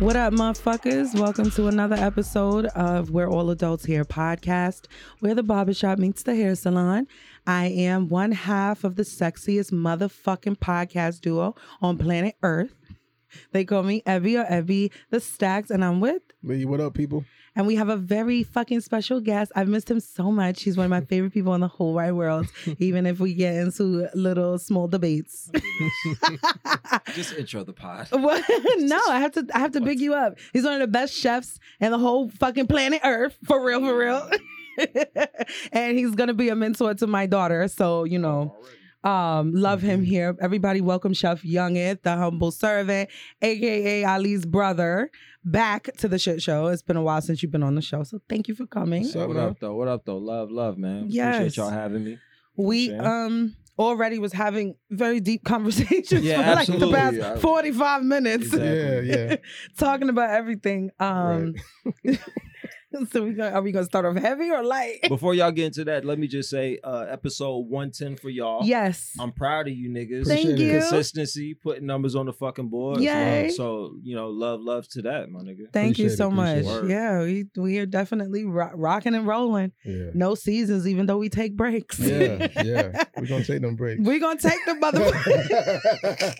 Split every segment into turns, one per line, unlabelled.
What up, motherfuckers? Welcome to another episode of We're All Adults Here podcast, where the barbershop meets the hair salon. I am one half of the sexiest motherfucking podcast duo on planet Earth. They call me Evie or Evie the Stacks, and I'm with.
Lee, what up, people?
And we have a very fucking special guest. I've missed him so much. He's one of my favorite people in the whole wide world, even if we get into little small debates.
Just intro the pod.
What? no, I have to. I have to big you up. He's one of the best chefs in the whole fucking planet Earth, for real, for real. and he's gonna be a mentor to my daughter. So you know, um, love him here. Everybody, welcome Chef Youngit, the humble servant, aka Ali's brother, back to the shit show. It's been a while since you've been on the show, so thank you for coming.
What's up,
what
man?
up though? What up though? Love, love, man.
Yes.
Appreciate y'all having me.
we
Shane?
um already was having very deep conversations
Yeah,
for like the
absolutely.
Yeah.
past forty five minutes.
Exactly.
Yeah, yeah.
talking about everything. Um, so we gonna, are we gonna start off heavy or light?
Before y'all get into that, let me just say uh episode 110 for y'all.
yes.
I'm proud of you niggas.
Appreciate
Thank
it.
you.
Consistency, putting numbers on the fucking board.
Yay.
So, you know, love, love to that, my nigga.
Thank you
Appreciate it,
so much.
appreciate
it.
Yeah, we we are definitely ro- rocking and rolling.
Yeah,
No seasons, even though we take breaks.
yeah, yeah. We're gonna take them breaks.
We're gonna take the motherfucker.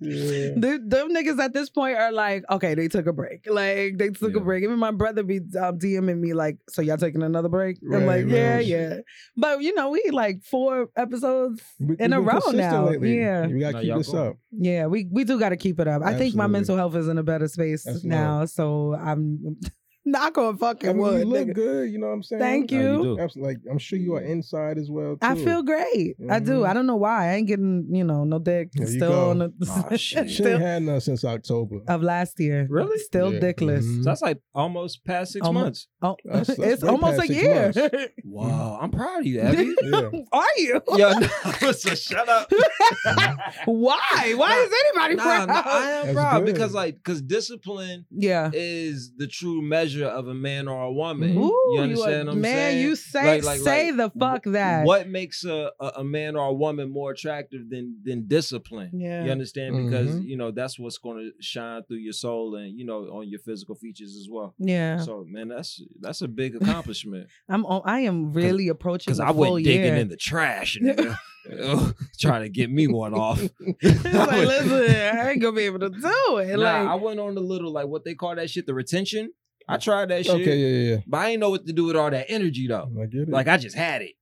yeah.
Them them niggas at this point are like, okay, they took a break. Like they took a
Yeah.
break. Even my brother be um, DMing me like, so y'all taking another break? I'm
Right,
like, yeah,
right.
yeah. But you know, we like four episodes
We-
In
we
a
been
row
consistent
now. Yeah.
we gotta
Nah,
keep
y'all
this
go.
up.
Yeah, we we do got to keep it up. I think my
Absolutely.
mental health is in a better space
That's
now, so I'm not going
I
fucking
mean,
wood.
you look
nigga.
good. You know what I'm saying?
Thank
How
you.
do?
Absolutely. Like, I'm sure you are inside as well. Too.
I feel great. I do.
Mhm.
I don't know why. I ain't getting you know no dick.
There you
Still
go.
on the
Aw, shit.
She
still
ain't had none since October.
of last year.
Really?
Still
Yeah.
Uh, dickless.
Mhm.
So that's like almost past six
Almost-
months.
Oh,
That's- that's
it's
way
almost
past
a
six
year.
Wow. I'm proud of you, Abby.
Yeah.
Are you?
Yo, no, so shut up.
Why? Why
Nah,
is anybody
Nah,
proud?
nah, I am
That's
proud
good.
because like because discipline
yeah.
is the true measure of a man or a woman.
Mhm.
Ooh,
Mm-hmm. you understand what
a-
I'm
man,
saying?
you say
Like- like-
say
like,
the fuck that.
What makes a, a, a man or a woman more attractive than than discipline?
Yeah.
You understand? Because
Mhm.
you know that's what's gonna shine through your soul and you know on your physical features as well.
Yeah,
So man, that's that's a big accomplishment.
I'm. on- I am really approaching
Because
the
I
full
went digging
year.
in the trash nigga. Ugh, trying to get me one off.
It's like, listen, I ain't gonna be able to do it.
Nah, I
like,
went on the little like what they call that shit, the retention. I tried that shit,
Okay. Yeah. Yeah.
but I ain't know what to do with all that energy though.
yeah. I get it.
Like I just had it,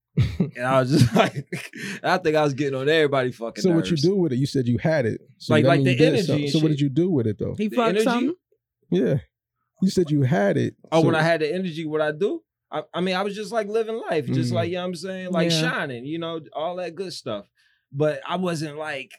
and I was just like, I think I was getting on everybody fucking.
so what you
nerves.
do with it? You said you had it. So
Like-
that
like
mean
the
you did
energy
something.
and
So what
shit.
did you do with it though?
he
the
fucked
energy?
something.
Yeah. You said you had it.
Oh,
so-
when I had the energy, what I do? I, I mean, I was just like living life, just
Mhm.
like you know what I'm saying, like
Yeah.
shining, you know, all that good stuff. But I wasn't like,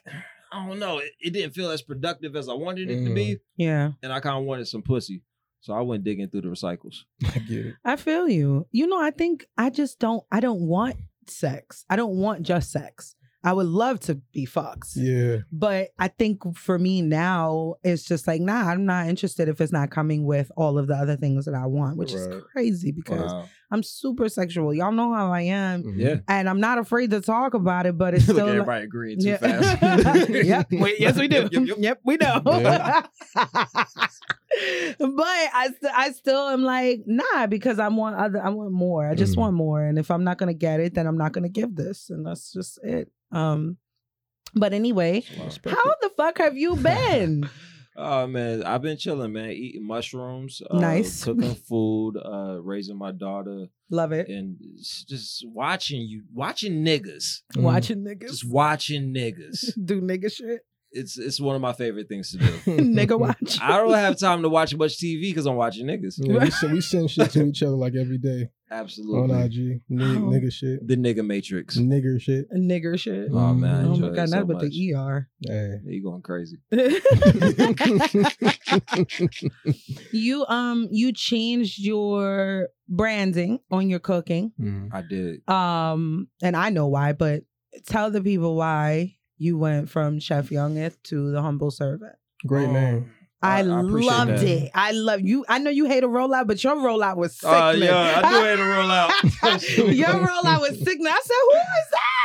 I don't know, it, it didn't feel as productive as I wanted it to
Mm.
be,
Yeah,
and I kind of wanted some pussy, so I went digging through the recycles.
I get it.
I feel you. You know, I think I just don't. I don't want sex. I don't want just sex. I would love to be fucked,
Yeah.
but I think for me now, it's just like, nah, I'm not interested if it's not coming with all of the other things that I want, which is
Right.
crazy because I'm super sexual. Y'all know how I am,
Mhm.
Yeah,
and I'm not afraid to talk about it. But it's
look
still
at
like-
everybody agreeing too
Yeah.
fast.
yep. Wait, yes, we do.
Yep, yep, yep.
Yep, we know.
Yeah.
but I, st- I still am like, nah, because I want other, I want more. I just
Mm-hmm.
Mhm.
want more, and if I'm not gonna get it, then I'm not gonna give this, and that's just it. Um, but anyway,
Respect
how the fuck have you been?
Oh man, I've been chilling, man. Eating mushrooms, uh,
Nice.
Cooking food, uh, raising my daughter,
Love it.
and s- just watching you, watching niggas,
Mhm.
Watching niggas
just watching niggas.
do nigga shit,
It's it's one of my favorite things to do.
nigga watch.
I don't have time to watch much TV because I'm watching niggas.
Yeah, we, send, we send shit to each other like every day on
Absolutely,
IG. Nigga,
Oh.
nigga shit.
the nigga matrix.
Nigger shit.
nigger shit.
Mm.
Oh man, I
Oh
enjoy
my
it
god,
so
not with
much.
the ER.
Hey.
You going crazy?
Mm-hmm.
You um you changed your branding on your cooking.
I did.
Um and I know why, but tell the people why you went from Chef Youngeth to the humble servant.
Great
Oh.
Um,
name.
I,
appreciate
loved
that.
it. I love you. I know you hate a rollout, but your rollout was sick.
Oh yeah, I do hate to roll out.
your rollout was sick. I said,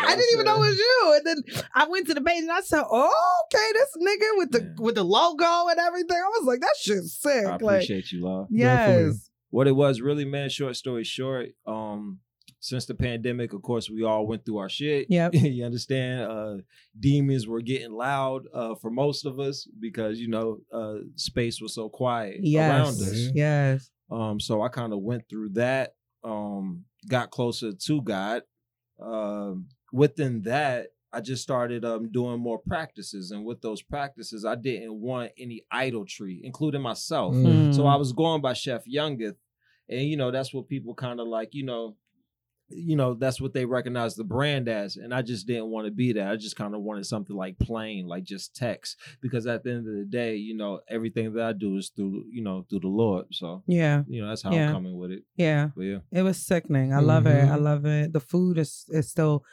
I didn't even know it was you. And then I went to the page and I said, "Oh, okay, this nigga with the
Yeah.
with the logo and everything." I was like, "That shit's sick."
I
like,
appreciate you, love.
Definitely.
yes,
What it was really, man. Short story short. Um, since the pandemic, of course, we all went through our shit.
Yep.
you understand. Uh, demons were getting loud uh, for most of us because you know uh, space was so quiet around
yes,
us.
us.
yes.
Um, so I kind of went through that. Um, got closer to God. Um, within that, I just started um doing more practices, and with those practices, I didn't want any idolatry, including myself.
Mm.
So
Mm-hmm.
I was going by Chef Youngeth, and you know that's what people kind of like. You know, you know that's what they recognize the brand as, and I just didn't want to be that. I just kind of wanted something like plain, like just text, because at the end of the day, you know, everything that I do is through you know through the Lord. So
yeah,
you know that's how
Yeah.
I'm coming with it.
yeah.
But yeah,
It was sickening. I love it. I
Mhm.
love it. The food is is still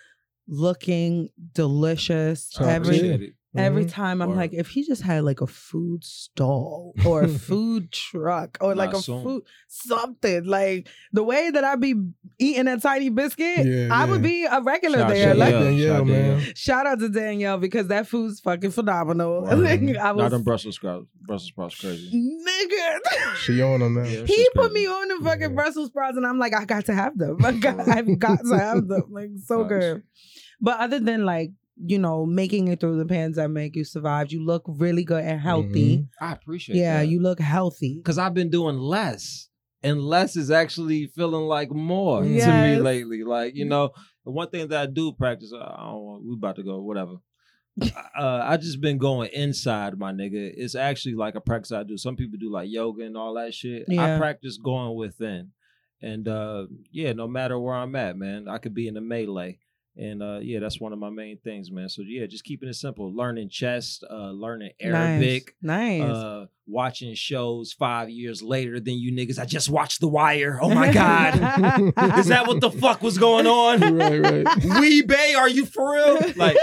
looking delicious.
I
Every
appreciate
it.
Mm-hmm.
Every time I'm
Word.
like, if he just had like a food stall or a food truck or like
Nah,
a
soon.
food something, like the way that I be eating a tiny biscuit,
Yeah,
I would
yeah.
be a regular
Shout out
there.
to
Like,
yeah,
Danielle, shout out
man.
Danielle.
shout out to Danielle because that food's fucking phenomenal.
Word.
Like, I
Not
was Mm.
them Brussels sprouts. Brussels sprouts crazy.
nigga.
She on them now.
Yeah, that
He
shit's
put
crazy.
me on the fucking
Yeah.
Brussels sprouts, and I'm like, I got to have them. I got,
Word.
I've got to have them. Like, so
Facts.
good. But other than like, you know, making it through the pandemic, you survived. You look really good and healthy.
I appreciate.
Yeah,
that.
you look healthy.
because I've been doing less, and less is actually feeling like more to
Yes.
me lately. Like you know, the one thing that I do practice, I I don't want, we about to go whatever. uh, I just been going inside, my nigga. It's actually like a practice I do. Some people do like yoga and all that shit.
Yeah.
I practice going within, and uh, yeah, no matter where I'm at, man, I could be in a melee. And uh, yeah, that's one of my main things, man. So yeah, just keeping it simple. Learning chess, uh, learning Arabic,
Nice. nice.
uh, watching shows five years later than you niggas. I just watched The Wire. Oh my God. Is that what the fuck was going on?
right, right.
Wee Bay, are you for real? Like,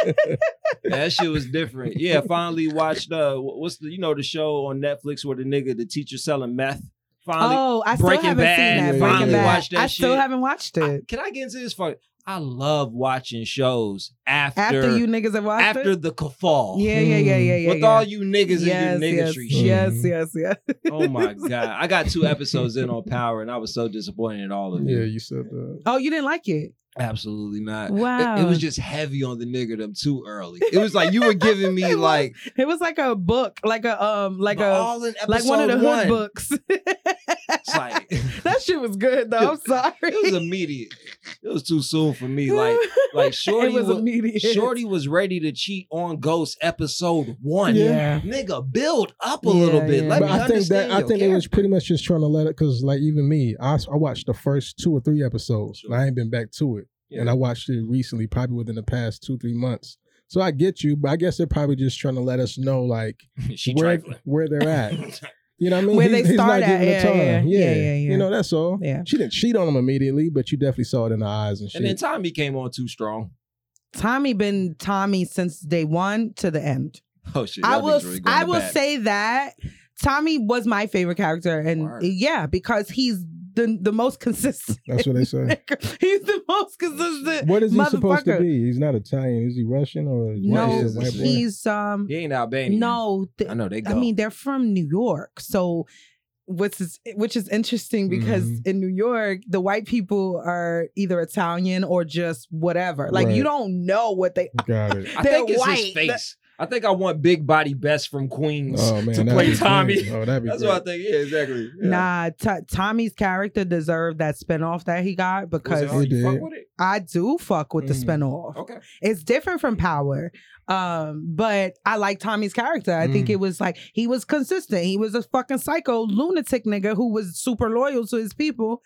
that shit was different. Yeah, finally watched, uh, wh- what's the, you know, the show on Netflix where the nigga, the teacher selling meth. Finally,
oh, I still
Breaking
haven't
Bad,
seen that.
yeah,
Breaking
yeah.
Bad.
Watch that
I still
shit.
haven't watched
I-
it.
can I get into this? Fuck, I love watching shows after,
After you niggas have watched
after
it.
the kafal.
Yeah, yeah, yeah, yeah, yeah.
With
yeah.
all you niggas
yes,
and your niggatry
yes,
shit.
yes,
Mhm.
yes, yes.
Oh my god! I got two episodes in on Power, and I was so disappointed in all of
Yeah,
you.
you said that.
Oh, you didn't like it?
Absolutely not. It-
Wow.
It, was just heavy on the nigger them too early. It was like you were giving me like
It was like a book, like a um, like
but
a
all in episode
like one of the hood
one.
books.
It's like it
that shit was good though. I'm sorry.
was immediate. It was too soon for me. Like like Shorty
it was
was
immediate.
Shorty was ready to cheat on Ghost episode one.
Yeah.
Nigga, build up a
Yeah,
little bit.
yeah.
Let
but
me
I think that
understand.
I
your
think they was
character.
pretty much just trying to let it because like even me, I, s- I watched the first two or three episodes.
Sure.
And I ain't been back to it, and
Yeah.
I watched it recently, probably within the past two three months. So I get you, but I guess they're probably just trying to let us know like
she
where
trifling.
where they're at. You know what I mean?
Where they start
not
at,
giving the
yeah, yeah, yeah, yeah, yeah.
You know that's all.
Yeah.
She didn't cheat on him immediately, but you definitely saw it in the eyes and shit.
and then Tommy came on too strong.
Tommy been Tommy since day one to the end.
Oh shit!
I
y'all
will
niggas really going
I
to
will
bat.
say that Tommy was my favorite character and
Word.
yeah because he's the the most consistent.
that's what they say.
he's the most consistent.
What is he supposed to
Motherfucker.
be? He's not Italian. Is he Russian or
No,
is
white boy?
he's um
he ain't Albanian.
no th-
I know they go.
I mean, they're from New York, so which is which is interesting because
Mm-hmm.
Mhm.
in New York, the white people are either Italian or just whatever. Like you
Right.
don't know what they.
Got it.
I
they're
think it's
white.
his face. I think I want Big Body Best from Queens.
Oh man,
to
that'd
play
be
Tommy.
crazy. Oh, that'd be
That's
great.
what I think. Yeah, exactly. Yeah.
Nah, T- Tommy's character deserved that spinoff that he got
Was it
because
hard?
It
You fuck
did.
with it?
I do fuck with the
Mm.
Mhm.
spinoff.
Okay.
It's different from Power, um, but I like Tommy's character. I think
Mhm.
it was like he was consistent. He was a fucking psycho lunatic nigga who was super loyal to his people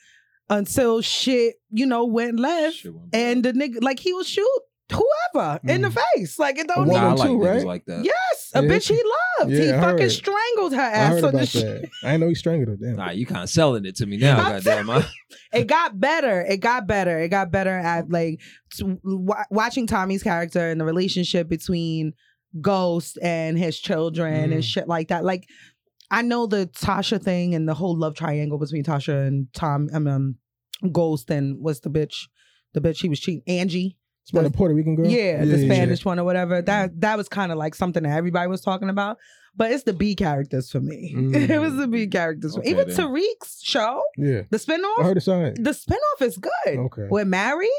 until shit, you know, went left.
Shit went
and
bad.
the nigga like he will shoot whoever in the
Mm.
face. Like it
A
don't
woman
nah, I like
too,
niggas
right?
like that.
Yes, a
Yeah.
bitch he loved. he
Yeah, I
fucking
heard.
strangled her
I
ass. So
heard
the
about
shit,
that. I didn't know he strangled her. Damn.
Nah, you kind of selling it to me now.
I'm
goddamn. huh?
it got better. It got better. It got better at like t- wa watching Tommy's character and the relationship between Ghost and his children and
Mm.
shit like that. Like I know the Tasha thing and the whole love triangle between um, Tasha and Tom. I mean, um, Ghost and what's the bitch? The bitch he was cheating, Angie.
It's one of the Puerto Rican girl.
Yeah, the Spanish one or whatever. That that was kind of like something that everybody was talking about. But it's the B characters for me. it was the B characters. for me.
Okay,
Even
then.
Tariq's show,
Yeah. yeah.
the spinoff,
I heard it's all right.
the spinoff is good.
Okay.
With Mary,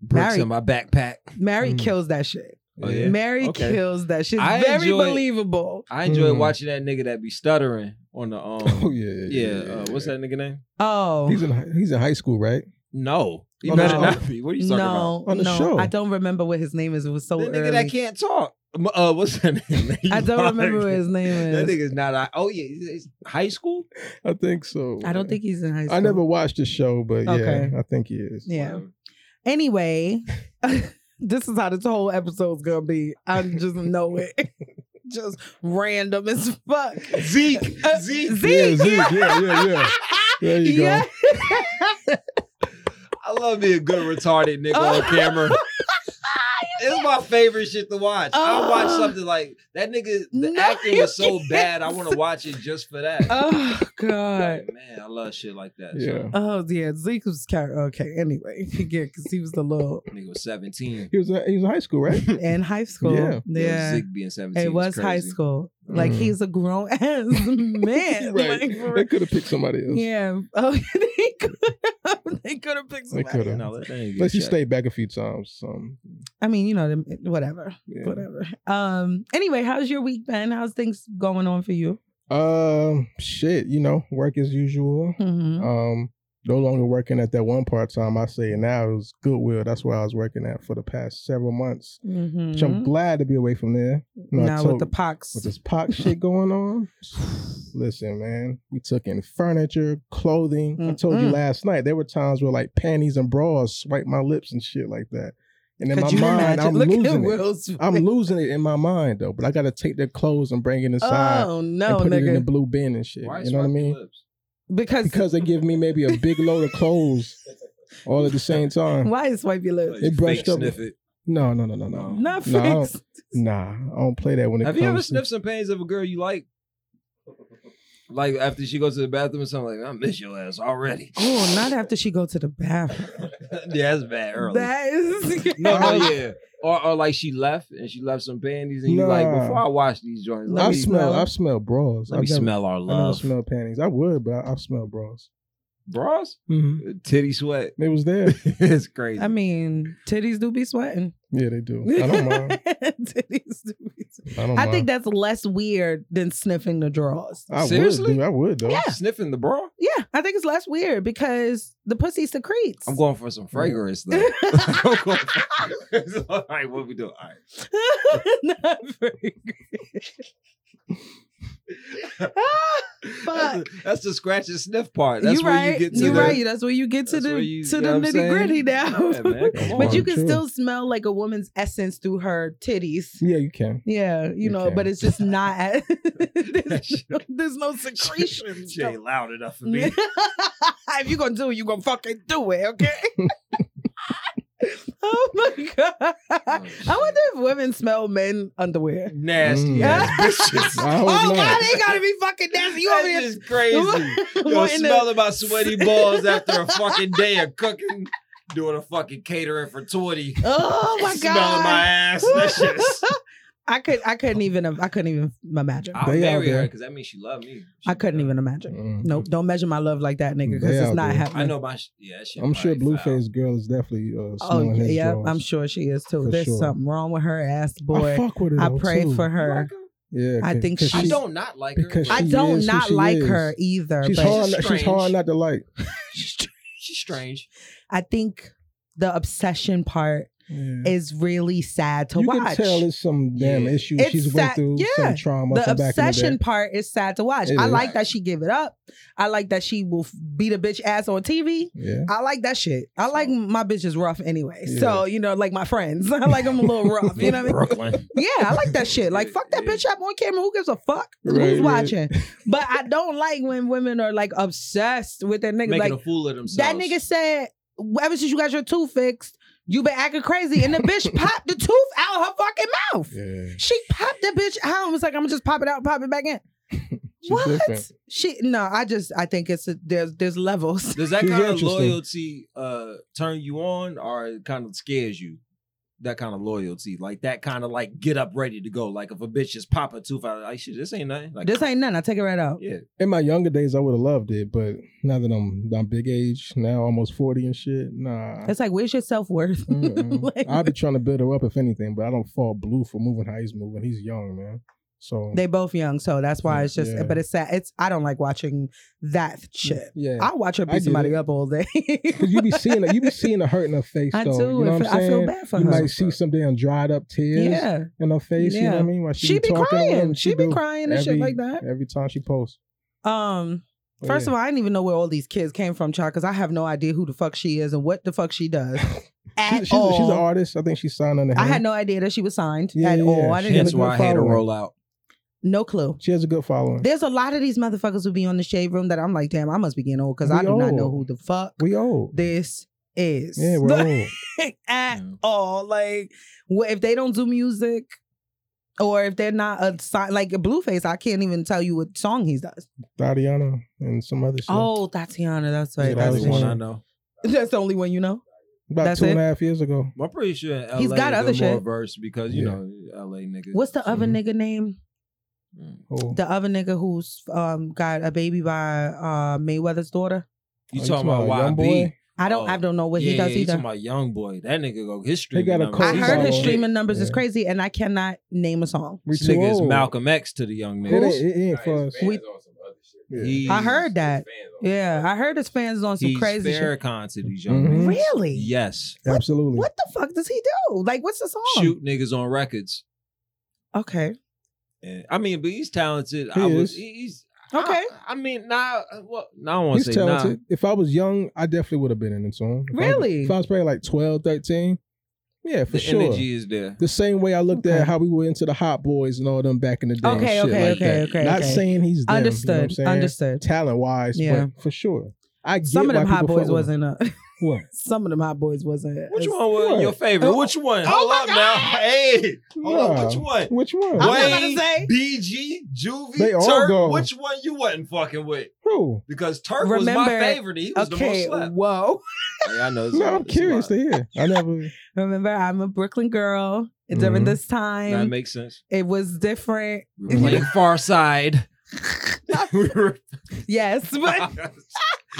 Bricks
Mary.
in my backpack.
Mary
Mm.
kills that shit.
Oh, Hmm. yeah?
Mary
Okay.
kills that shit.
I
Very
enjoy-
believable.
I enjoy
Mm.
watching that nigga that be stuttering on the um.
Oh yeah.
yeah, uh, what's that nigga name?
Oh
He's in hi- he's in high school, right?
No, you
Oh,
better
no.
not be. What are you
no,
talking about?
On the
no,
show.
I don't remember what his name is. It was so
the nigga
early.
that can't talk. Um, Uh, what's that name?
I don't remember what his name
That
is.
nigga's not. out- Oh yeah, he's- he's high school.
I think so.
I don't think he's in high school.
I never watched the show, but yeah,
Okay.
I think he is.
Yeah.
Um,
Anyway, this is how this whole episode's gonna be. I just know it. just random as fuck.
Zeke.
Uh,
Zeke.
Yeah,
Zeke.
Zeke, yeah, yeah, yeah. There you go.
Yeah.
I love being a good retarded nigga on camera. It's my favorite shit to watch. I watch
Oh.
something like that nigga. The
No,
acting
you
was so
can't.
bad. I want to watch it just for that.
Oh god.
Like, man, I love shit like that.
Yeah.
So,
Oh yeah, Zeke was car- okay. Anyway, yeah, because he was the little
nigga was seventeen.
He was he was in high school, right?
in high school.
Yeah.
yeah.
Zeke being seventeen.
It
is
was high
crazy.
school. Like
Mhm.
he's a grown ass man.
right.
Like, for
they could have picked somebody else.
Yeah. Oh, they could have. They could have picked
They
somebody.
coulda.
else.
No, that ain't
Unless you stayed back a few times. Um,
I mean, you know, them- whatever,
yeah.
whatever. Um. Anyway, how's your week been? How's things going on for you?
Um, shit, you know, work as usual.
Mm-hmm.
Um, no longer working at that one part time. I say now it was Goodwill. That's where I was working at for the past several months. Which I'm glad to be away from there. No,
Mm-hmm.
I
now with
told-
the pox.
with this pox shit going on. Listen, man, we took in furniture, clothing. I told you
Mm-mm.
last night there were times where like panties and bras swiped my lips and shit like that. And in
Could
my
you
mind,
imagine?
I'm
Look at
losing it.
Will's.
I'm losing it in my mind though. But I gotta take their clothes and bring it inside
oh
and
no,
put it in the
nigga!
blue bin and shit.
Why
you know what I
swap your
mean?
lips?
because
Because they give me maybe a big load of clothes all at the same time.
why is wipe your lips?
Like, you
brushed
fake
up.
sniff it.
No, no, no, no, no.
Not
No, I don't-
fixed.
Nah, I don't play that when it
Have
comes
you ever
to-
sniffed some pains of a girl you like? Like after she goes to the bathroom or something, like I miss your ass already.
Oh, not after she go to the bathroom.
yeah, that's bad early.
That is.
no, no, yeah. Or, or like she left and she left some panties and you like
Nah.
before I wash these joints, let
I
me
smell I smell bras.
let
I've
me
never-
smell our
I never
love.
smell panties. I would, but I, I smell bras.
Bras,
Mm-hmm.
titty sweat.
They was there.
it's crazy.
I mean, titties do be sweating.
Yeah, they do. I don't mind.
titties do be sweating.
I don't mind.
I think that's less weird than sniffing the drawers.
I
Seriously?
would, dude. I would though.
sniffing the bra.
Yeah, I think it's less weird because the pussy secretes.
I'm going for some fragrance though. I'm going for- All right, what we doing? All right.
Not very good. Ah,
That's,
fuck.
the, that's the scratch and sniff part. That's
You
where
right.
you get to
You
the
right. That's where you get to
that's
the
where you-
to
you
the
know what I'm
nitty gritty
saying?
now.
Yeah, man, come
but
on.
you can
True.
still smell like a woman's essence through her titties.
Yeah, you can.
Yeah, you,
You
know,
can.
but it's just not. at-
That
there's,
shit-
no, there's no secretions.
She ain't loud enough for me.
if you're gonna do it, you're gonna fucking do it, okay? oh my god. I wonder if women smell men underwear.
Nasty
Mm.
ass bitches.
I hope
oh
not.
god, they gotta be fucking nasty. You
That's
over here
just crazy. Yo,
wanting to-
smelling my sweaty balls after a fucking day of cooking, doing a fucking catering for 20.
Oh my
smelling my
god.
ass. That shit. is-
I could I couldn't even I couldn't even imagine.
I'll
They out
marry her
there.
because that means she loved me.
I couldn't even imagine.
Mm.
Nope, don't measure my love like that, nigga, because
They
it's
out
not
there.
happening.
I know my sh- yeah. that Shit
I'm sure
probably foul.
Blueface girl is definitely uh,
Oh
smelling his
yeah,
drawers.
I'm sure she is too.
For
There's
sure.
something wrong with her ass,
I
boy.
fuck with her.
I,
though,
pray
too.
for
You
her.
like her?
Yeah,
I
'cause-
think
'cause
she-
I don't not like her.
because
Because
I
she
don't
is who
not
she
like
is.
her either.
She's
but
hard.
She's
She's hard
strange.
not to like.
she's strange.
I think the obsession part
Yeah.
is really sad to
Mm. you
watch.
can tell it's some damn
Yeah.
issue
It's
she's
sad-
went through,
yeah.
some trauma
the
from back in the day.
obsession part is sad to watch.
It
I
is.
like that she give it up. I like that she will f- beat a bitch ass on TV.
Yeah,
I like that shit. I like my bitches rough anyway.
Yeah.
So, you know, like my friends. I like them a little rough. You know what I mean?
Brooklyn.
Yeah, I like that shit. Like, fuck that
Yeah.
bitch up on camera. Who gives a fuck?
Right,
Who's
right.
watching? But I don't like when women are like obsessed with that nigga.
Making
like,
a fool of themselves.
that nigga said, ever since you got your tooth fixed, you been acting crazy. And the bitch popped the tooth out her fucking mouth.
yeah.
She popped the bitch out and was like, I'm gonna just pop it out and pop it back in.
She's
what?
different.
She no, I just I think it's a, there's there's levels.
Does that
She's
kind of
interesting.
loyalty uh, turn you on or it kind of scares you? that kind of loyalty, like that kind of like get up ready to go. Like if a bitch just pop a tooth out, like shit, this ain't nothing. Like
this ain't nothing. I take it right out.
yeah,
In my younger days, I would have loved it, but now that I'm I'm big age now, almost forty and shit, nah.
It's like where's your self worth?
Mm-mm. I'd be trying to build her up if anything, but I don't fall blue for moving how he's moving. He's young, man. So
they both young, so that's why it's just.
Mm. Yeah. Mm,
But it's sad. It's I don't like watching that shit.
yeah,
I watch her
I
beat
get
somebody
it.
up all day.
Because you be seeing it, you be seeing the hurt in her face.
I
though.
do.
You know
I
what
feel-
I'm
I feel
saying?
bad for
you
her.
might see some damn dried up tears
yeah,
in her face. You know what I
Yeah.
mean? While
she, be
talking,
crying.
and
She, be
do
crying and shit
every- Oh,
like that.
every time she posts.
Um, first of all, I didn't even know where all these kids came from, child, because I have no idea who the fuck she is and what the fuck she does at
she's,
all.
she's an artist. I think she signed under.
I
him.
had no idea that she was signed
Yeah,
at
yeah,
all. I didn't
she had
even,
hence
a
why
good
I hate a
following.
rollout.
no clue.
She has a good following.
There's a lot of these motherfuckers who be on the shade room that I'm like, damn, I must be getting old because I
We
do not know who
old.
the fuck
we old.
this is.
Yeah, we're old.
at
Yeah.
all. Like, wh- if they don't do music, or if they're not a si- like Blueface, I can't even tell you what song he does.
Dadiana and some other shit.
Oh, Tatiana, that's right.
Yeah,
That's
that's,
the one
it.
I know.
that's the only one you know.
about
that's
two and
it?
a half years ago.
I'm pretty sure in LA
He's got
they're
other
more
shit.
versed because you
Yeah.
know LA niggas.
What's the other
Mhm.
nigga name?
Mm.
Oh,
The other nigga who's um got a baby by uh Mayweather's daughter.
You
Oh,
talking about
Young
YB?
Boy?
I don't
Oh,
I don't know what
yeah,
he does
yeah, you
either.
talking about young boy? That nigga go his
He
streaming.
got a
numbers
I
cold
is
heard his
song.
streaming numbers is
Yeah.
crazy, and I cannot name a song.
We
This
too
nigga is
old.
Malcolm X to the young
It ain't,
niggas.
it ain't for us.
We-
Yeah.
He's-
I heard that. Yeah, I heard his fans is on some
he's
crazy shit.
Farrakhan to these young
Mhm.
niggas.
Really?
Yes,
Absolutely.
What the fuck does he do? Like, what's the song?
shoot niggas on records.
Okay.
And, I mean, but he's talented.
He
I was,
is.
he's
Okay.
I, I mean, nah.
uh,
Well, nah, I won't
He's
say
talented. If I was young, I definitely would have been in it soon. If I was-
Really?
if I was probably like 12, 13, yeah,
nah.
for
The
sure.
energy is there.
The same way I looked
Okay.
at how we were into the Hot Boys and all them back in the day. and
Okay,
shit
okay,
like
okay,
that.
okay,
Not
okay.
saying he's them, you know what I'm
Understood.
saying?
Understood.
Talent wise,
Yeah.
but for sure. I get
Some of
why
them hot
people
boys
fuck with him.
wasn't up.
What?
Some of them hot boys wasn't.
Which
it's-
one was
What?
your favorite?
Oh,
Which one?
oh
Hold
my
up now. Hey, hold
Nah.
up. Which one?
Which one?
I was
Wayne,
about to say.
BG, Juvie,
They all
Turk.
gone.
Which one you wasn't fucking with?
Who?
Because Turk was
Remember-
my favorite. He was
Okay.
the most slept.
Whoa.
Hey, I know. it's a
No,
lot,
I'm
it's a
curious
lot.
to hear. I never.
Remember, I'm a Brooklyn girl. During
Mhm.
this
That
time,
makes sense.
it was different.
We were playing Far Side. We were-
Yes, but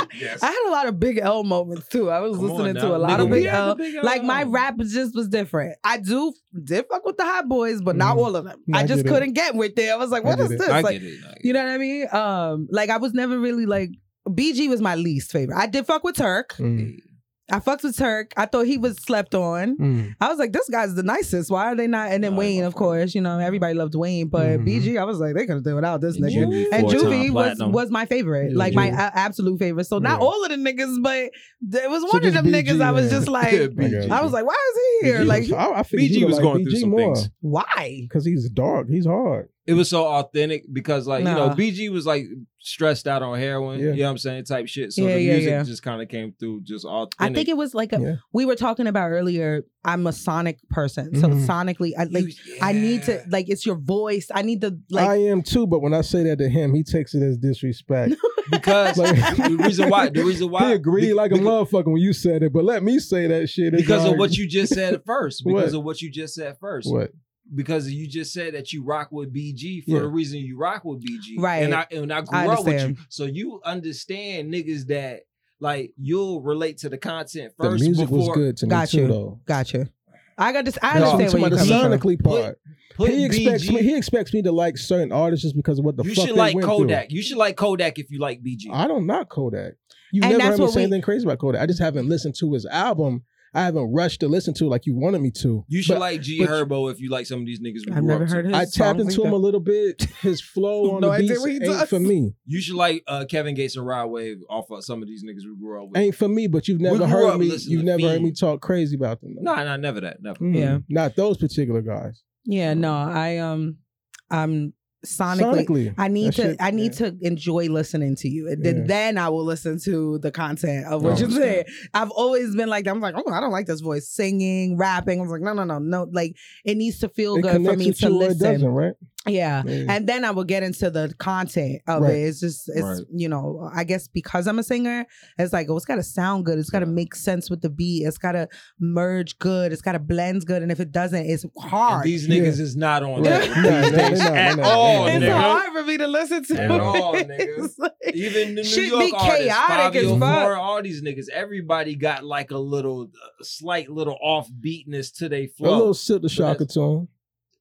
yes.
I had a lot of Big L moments too. I was
Come on
listening
now.
to a lot
Nigga,
of
we
Big
had the
L.
Big uh, L.
Like my rap just was different. I do did fuck with the hot boys, but not
Mhm.
all of them.
No,
I
I
just
get it.
couldn't get with them. I was like,
I
what
get
is
it.
this?
I
Like,
get it. I get
You know what I mean? Um, like I was never really like BG was my least favorite. I did fuck with Turk.
Mm.
I fucked with Turk. I thought he was slept on.
Mm.
I was like, this guy's the nicest. Why are they not? And then
I
Wayne,
love
of course, you know, everybody loved Wayne, but
Mhm.
BG, I was like, they could have done without this
And
nigga.
Juvie,
and
four-time
Juvie was,
platinum.
was my favorite,
Yeah,
like my
Juvie.
a- absolute favorite. So not
Yeah.
all of the niggas, but there was
So
one of
just
them
BG,
niggas. I was
yeah.
just
Yeah,
like,
BG.
I was like, why is he here? Like,
I, I figured
BG
you
was
like
going
BG
through some
more
things.
why?
because he's dark. He's hard.
it was so authentic because like you know
Nah.
BG was like stressed out on heroin,
Yeah.
you know what I'm saying, type shit. So
Yeah,
the
yeah,
music
yeah.
just kind of came through just
I
authentic.
think it was like a,
Yeah.
we were talking about earlier. I'm a sonic person, so
Mhm.
sonically, I like. I need to like it's your voice. I need to
I
like
am too, but when I say that to him, he takes it as disrespect.
because
Like-
the reason why the reason why
he agreed
be-
like a
beca-
motherfucker when you said it, but let me say that shit. It's
because of
like-
what you just said at first because
What?
of what you just said first
What?
because you just said that you rock with BG for
Yeah.
the reason you rock with BG
Right.
and I and I grew
I
up with you
understand.
so you understand niggas that like you'll relate to the content
The
first
music was
before
good to me
Got
too,
you.
though.
gotcha. I got this. I
That's what I'm
understand
talking
where
about,
you're
the
coming from.
sonically part.
put
he expects
BG
me. He expects me to like certain artists just because of what the
you
fuck
should
they
like
went
Kodak. You should like Kodak if you like
Through.
BG.
I don't knock Kodak. You
And
never
that's
heard me
what
say
we-
anything crazy about Kodak. I just haven't listened to his album. I haven't rushed to listen to like you wanted me to.
you should
But
like G
but-
Herbo if you like some of these niggas. We
I've
grew
never
up to.
heard his.
I tapped
songs
into him
either.
a little bit. His flow on
No
the
idea
beats
what he
ain't
does.
for me.
You should like uh, Kevin Gates and Rod Wave off of some of these niggas we grew up with.
Ain't for me. But you've
grew
never
up
heard me.
listening
You've
to
never heard me
Fiend.
talk crazy about them.
Nah, nah, never that. Never.
Mm,
Yeah.
Not those particular guys.
Yeah, no, I um, I'm sonically.
Sonically.
I need
That
to.
shit-
I need to enjoy listening to you, and then,
Yeah. Oh,
then I will listen to the content of what
No,
you
it's
said. I've always been like, that. I'm like, oh, I don't like this voice singing, rapping. I was like, no, no, no, no. Like, it needs to feel
It
good for
connects
me
with
to
you or it
listen.
doesn't, right?
Yeah.
Yeah.
And then I will get into the content of
Right.
it. It's just, it's,
Right.
you know, I guess because I'm a singer, it's like, oh, it's got to sound good. It's got to
Yeah.
make sense with the beat. It's got to merge good. It's got to blend good. And if it doesn't, it's
And
hard.
these
Yeah.
niggas is not on
Right.
that
No,
these
no, they're
days
not,
at
they're not,
all,
they're
it's
nigga.
hard for me to listen to.
At all,
it.
nigga.
It's like-
Even the New
Shit
York
be
artists,
chaotic as fuck.
Fabio Flora, all these niggas, everybody got like a little, a slight little offbeatness to their
A little
flow.
silk the shocker tune.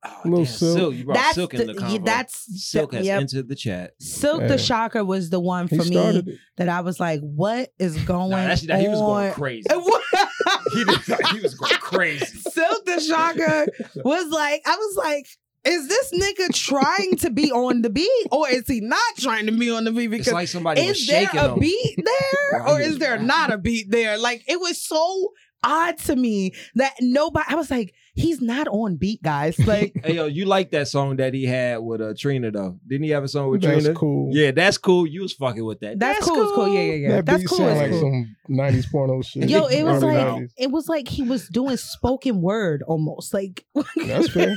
Oh,
little
damn,
Silk.
Silk, you brought
that's
Silk
the,
in the
yeah,
convo.
that's
Silk has
yep.
entered the chat.
Silk
Yeah.
the Shocker was the one
He
for me
started it.
that I was like, what is going
Nah, that shit, that-
on?
he was going crazy. He, was- he was going crazy.
Silk the Shocker was like, I was like, is this nigga trying to be on the beat or is he not trying to be on the beat?
It's
Because
like somebody was
is there
shaking
a
him.
beat there
Wow,
or
he
is
was
there
rapping.
not a beat there? Like it was so odd to me that nobody. I was like, he's not on beat, guys. Like
Hey yo, you like that song that he had with uh, Trina though? Didn't he have a song with
That's
Trina?
cool.
Yeah, that's cool. You was fucking with that.
that's, cool, it's cool. Yeah, yeah, yeah.
That
that's
beat
cool.
sound
it's
like
cool.
some '90s porno shit.
Yo, it was
Early
like
90s.
it was like he was doing spoken word almost, like
that's fair.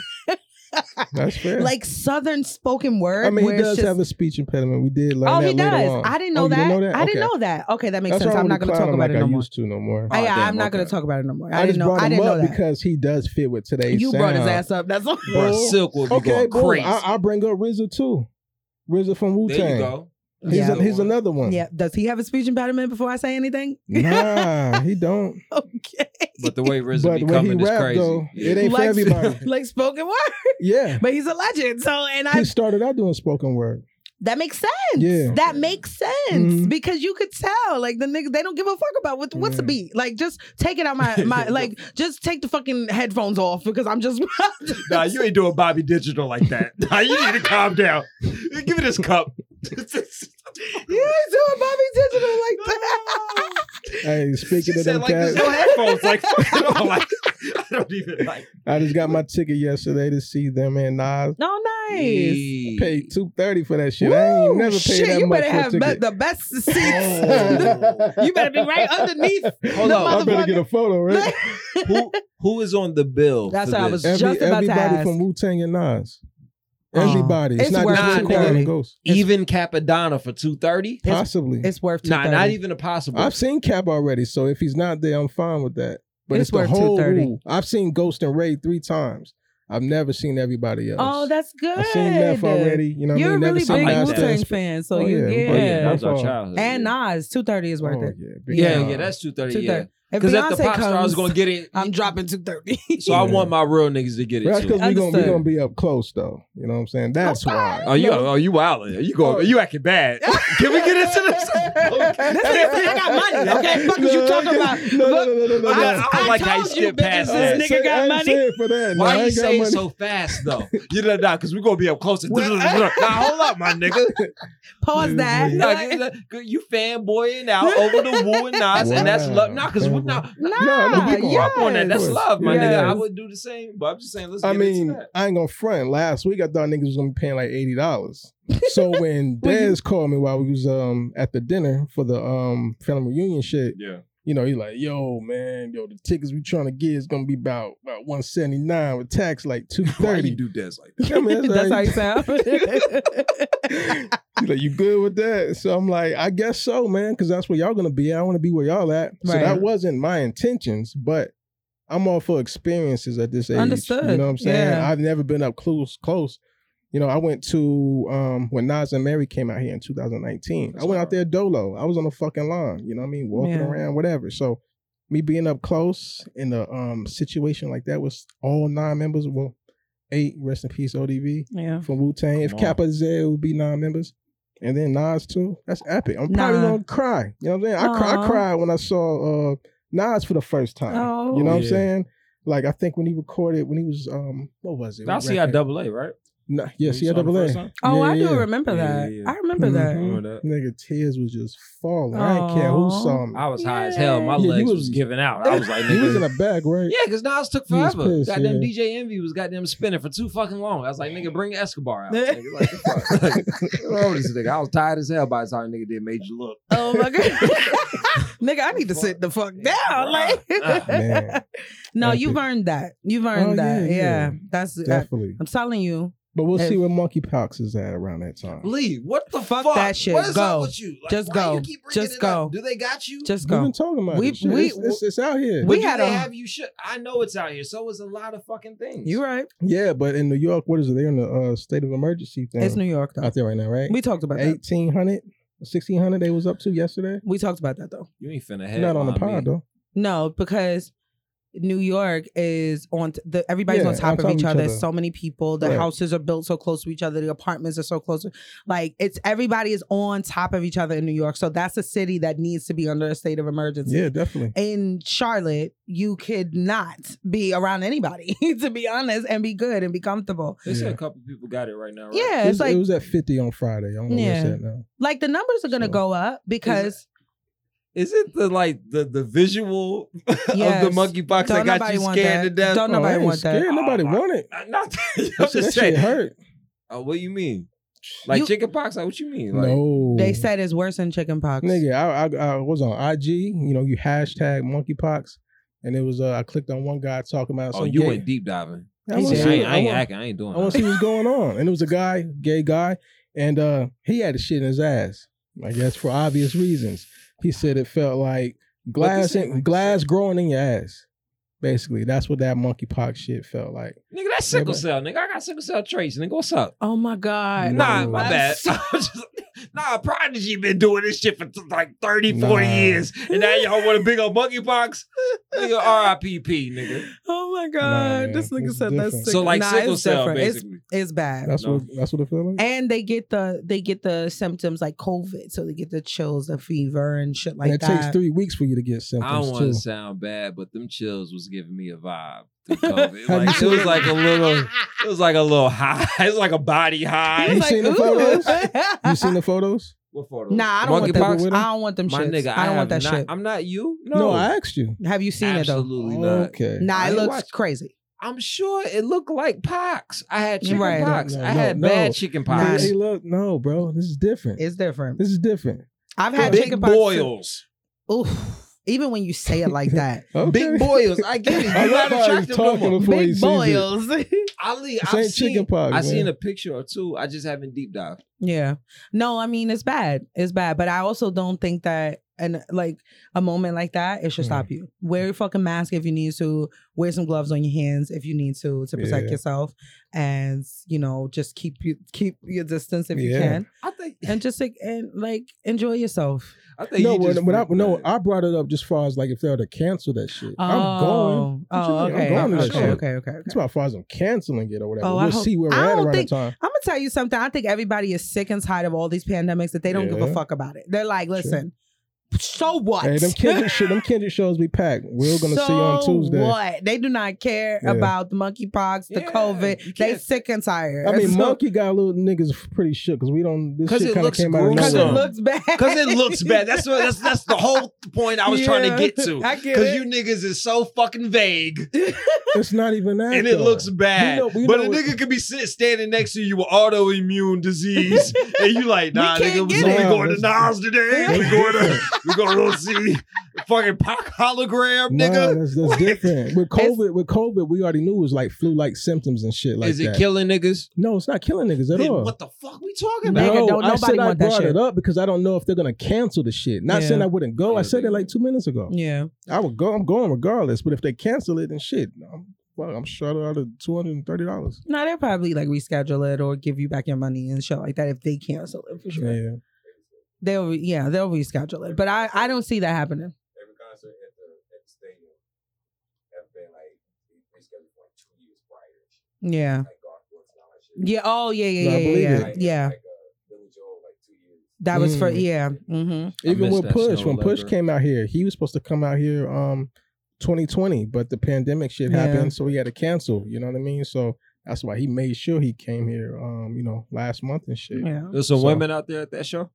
That's fair.
like southern spoken word.
I mean,
where
he
it's
does
just-
have a speech impediment. We did learn
Oh,
that
he
later
does.
on.
I didn't know,
Oh, you
that. I
Okay.
didn't know that. Okay, that makes
That's
sense.
why I
I'm not going
wouldn't
to talk
clown him
about
like
it no
I
more.
used to no more.
Oh,
Oh,
yeah,
damn,
I'm not going
okay.
to talk about it no more.
I,
I,
just
didn't know.
brought
I
him
didn't know
up
that.
because he does fit with today's
You
sound.
brought his ass up. That's all.
Bruh,
Oh,
Silk will be
Okay,
going
boom.
crazy.
I, I'll bring up RZA too. RZA from Wu
there you
Tang.
go.
He's,
Yeah.
a, he's another one.
Yeah. Does he have a speech impediment before I say anything?
Nah, he don't.
Okay.
But the way RZA
But
be
when he
coming is
rap,
crazy.
though,
Yeah.
it ain't- for
Like-
everybody.
like spoken word,
Yeah,
but he's a legend. So, and I
he started out doing spoken word.
That makes sense.
Yeah.
That makes sense
Mhm.
because you could tell, like the niggas, they don't give a fuck about what, what's the
Yeah.
beat. Like, just take it out my my like, just take the fucking headphones off because I'm just.
Nah, you ain't doing Bobby Digital like that. Nah, you need to calm down. Give me this cup.
You ain't doing Bobby Digital like that.
Hey, speaking
she
of
said
them
like this,
cats,
no headphones. Like, fuck it all. Like, I don't even like.
I just got my ticket yesterday to see them and Nas.
No, Oh, nice.
Paid two thirty for that shit. I
Woo,
ain't never paid
shit,
that
you
much
better
for a
have be-
ticket.
the best seats.
Oh.
you better be right underneath.
Hold
the
I
on.
better get a photo, right?
Who who is on the bill?
That's
for
what I
this?
was-
Every,
Just about to
everybody
ask.
from Wu Tang and Nas.
Uh,
Everybody. it's,
it's
not
worth
just
it.
Tupac and Ghost.
Even Capadonna for two thirty.
It's-
Possibly.
It's worth two
Nah,
thirty.
not even a possible.
I've seen Cap already, so if he's not there, I'm fine with that. But
It's
it's, the
worth
whole
230.
rule. I've seen Ghost and Ray three times. I've never seen everybody else.
Oh, that's good.
I've seen Neff already. You know, what I
You're a
mean, never
really
seen
big
Nas
Wu
Master.
Tang
dance.
fan, so
Oh,
you,
yeah,
yeah.
oh, yeah.
That was our
Yeah.
childhood.
And
yeah.
Nas, two thirty is worth
Oh,
it.
yeah, big
Yeah,
Nas.
yeah, that's two thirty. Yeah,
230. If
because if the
Beyonce
pop star
comes,
is gonna get it,
I'm dropping two thirty.
So I
Yeah.
want my real niggas to get
But
it
that's
too.
because we're gonna, we
Understood.
gonna be up close though. You know what I'm saying? That's
Okay.
why.
Oh, you oh you wildin'. You go. You acting bad. Can we get into this?
This nigga said I got money. Okay, fuck is you talking about?
No, no, no, no, no, no.
I- I,
I
like how you
told you,
skip past
bitches,
I
that.
ain't
nigga
say-
got
I ain't
money?
say it for that. No,
Why
I
you
ain't got
say it
money.
so fast though? You know, nah, because we're gonna be up close. now hold up, my nigga.
Pause that.
Nah, 'cause, uh, you fanboying out over the Wu and Nas, and that's
Wow.
love. Nah, because we're not.
Nah,
No, we gonna
We're up on that. That's
Yes.
love, my
Yes.
nigga. I would do the same, but I'm just saying. Let's.
I
get into
mean,
that.
I ain't gonna front. Last week I thought niggas was gonna be paying like eighty dollars. So when
Well, you-
Dez called me while we was um at the dinner for the um family reunion shit,
yeah.
you know, he's like, yo, man, yo, the tickets we trying to get is gonna be about about 179 with tax like
Why you
230.
do this like that?
I mean,
That's how you
like,
sound.
he's like, you good with that? So I'm like, I guess so, man, because that's where y'all gonna be. at. I wanna be where y'all at. So
Right.
that wasn't my intentions, but I'm all for experiences at this age.
Understood.
You know what I'm saying?
Yeah.
I've never been up close, close. You know, I went to um when Nas and Mary came out here in 2019.
That's
I went
hard.
out there dolo. I was on the fucking lawn. You know what I mean? Walking
Yeah.
around, whatever. So me being up close in a um situation like that was all nine members. Well, eight. Rest in peace, ODB
yeah.
from Wu Tang. If
Come on.
Kappa Z would be nine members, and then Nas too. That's epic. I'm probably
Nah.
gonna cry. You know what I'm saying? I, cry,
Aw.
I cried when I saw uh, Nas for the first time.
Oh.
You know what I'm
Yeah.
saying? Like I think when he recorded, when he was um, what was it?
That's
What record?
CIAA, right?
Nah, yeah,
You saw the first
CIAA.
time?
Oh,
Yeah,
I do
yeah.
remember
Yeah,
that.
yeah.
I remember that.
Mhm.
Remember that?
Nigga, tears was just falling. I didn't care who
Aw.
saw me.
I was high as hell. My
Yeah, you
legs was,
was-
giving out. I was like,
he was in
nigga.
a bag, right?
Yeah, because Nas took
He was
forever.
pissed,
goddamn
yeah.
DJ Envy was goddamn spinning for too fucking long. I was like, nigga, bring Escobar out. nigga, like, fuck. Like, what's wrong with this nigga? I was tired as hell by the time the nigga did Major Look.
Oh my god, nigga, I need to sit the fuck down. Like,
Ah,
man.
no, you've
Epic.
earned that. You've earned
Oh,
that.
yeah,
Yeah,
yeah.
that's. I,
Definitely.
am telling you,
But we'll see
If-
where monkeypox is at around that time.
Leave. What the
Fuck
fuck?
that shit.
What is
Go.
up with you? Like,
Just
why
go.
You keep bringing
Just
it up?
go.
Do they got you?
Just
We've
go.
been talking about
We-
this shit.
we-
it's, it's, it's out here.
we
Do
had
they
a-
have you should. I know it's out here. So is a lot of fucking things.
You right?
yeah, but in New York, what is it? They're in the uh, state of emergency thing
It's New York though.
out there right now, right?
We talked about that.
1800, 1600 they was up to yesterday.
We talked about that though.
You ain't finna head
Not on the pod though.
No, because New York is on t- the everybody's
Yeah,
on top of each other. So many people. The
Right.
houses are built so close to each other. The apartments are so close. Like it's everybody is on top of each other in New York. So that's a city that needs to be under a state of emergency.
Yeah, definitely.
In Charlotte, you could not be around anybody, to be honest, and be good and be comfortable.
They said
Yeah.
a couple people got it right now. Right?
Yeah,
It was,
it's like
it was at 50 on Friday. I don't know where
Yeah.
it's at now.
like the numbers are gonna
So-
go up because
Is it the like the the visual
Yes.
of the
Don't
monkeypox that got
nobody
you
want
scared to
that.
death?
Don't-
Oh,
nobody
I ain't
want that.
scared. Nobody
Oh, I-
want it.
Uh, Not, I'm
That shit,
just
that shit
saying.
hurt.
Uh, what you mean? Like
You-
chickenpox? Like, what you mean? Like,
no.
they said it's worse than chickenpox.
Nigga, I, I I was on IG. You know, you hashtag monkeypox, and it was uh, I clicked on one guy talking about.
oh,
some
you
gay-
went deep diving.
I
He
wanna
said,
see
I
it.
ain't, I
I
ain't
wanna-
acting. I ain't doing.
I want to see what's going on. And it was a guy, gay guy, and uh, he had the shit in his ass. I guess for obvious reasons. He said it felt like glass
this ain't
in,
like
glass growing in your ass. Basically, that's what that monkeypox shit felt like.
Nigga, that's sickle
Yeah, but-
cell. Nigga, I got sickle cell traits. Nigga, what's up?
Oh my god.
Nah,
No.
my bad.
That's-
I'm just- nah, Prodigy been doing this shit for t- like 30, 40
Nah.
years. And now y'all want a big old monkeypox? Nigga, RIPP, nigga.
Oh my
Nah,
god,
man,
this nigga
it's
said that's
different.
sick.
So, like,
Nah,
sickle
it's
cell,
different. It's,
basically.
it's bad.
That's
No.
what that's what it felt like.
and they get the they get the symptoms like COVID, so they get the chills, the fever, and shit like
and it
that.
takes three weeks for you to get
I don't
symptoms
want to
too.
sound bad, but them chills was giving me a vibe. through COVID.
Have
Like, it
you
was like a little, it was like a little high. It was like a body
He
high.
You
was
seen the
"Ooh."
You seen the photos?
What for? though?
Nah, I don't want
Monkeypox?
that.
People with 'em?
I don't want them
My
shits.
nigga,
I don't
have
want that
not-
shit.
I'm not you. No,
No, I asked you.
Have you seen it
absolutely not.
Okay.
though? Nah,
I
it
ain't
looks
watched-
crazy.
I'm sure it looked like pox. I had chicken
Right.
pox.
No,
I
no,
had
no.
bad chicken
Nah.
pox.
Hey, look, no, bro, this is different.
It's different.
this is different.
I've had
big
chicken pox too.
boils.
Oof. Even when you say it like that,
Okay.
Big boils. I get it.
I
You're
love
not
how he's
attractive no
talking
more.
before he
big
sees it.
boils.
Ali,
This
I've
ain't chicken
seen,
pox.
I
man.
seen a picture or two. I just haven't deep dived.
Yeah. No, I mean it's bad. It's bad. But I also don't think that and like a moment like that, it should
Yeah.
stop you. Wear your fucking mask if you need to. Wear some gloves on your hands if you need to to protect
Yeah.
yourself, and you know just keep you keep your distance if you
Yeah.
can,
I think.
and just like and like enjoy yourself.
I think.
No,
you
when,
just
when I,
freaked
no,
out.
I brought it up just far as like if they were to cancel that shit. I'm going.
Oh.
What you
Oh,
mean? I'm
okay.
going to
okay,
that
okay,
shit.
okay, okay,
It's about far as I'm canceling it or whatever.
Oh, I
we'll
hope-
see where we're
I
at
don't
around
think-
the time.
I'm gonna tell you something. I think everybody is sick and tired of all these pandemics that they don't give a
Yeah.
fuck about it. They're like, listen, so what?
Hey, them Kendrick, shit, them Kendrick shows be packed. We're gonna see you on
So
Tuesday.
What? They do not care
Yeah.
about the monkeypox, the
Yeah, you
COVID. They
can't-
sick and tired.
I mean,
So-
monkey got a little niggas pretty shook because we don't. This
'Cause
shit
it
kind of
looks
came out of
Cause it
gruesome.
nowhere.
looks bad.
Cause it looks bad. That's what that's that's the whole point I was trying to
Yeah,
get to.
I get
Cause
it.
you niggas is so fucking vague
It's not even that.
and it
though.
looks bad.
We know- we
but
know
a
what-
nigga could be sit, standing next to you with autoimmune disease and you like, nah,
can't
nigga,
get
so we
it.
going to Nas today. we going to we going to go see fucking Pac hologram,
Nah,
nigga.
that's, that's different. With
It's-
COVID, with COVID, we already knew it was like flu-like symptoms and shit like
is it
that.
killing niggas?
no, it's not killing niggas at
Then
all.
what the fuck we talking
Nigga,
about?
No,
don't
I
nobody
said I
want that
brought
shit.
it up because I don't know if they're gonna cancel the shit. Not
Yeah.
saying I wouldn't go. I
Yeah,
said
they-
it like two minutes ago.
Yeah.
I would go. I'm going regardless. But if they cancel it, then shit, I'm, well, I'm shut out of two hundred and thirty dollars.
No, they'll probably like reschedule it or give you back your money and shit like that if they cancel it for sure.
Yeah,
They'll re- yeah, they'll reschedule it. But I I don't see that happening.
every concert at the at the stadium have been like rescheduled for like two years prior. and shit.
Yeah.
Like Garth Brooks and all that shit.
Yeah. Oh yeah yeah
No, I
yeah yeah.
believe
Yeah.
it.
Yeah.
Like uh, Billy Joel like two years.
That was for
Mm.
yeah. Mm-hmm.
even
miss
with
that
Push,
snow
when Push
leopard.
came out here, he was supposed to come out here um 2020, but the pandemic shit
Yeah.
happened, so he had to cancel. You know what I mean? So that's why he made sure he came here. Um, you know, last month and shit.
Yeah.
There's some
So-
women out there at that show.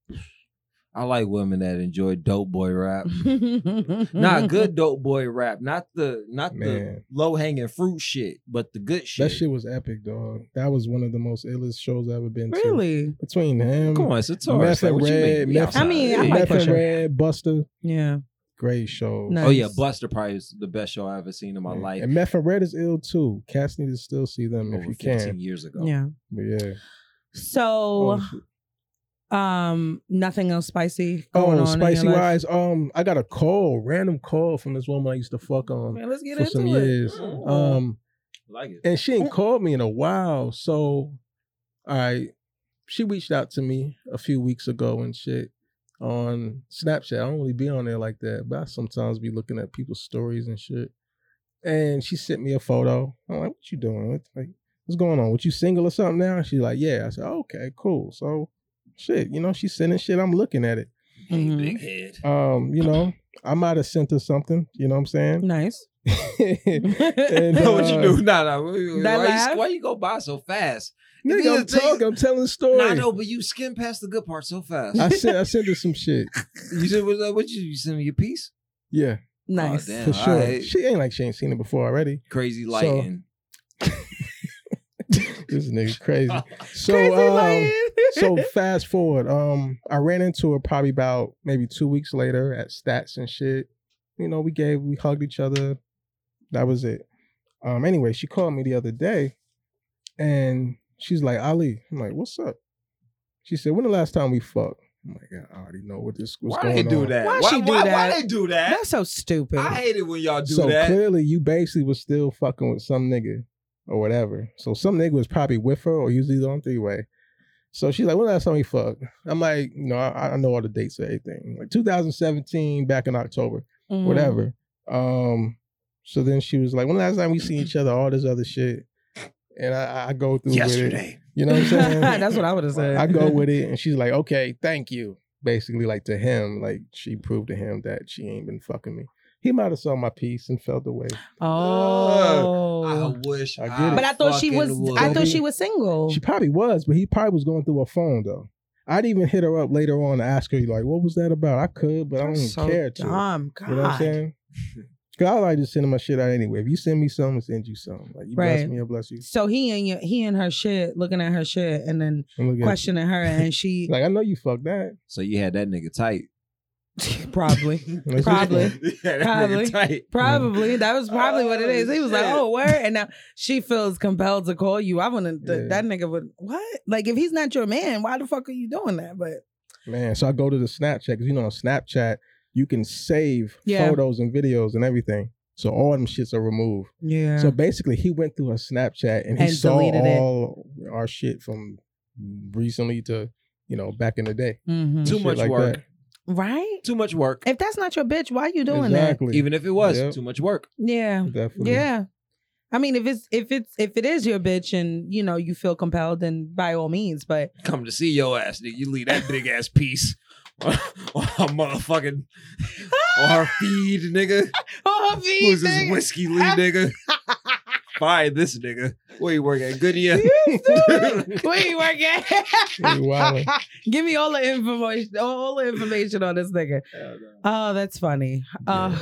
I like women that enjoy dope boy rap. Not good dope boy rap, not the not the
Mm-hmm. Man.
low hanging fruit shit, but the good shit.
That shit was epic, dog. That was one of the most illest shows I've ever been to.
Really?
Between him,
Come on, it's a
Meth
Taurus. Like,
and
what you
Red,
mean? We
Meth-
outside.
I mean, I
Yeah.
like
Meth and
Pusha.
Red, Buster.
Yeah.
great show.
No.
Oh yeah,
Nice.
Buster probably is the best show I ever seen in my life.
And Meth and Red is ill too. Cats need to still see them
over
if you
15
can.
years ago.
Yeah.
But yeah.
So, um, nothing else spicy going
Oh,
on. in your
spicy
life?
wise. Um, I got a call, random call from this woman I used to fuck on
Man, let's get
for
into
some
it.
years.
Mm.
Um,
like it.
and she ain't called me in a while. So I she reached out to me a few weeks ago and shit on Snapchat. I don't really be on there like that, but I sometimes be looking at people's stories and shit. And she sent me a photo. I'm like, what you doing? What, like, what's going on? What you single or something now? She's like, yeah. I said, okay, cool. So shit, you know, she's sending shit. I'm looking at it.
Mhm.
Big head.
Um, you know, I might have sent her something, you know what I'm saying?
Nice.
And,
Know what you
uh,
do? Nah, nah. Why,
That
you,
laugh?
why you go by so fast? These
Nigga, I'm
things-
talking, I'm telling stories.
Nah, I know, but you skim past the good part so fast.
I sent I sent her some shit.
you said what, what you, you send me your piece?
Yeah,
nice.
damn.
for sure.
alright.
She ain't like she ain't seen it before already.
Crazy
So-
lighting.
This nigga crazy. So
Crazy
um,
lion.
so fast forward. Um, I ran into her probably about maybe two weeks later at stats and shit. You know, we gave we hugged each other. That was it. Um, anyway, she called me the other day, and she's like, "Ali," I'm like, "What's up?" She said, "When the last time we fucked?" I'm like, "I already know what this was
why
going
they do
on."
that?
Why she do that?
Why they do that?
That's so stupid.
I hate it when y'all do
so
that.
clearly, you basically was still fucking with some nigga or whatever. So some nigga was probably with her or usually on three way. So she's like, "When last time we fucked?" I'm like, "You know, I, I know all the dates and everything. Like 2017, back in October,
Mm.
Mhm.
whatever." Um, so then she was like, "When last time we seen each other?" All this other shit, and I, I go through with it.
Yesterday.
You know what I'm saying?
That's what I would have said.
I go with it, and she's like, "Okay, thank you." Basically, like to him, like she proved to him that she ain't been fucking me. He might have saw my piece and felt away.
Oh.
I wish.
Uh-huh. I get
I
it.
but I thought she
fucking
was.
would.
I thought
Don't
she was single.
She probably was, but he probably was going through her phone though. I'd even hit her up later on to ask her, like, what was that about? I could, but I don't
That's
even
so
care to.
Dumb. God.
You know what I'm saying? Cause I like just sending my shit out anyway. If you send me something, I'll send you something. Like you bless
Right.
me, I bless you.
So he and your, he and her shit, looking at her shit, and then
I'm looking at
questioning her, and she
you. Like I know you fucked that.
So you had that nigga tight.
probably,
That's
Probably.
just-
yeah, that
Probably.
nigga tight.
probably that was probably what it is. He was like,
Oh, shit.
"Oh, where?" And now she feels compelled to call you. I wouldn't. th-
Yeah.
That nigga would what? Like if he's not your man, why the fuck are you doing that? But
Man, so I go to the Snapchat because you know on Snapchat you can save
Yeah.
photos and videos and everything. So all them shits are removed.
yeah,
So basically, he went through her Snapchat and he
And
saw
deleted it.
all our shit from recently to you know back in the day.
Mhm.
Too
Shit
much
like
work.
that.
right?
Too much work.
If that's not your bitch, why you doing
exactly.
Even if it was
Yep.
too much work.
that? Yeah.
Definitely.
Yeah. I mean, if it's if it's if it is your bitch and you know you feel compelled, then by all means. But
Come to see your ass, nigga. You leave that big ass piece on her motherfucking on her feed, nigga.
oh,
Who's this whiskey lee nigga? Fire this nigga. Where you work at? Goodyear.
Where you work at?
You wildin'.
Give me all the information, all the information on this nigga. Oh, that's funny. Uh,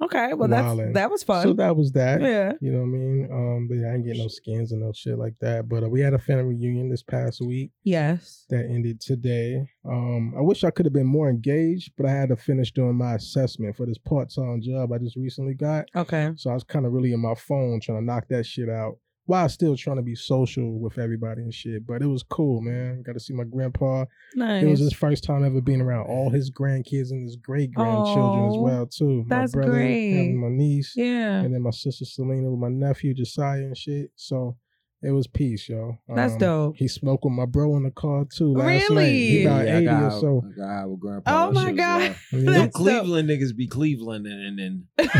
okay, well that's
Wildin'.
that was fun.
So that was that.
yeah.
You know what I mean? Um, but yeah, I didn't get no skins and no shit like that. But uh, we had a family reunion this past week
Yes.
that ended today. Um, I wish I could have been more engaged, but I had to finish doing my assessment for this part-time job I just recently got.
Okay.
So I was kind of really in my phone trying to knock that shit out while still trying to be social with everybody and shit. But it was cool, man. Got to see my grandpa.
Nice.
It was his first time ever being around all his grandkids and his great grandchildren as
Aw,
well too. My
that's
brother, him,
great.
my niece,
yeah.
and then my sister Selena with my nephew Josiah and shit. So it was peace, yo.
That's
Um,
dope.
He smoked with my bro in the car too last night. He
Really?
about
Yeah, I
eighty
got
or
out-
so.
I got out with grandpa.
Oh
That shit
my
was
god.
wild.
Yeah.
Them
That's dope.
Cleveland niggas be Cleveland and and, and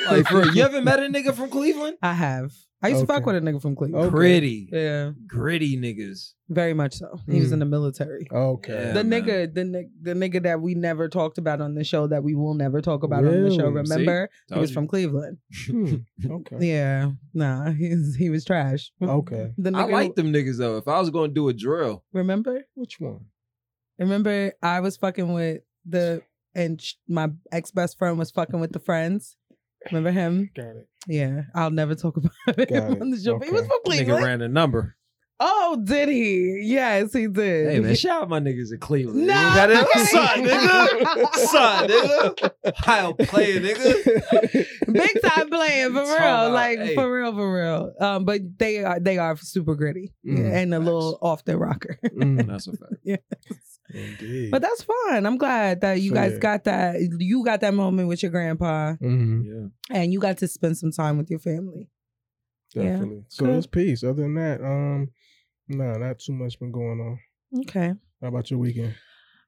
like bro, you ever met a nigga from Cleveland?
I have. I used to fuck
Okay.
with a nigga from Cleveland.
Okay.
Pretty,
Yeah.
gritty niggas.
Very much so. He was
Mm.
in the military.
Okay.
Yeah.
the
man.
nigga, the ni- the nigga that we never talked about on the show that we will never talk about on the show.
Really? Oh,
See?
Remember, he
Told
was
you.
from Cleveland.
Hmm. Okay.
Yeah, nah, he's he was trash.
Okay.
The nigga,
I like them niggas though. If I was gonna do a drill,
remember,
Which one?
remember, I was fucking with the and sh- my ex best friend was fucking with the friends. Remember him?
Got it.
Yeah, I'll never talk about him
Got it.
on the show. But he was
Okay.
from
nigga
Cleveland.
ran a number.
Oh, did he? Yes, he did.
Hey man, shout out my niggas in Cleveland.
Nah,
You got it?
okay.
son, nigga, son, nigga, Ohio player, nigga.
Big time playing for
Talking
real,
about,
like
hey.
for real, for real. Um, but they are they are super gritty
Mm,
and a little off the rocker.
Mm,
That's a fact.
indeed.
But that's fun. I'm glad that you
So,
guys
yeah.
got that. You got that moment with your grandpa,
Mhm.
Yeah,
and you got to spend some time with your family. Yeah.
Definitely. So
Good.
it's peace. Other than that, um, nah, not too much been going on.
Okay.
How about your weekend?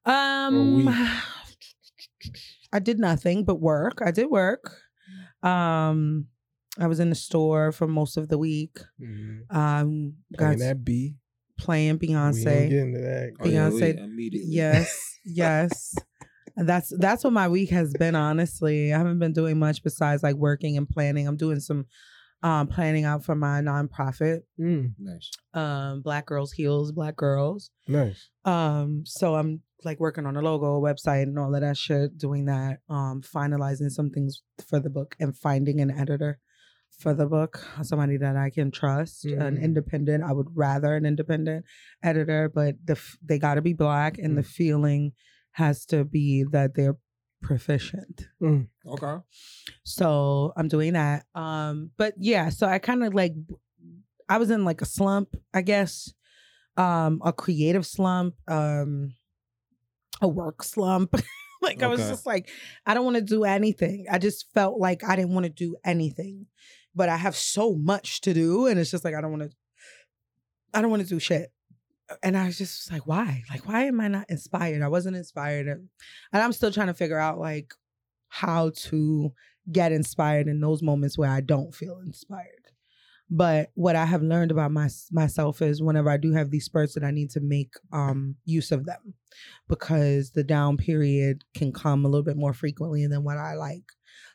Um,
week?
I did nothing but work. I did work. Um, I was in the store for most of the week.
Mm-hmm.
Um, got
Playing that B.
playing
We ain't
Beyonce.
getting to that.
Oh, yeah, Beyonce-
we- immediately.
Yes, yes. And That's that's what my week has been. Honestly, I haven't been doing much besides like working and planning. I'm doing some um, planning out for my nonprofit,
Mm,
nice.
um, Black Girls Heals Black Girls.
nice.
Um, so I'm like working on a logo, website, and all of that shit, doing that, um, finalizing some things for the book and finding an editor for the book, somebody that I can trust, an
Mm.
independent. I would rather an independent editor, but the f- they got to be black, and the feeling has to be that they're proficient.
Okay.
So I'm doing that. Um, but yeah, so I kind of like I was in like a slump, I guess. Um, a creative slump, um, a work slump. like I was
Okay.
just like, I don't want to do anything. I just felt like I didn't want to do anything. But I have so much to do, and it's just like I don't want to I don't want to do shit. And I was just like, why? Like, why am I not inspired? I wasn't inspired. And, and I'm still trying to figure out like how to get inspired in those moments where I don't feel inspired. But what I have learned about my, myself is whenever I do have these spurts that I need to make um, use of them because the down period can come a little bit more frequently than what I like.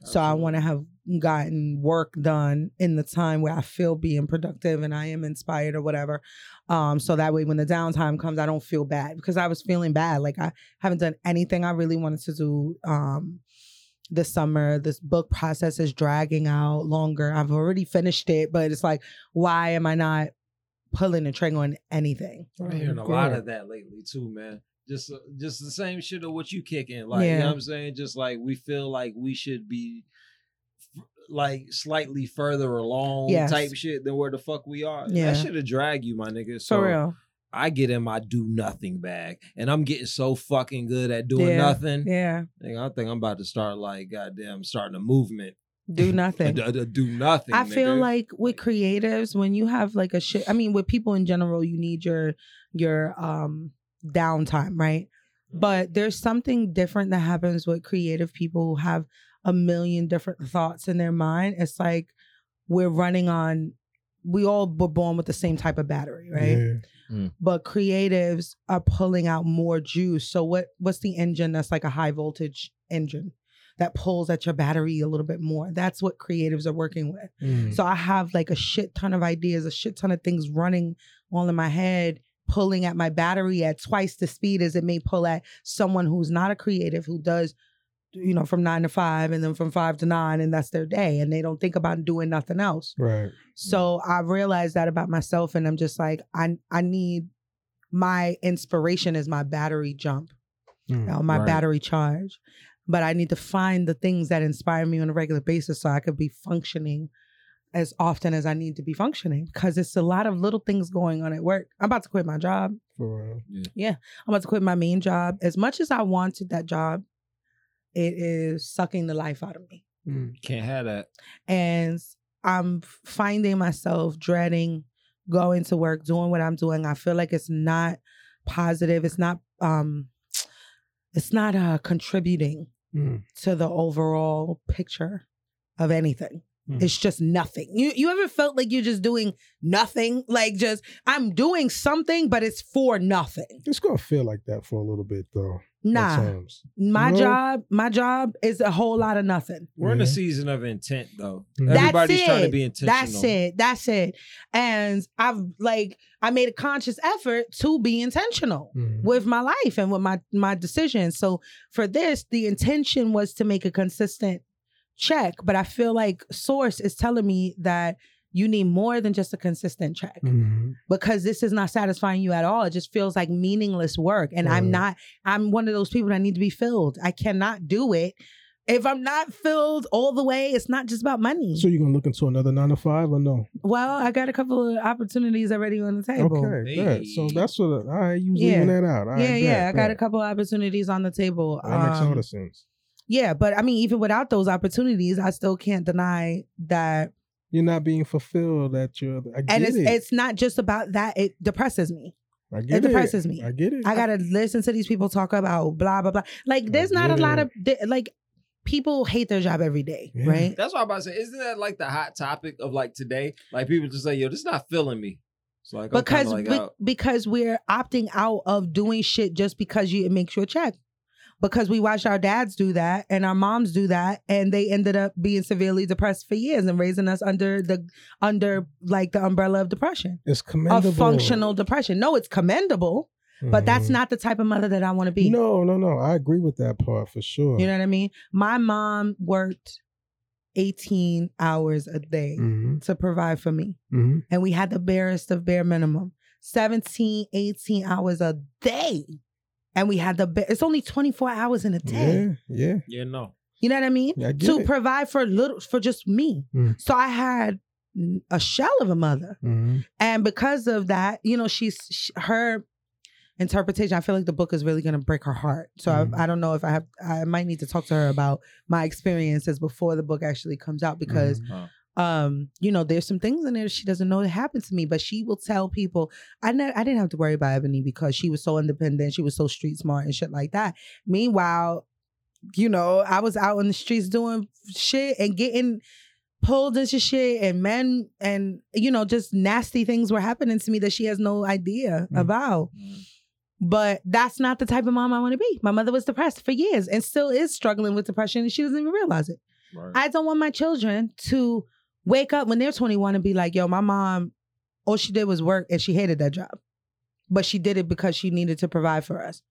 So I want to have gotten work done in the time where I feel being productive and I am inspired or whatever. Um, so that way when the downtime comes, I don't feel bad because I was feeling bad. Like I haven't done anything I really wanted to do um this summer. This book process is dragging out longer. I've already finished it, but it's like, why am I not pulling the trigger on anything?
I've been hearing a lot of that lately too, man. Just, uh, just the same shit of what you kicking. Like, you
Yeah.
know what I'm saying? Just like we feel like we should be f- like slightly further along
Yes.
type shit than where the fuck we are.
Yeah.
That should have dragged you, my nigga. So
For real.
I get in my do nothing bag and I'm getting so fucking good at doing
Yeah.
nothing.
Yeah.
Nigga, I think I'm about to start like goddamn starting a movement.
Do
A,
nothing.
a- a do nothing.
I feel
nigga.
like with creatives, when you have like a shit, I mean, with people in general, you need your your um downtime, right? But there's something different that happens with creative people who have a million different thoughts in their mind. It's like we're running on. We all were born with the same type of battery, right?
Yeah.
But creatives are pulling out more juice. So what what's the engine that's like a high voltage engine that pulls at your battery a little bit more? That's what creatives are working with.
Mm.
So I have like a shit ton of ideas, a shit ton of things running all in my head, pulling at my battery at twice the speed as it may pull at someone who's not a creative, who does, you know, from nine to five and then from five to nine, and that's their day. And they don't think about doing nothing else.
Right.
So I realized that about myself, and I'm just like, I I need my inspiration is my battery jump
Mm.
uh, my
Right.
battery charge. But I need to find the things that inspire me on a regular basis so I could be functioning as often as I need to be functioning because it's a lot of little things going on at work. I'm about to quit my job.
For real.
I'm about to quit my main job. As much as I wanted that job, it is sucking the life out of me.
Mm.
can't have that.
And I'm finding myself dreading going to work, doing what I'm doing. I feel like it's not positive. It's not um it's not uh contributing
Mm.
to the overall picture of anything.
Mm.
It's just nothing. You you ever felt like you're just doing nothing? Like just I'm doing something, but it's for nothing.
It's gonna feel like that for a little bit though. at
Nah.
times.
My
No.
job, my job is a whole lot of nothing.
We're in a
Yeah.
season of intent though.
Mhm. That's
Everybody's trying
it.
to be intentional.
That's it. That's it. And I've like I made a conscious effort to be intentional
Mm.
with my life and with my my decisions. So for this, the intention was to make a consistent check, but I feel like source is telling me that you need more than just a consistent check
Mm. Mm-hmm.
because this is not satisfying you at all. It just feels like meaningless work. And I'm
Right.
not, I'm one of those people that need to be filled. I cannot do it. If I'm not filled all the way, it's not just about money.
So you're gonna look into another nine to five or no?
well, I got a couple of opportunities already on the table.
Okay, bet. So
Hey.
that's what I you was
Yeah.
leaving that out. All right,
yeah, yeah. I
bet,
got a
bet.
couple of opportunities on the table.
That makes
Um,
all the sense.
yeah, but I mean, even without those opportunities, I still can't deny that.
You're not being fulfilled at your. I get
And it's
it.
it's not just about that. It depresses me.
I get
depresses me.
I get it.
I gotta listen to these people talk about blah blah blah. Like,
I
there's not a
get
lot
it.
of th- like people hate their job every day,
Yeah.
right?
That's what I'm about to say. Isn't that like the hot topic of like today? Like people just say, "Yo, this is not filling me." So like I'm kinda
because
like "Oh,
we-
out.
because we're opting out of doing shit just because you it makes you a check. Because we watched our dads do that and our moms do that, and they ended up being severely depressed for years and raising us under the under like the umbrella of depression,
It's commendable.
of functional depression. No, it's commendable, but that's
Mhm.
not the type of mother that I want to be.
No, no, no. I agree with that part for sure.
You know what I mean? My mom worked 18 hours a day
Mhm,
to provide for me.
mhm.
and we had the barest of bare minimum 17 18 hours a day and we had the ba- it's only 24 hours in a day
Yeah, yeah.
Yeah, no.
you know what i mean
I get
to
it.
provide for little for just me
Mm.
so i had a shell of a mother
Mhm.
and because of that you know she's sh her interpretation i feel like the book is really going to break her heart so
Mm.
I, I don't know if i have i might need to talk to her about my experiences before the book actually comes out because
Mhm.
um you know there's some things in there she doesn't know that happened to me but she will tell people i know i didn't have to worry about ebony because she was so independent she was so street smart and shit like that meanwhile you know i was out in the streets doing shit and getting pulled into shit and men and you know just nasty things were happening to me that she has no idea
Mm.
about but that's not the type of mom i want to be my mother was depressed for years and still is struggling with depression and she doesn't even realize it
Mm-hmm. Right.
I don't want my children to wake up when they're 21 and be like, yo, my mom, all she did was work and she hated that job. But she did it because she needed to provide for us.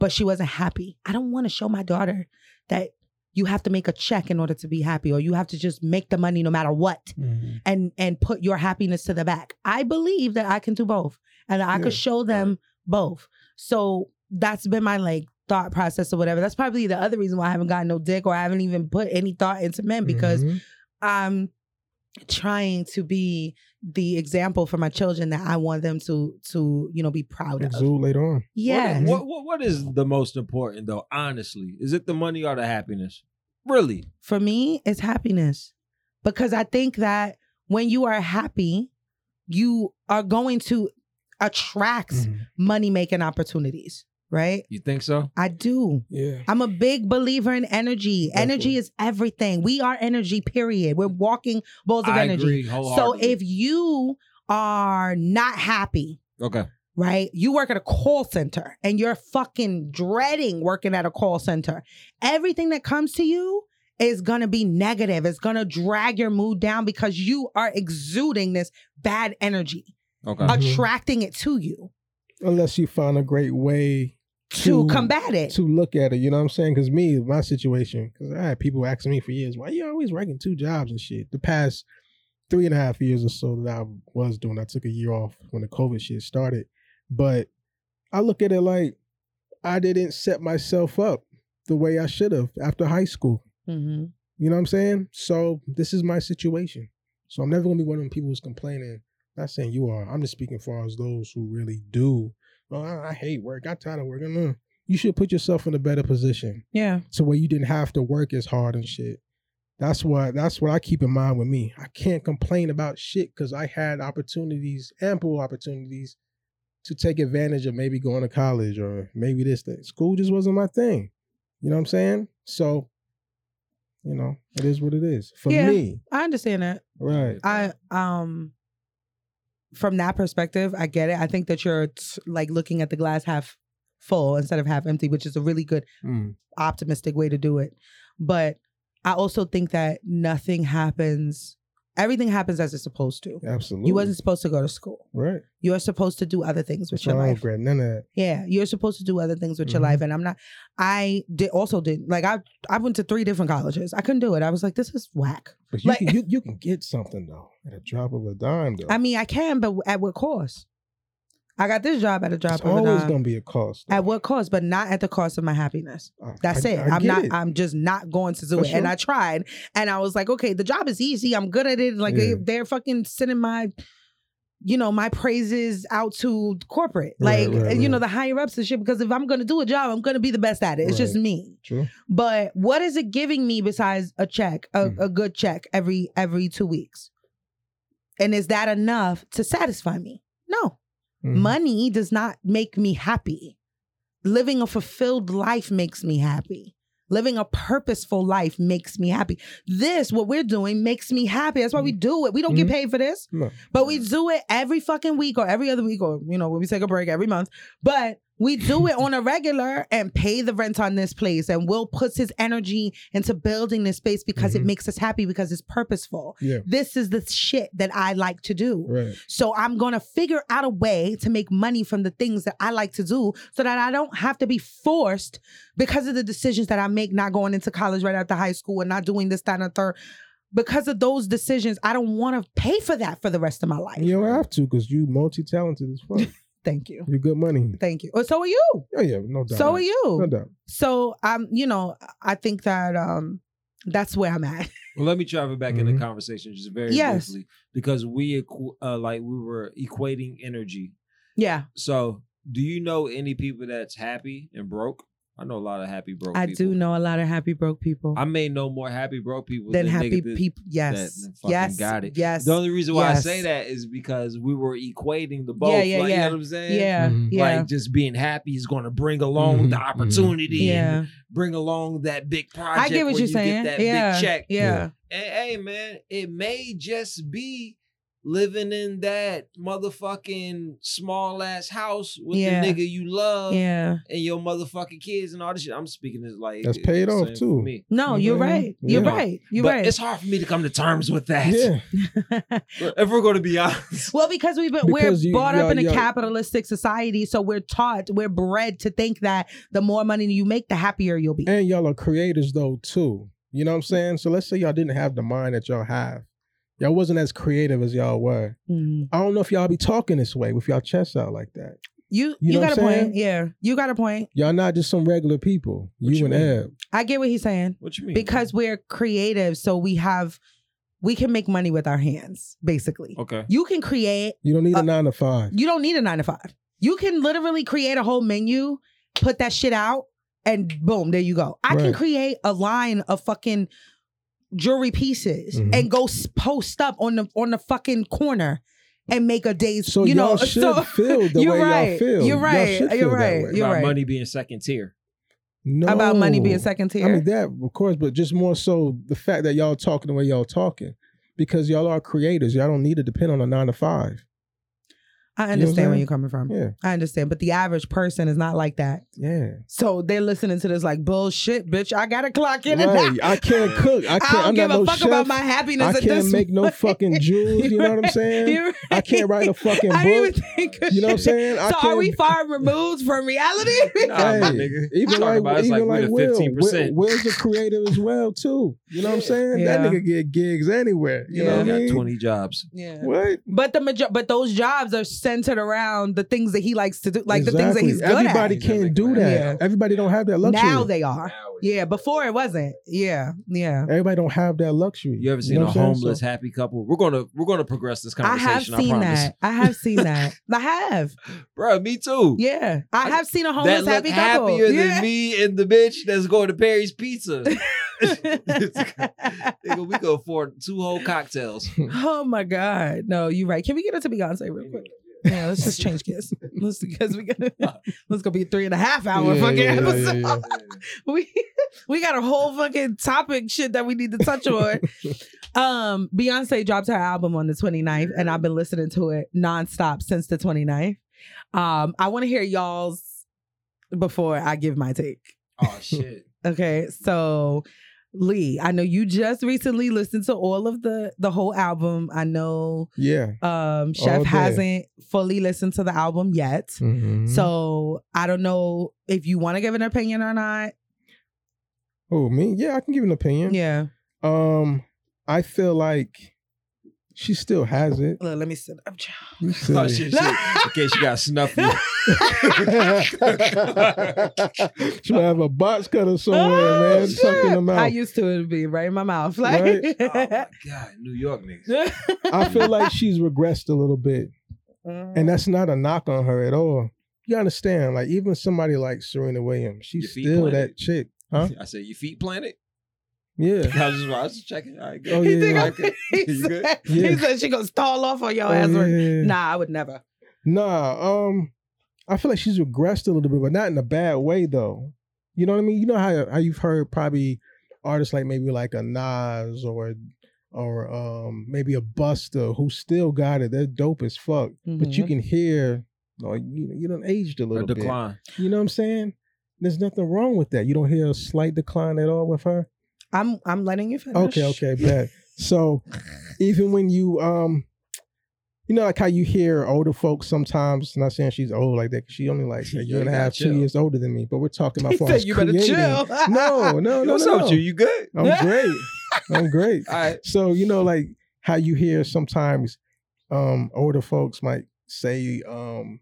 But she wasn't happy. I don't want to show my daughter that you have to make a check in order to be happy or you have to just make the money no matter what
Mhm.
and and put your happiness to the back. I believe that I can do both and I
Yeah,
could show them both. So that's been my like thought process or whatever. That's probably the other reason why I haven't gotten no dick or I haven't even put any thought into men because
Mhm.
I'm trying to be the example for my children that I want them to to you know be proud of.
exude later on.
Yeah.
What, what what is the most important though? Honestly, is it the money or the happiness? Really?
For me, it's happiness because I think that when you are happy, you are going to attract
Mhm.
money making opportunities, right?
You think so?
I do.
Yeah.
I'm a big believer in energy. Energy
Definitely.
is everything. We are energy, period. We're walking balls of
I
energy.
agree
So
wholeheartedly.
if you are not happy,
okay,
right? You work at a call center and you're fucking dreading working at a call center. Everything that comes to you is going to be negative. It's going to drag your mood down because you are exuding this bad energy,
okay,
Uh, Mhm.
attracting it to you
Unless you find a great way
to
To-
combat it.
to look at it, you know what I'm saying? Because me, my situation, because I had people asking me for years, why you always working two jobs and shit? The past three and a half years or so that I was doing, I took a year off when the COVID shit started. But I look at it like I didn't set myself up the way I should have after high school.
mm-hmm.
You know what I'm saying? So this is my situation. So I'm never gonna be one of them people who's complaining. Not saying you are. I'm just speaking for as those who really do. Oh, I, I hate work. I'm tired of working. Mm. You should put yourself in a better position
Yeah.
to where you didn't have to work as hard and shit. That's what that's what I keep in mind with me. I can't complain about shit because I had opportunities, ample opportunities, to take advantage of maybe going to college or maybe this thing. School just wasn't my thing. You know what I'm saying? So, you know, it is what it is for
Yeah.
me,
I understand that.
right?
I um from that perspective, I get it. I think that you're t- like looking at the glass half full instead of half empty, which is a really good
Mm.
optimistic way to do it. But I also think that nothing happens Everything happens as it's supposed to.
Absolutely.
You wasn't supposed to go to school.
right.
You're supposed to do other things with
So
your
I don't
life.
regret none of that.
Yeah, you're supposed to do other things with your
Mhm.
life, and I'm not. I did also did like I I went to three different colleges. I couldn't do it. I was like, this is whack.
But you,
Like-
can, you you can get something though at a drop of a dime though.
I mean, I can, but at what cost? I got this job at a
it's
drop of a
always
dime.
gonna be a cost. though.
at what cost? But not at the cost of my happiness.
I-
That's
I-
it.
I
I'm
get
not.
it.
I'm just not going to do
For
it. And
sure.
I tried, and I was like, okay, the job is easy. I'm good at it. Like
Yeah.
they, they're fucking sending my, you know, my praises out to corporate,
Right,
like
right,
you know,
right.
the higher ups and shit. Because if I'm gonna do a job, I'm gonna be the best at it. It's just
Right.
me.
True.
But what is it giving me besides a check, a,
Mm.
a good check every every two weeks? And is that enough to satisfy me? No.
Mm-hmm.
Mhm.
Money does not make me happy. Living a fulfilled life makes me happy. Living a purposeful life makes me happy. This, what we're doing, makes me happy. That's why we do it. We don't
Mhm.
get paid for this,
No.
but we do it every fucking week or every other week or, you know, when we take a break every month. But we do it on a regular and pay the rent on this place. And Will puts his energy into building this space because
Mhm.
it makes us happy because it's purposeful.
Yeah.
This is the shit that I like to do.
Right.
So I'm going to figure out a way to make money from the things that I like to do so that I don't have to be forced because of the decisions that I make not going into college right after high school and not doing this, that, and the third. Because of those decisions, I don't want to pay for that for the rest of my life.
You don't have to because you multi talented as fuck.
Thank you.
you good money.
Thank you. Or so are you.
Oh yeah, no doubt.
So are
No
you.
doubt.
So um, you know, I think that um that's where I'm at.
Well, let me travel back in
Mhm.
the conversation just very
Mm-hmm. Yes.
briefly because we equ- uh, like we were equating energy.
yeah,
So, do you know any people that's happy and broke? I know a lot of happy broke.
I
people.
do know a lot of happy broke people.
I may know more happy broke people
Then
than
happy
niggas that-
people. Yes.
that fucking
Yes.
got it.
Yes.
The only reason why I
Yes.
say that is because we were equating the both.
Yeah, yeah,
like, You
yeah.
know what I'm saying?
yeah.
Mhm.
Yeah.
Like just being happy is going to bring along
Mhm,
the
mhm,
opportunity.
yeah.
And bring along that big project.
I get what you're
where you
saying.
Get that
yeah.
big check.
Yeah.
And hey, man, it may just be living in that motherfucking small ass house with
Yeah.
the nigga you
Yeah.
love and your motherfucking kids and all this shit. I'm speaking as like
That's
it's
paid
the
off,
same for
too.
me.
No,
You
you're
know?
right. You're
Yeah.
right. You're
but
right.
it's hard for me to come to terms with that.
Yeah.
If we're going to be honest,
well, because we've been
Because
we're
you-
brought up
yeah,
in a
yeah.
capitalistic society, so we're taught, we're bred to think that the more money you make, the happier you'll be.
And y'all are creators though too. You know what I'm saying? So let's say y'all didn't have the mind that y'all have. Y'all wasn't as creative as y'all were.
Mhm.
I don't know if y'all be talking this way with y'all chests out like that.
You you,
know
got
what
a
I'm saying?
point. Yeah, you got a point.
Y'all not just some regular people.
What
You,
you
and
mean?
Eb.
I get what he's saying
what you mean?
because we're creative, so we have we can make money with our hands. Basically,
okay,
you can create.
You don't need
Uh,
a nine to five.
You don't need a nine to five. You can literally create a whole menu, put that shit out, and boom, there you go. I can
Right.
create a line of fucking jewelry pieces
Mhm.
and go s- post up on the on the fucking corner and make a day's.
So
you
y'all
know,
should
so
feel the
you're
way
right.
y'all feel.
You're
Y'all
right.
should
You're
feel that
right.
way.
You're
about
right.
money being second tier.
No.
about money being second tier.
I mean that, of course, but just more so the fact that y'all talking the way y'all talking. Because y'all are creators. Y'all don't need to depend on a nine to five.
I
you know what I'm
understand where
saying?
you're coming from.
Yeah.
I understand, but the average person is not like that.
Yeah.
So they're listening to this like bullshit, bitch. I gotta clock in and out.
Right. I can't cook. I
I,
can't
don't
I'm
give
not
a
no
fuck
chef.
about my
I
happiness. at
can't
this
make no
point.
fucking jewels. You know what I'm saying?
You're
I can't write a
right.
fucking
I
book.
didn't even think of
You know what I'm
shit.
saying? I
So are
can't-
we far removed from reality?
Nah, my
Hey,
nigga.
Even
Talking
like,
about it's
even
like
like,
we the
Will.
15%.
Will. Will's a creative as well too. You know what I'm saying?
Yeah.
That nigga get gigs anywhere. You
Yeah.
know what I
got
mean?
20 jobs.
yeah.
What?
But the major- but those jobs are centered around the things that he likes to do, like the things that he's good
Everybody
at.
can't do that.
Yeah.
Everybody don't have that
at.
luxury.
Now they are.
Now it's-
Yeah, before it wasn't. Yeah, yeah.
Everybody don't have that luxury.
You ever seen
know
a
what I'm saying?
homeless
So-
happy couple? We're gonna we're gonna progress this
I
conversation. I,
have seen
promise,
that. I have seen that. I have.
bro. Me too.
Yeah, I have seen a
that
homeless
look
happy couple.
happier
yeah.
than me and the bitch that's going to Perry's Pizza. Nigga, we could afford two whole cocktails.
oh my god! No, you're right. Can we get into Beyonce real quick? Yeah, let's just change gears. Let's because we gonna let's gonna be a three and a half hour
Yeah,
fucking
yeah, yeah,
episode.
yeah, yeah.
we we got a whole fucking topic shit that we need to touch on. um, Beyonce dropped her album on the 29th, and I've been listening to it nonstop since the 29th. Um, I want to hear y'all's before I give my take.
Oh shit.
Okay, so Lee, I know you just recently listened to all of the the whole album. I know
Yeah.
um Chef
All day. Mm-hmm.
hasn't fully listened to the album yet. So I don't know if you want to give an opinion or not.
oh me, yeah, I can give an opinion.
Yeah.
Um, I feel like she still has it.
Look, let me sit up.
You
Oh,
silly.
shit, shit. In case you got snuffy. Oh,
she might have a box cutter somewhere,
Oh,
man,
shit.
sucking them
I
out.
used to it be right in my mouth. Like
Right?
oh my God, New York niggas.
I feel like she's regressed a little bit. And that's not a knock on her at all. You understand? Like even somebody like Serena Williams, she's
Your feet
still
planted.
that chick, huh?
I said, your feet planted?
Yeah.
I was just, I was just checking. All right, good.
Oh,
he,
yeah.
think
All
I'm-
right, good.
he,
You good?
said,
Yeah.
he said she gonna stall off on your
Oh,
ass.
yeah,
work.
yeah, yeah.
Nah, I would never.
Nah, um, I feel like she's regressed a little bit, but not in a bad way though. You know what I mean? You know how how you've heard probably artists like maybe like a Nas or or um maybe a Buster who still got it. They're dope as fuck, but you
Mhm.
can hear like you you done aged a
Or
little bit.
decline.
You know what I'm saying? There's nothing wrong with that. You don't hear a slight decline at all with her.
Mm-hmm. I'm I'm letting you finish.
Okay, okay, bet. So even when you um you know like how you hear older folks sometimes, not saying she's old like that, 'cause she only like a
You
year and a
gotta
half,
chill.
two years older than me, but we're talking about
He
far
said
as
you better
creating.
chill.
No, no, no,
What's
no.
up with you? You good?
I'm great. I'm great.
All right.
So you know, like how you hear sometimes um older folks might say um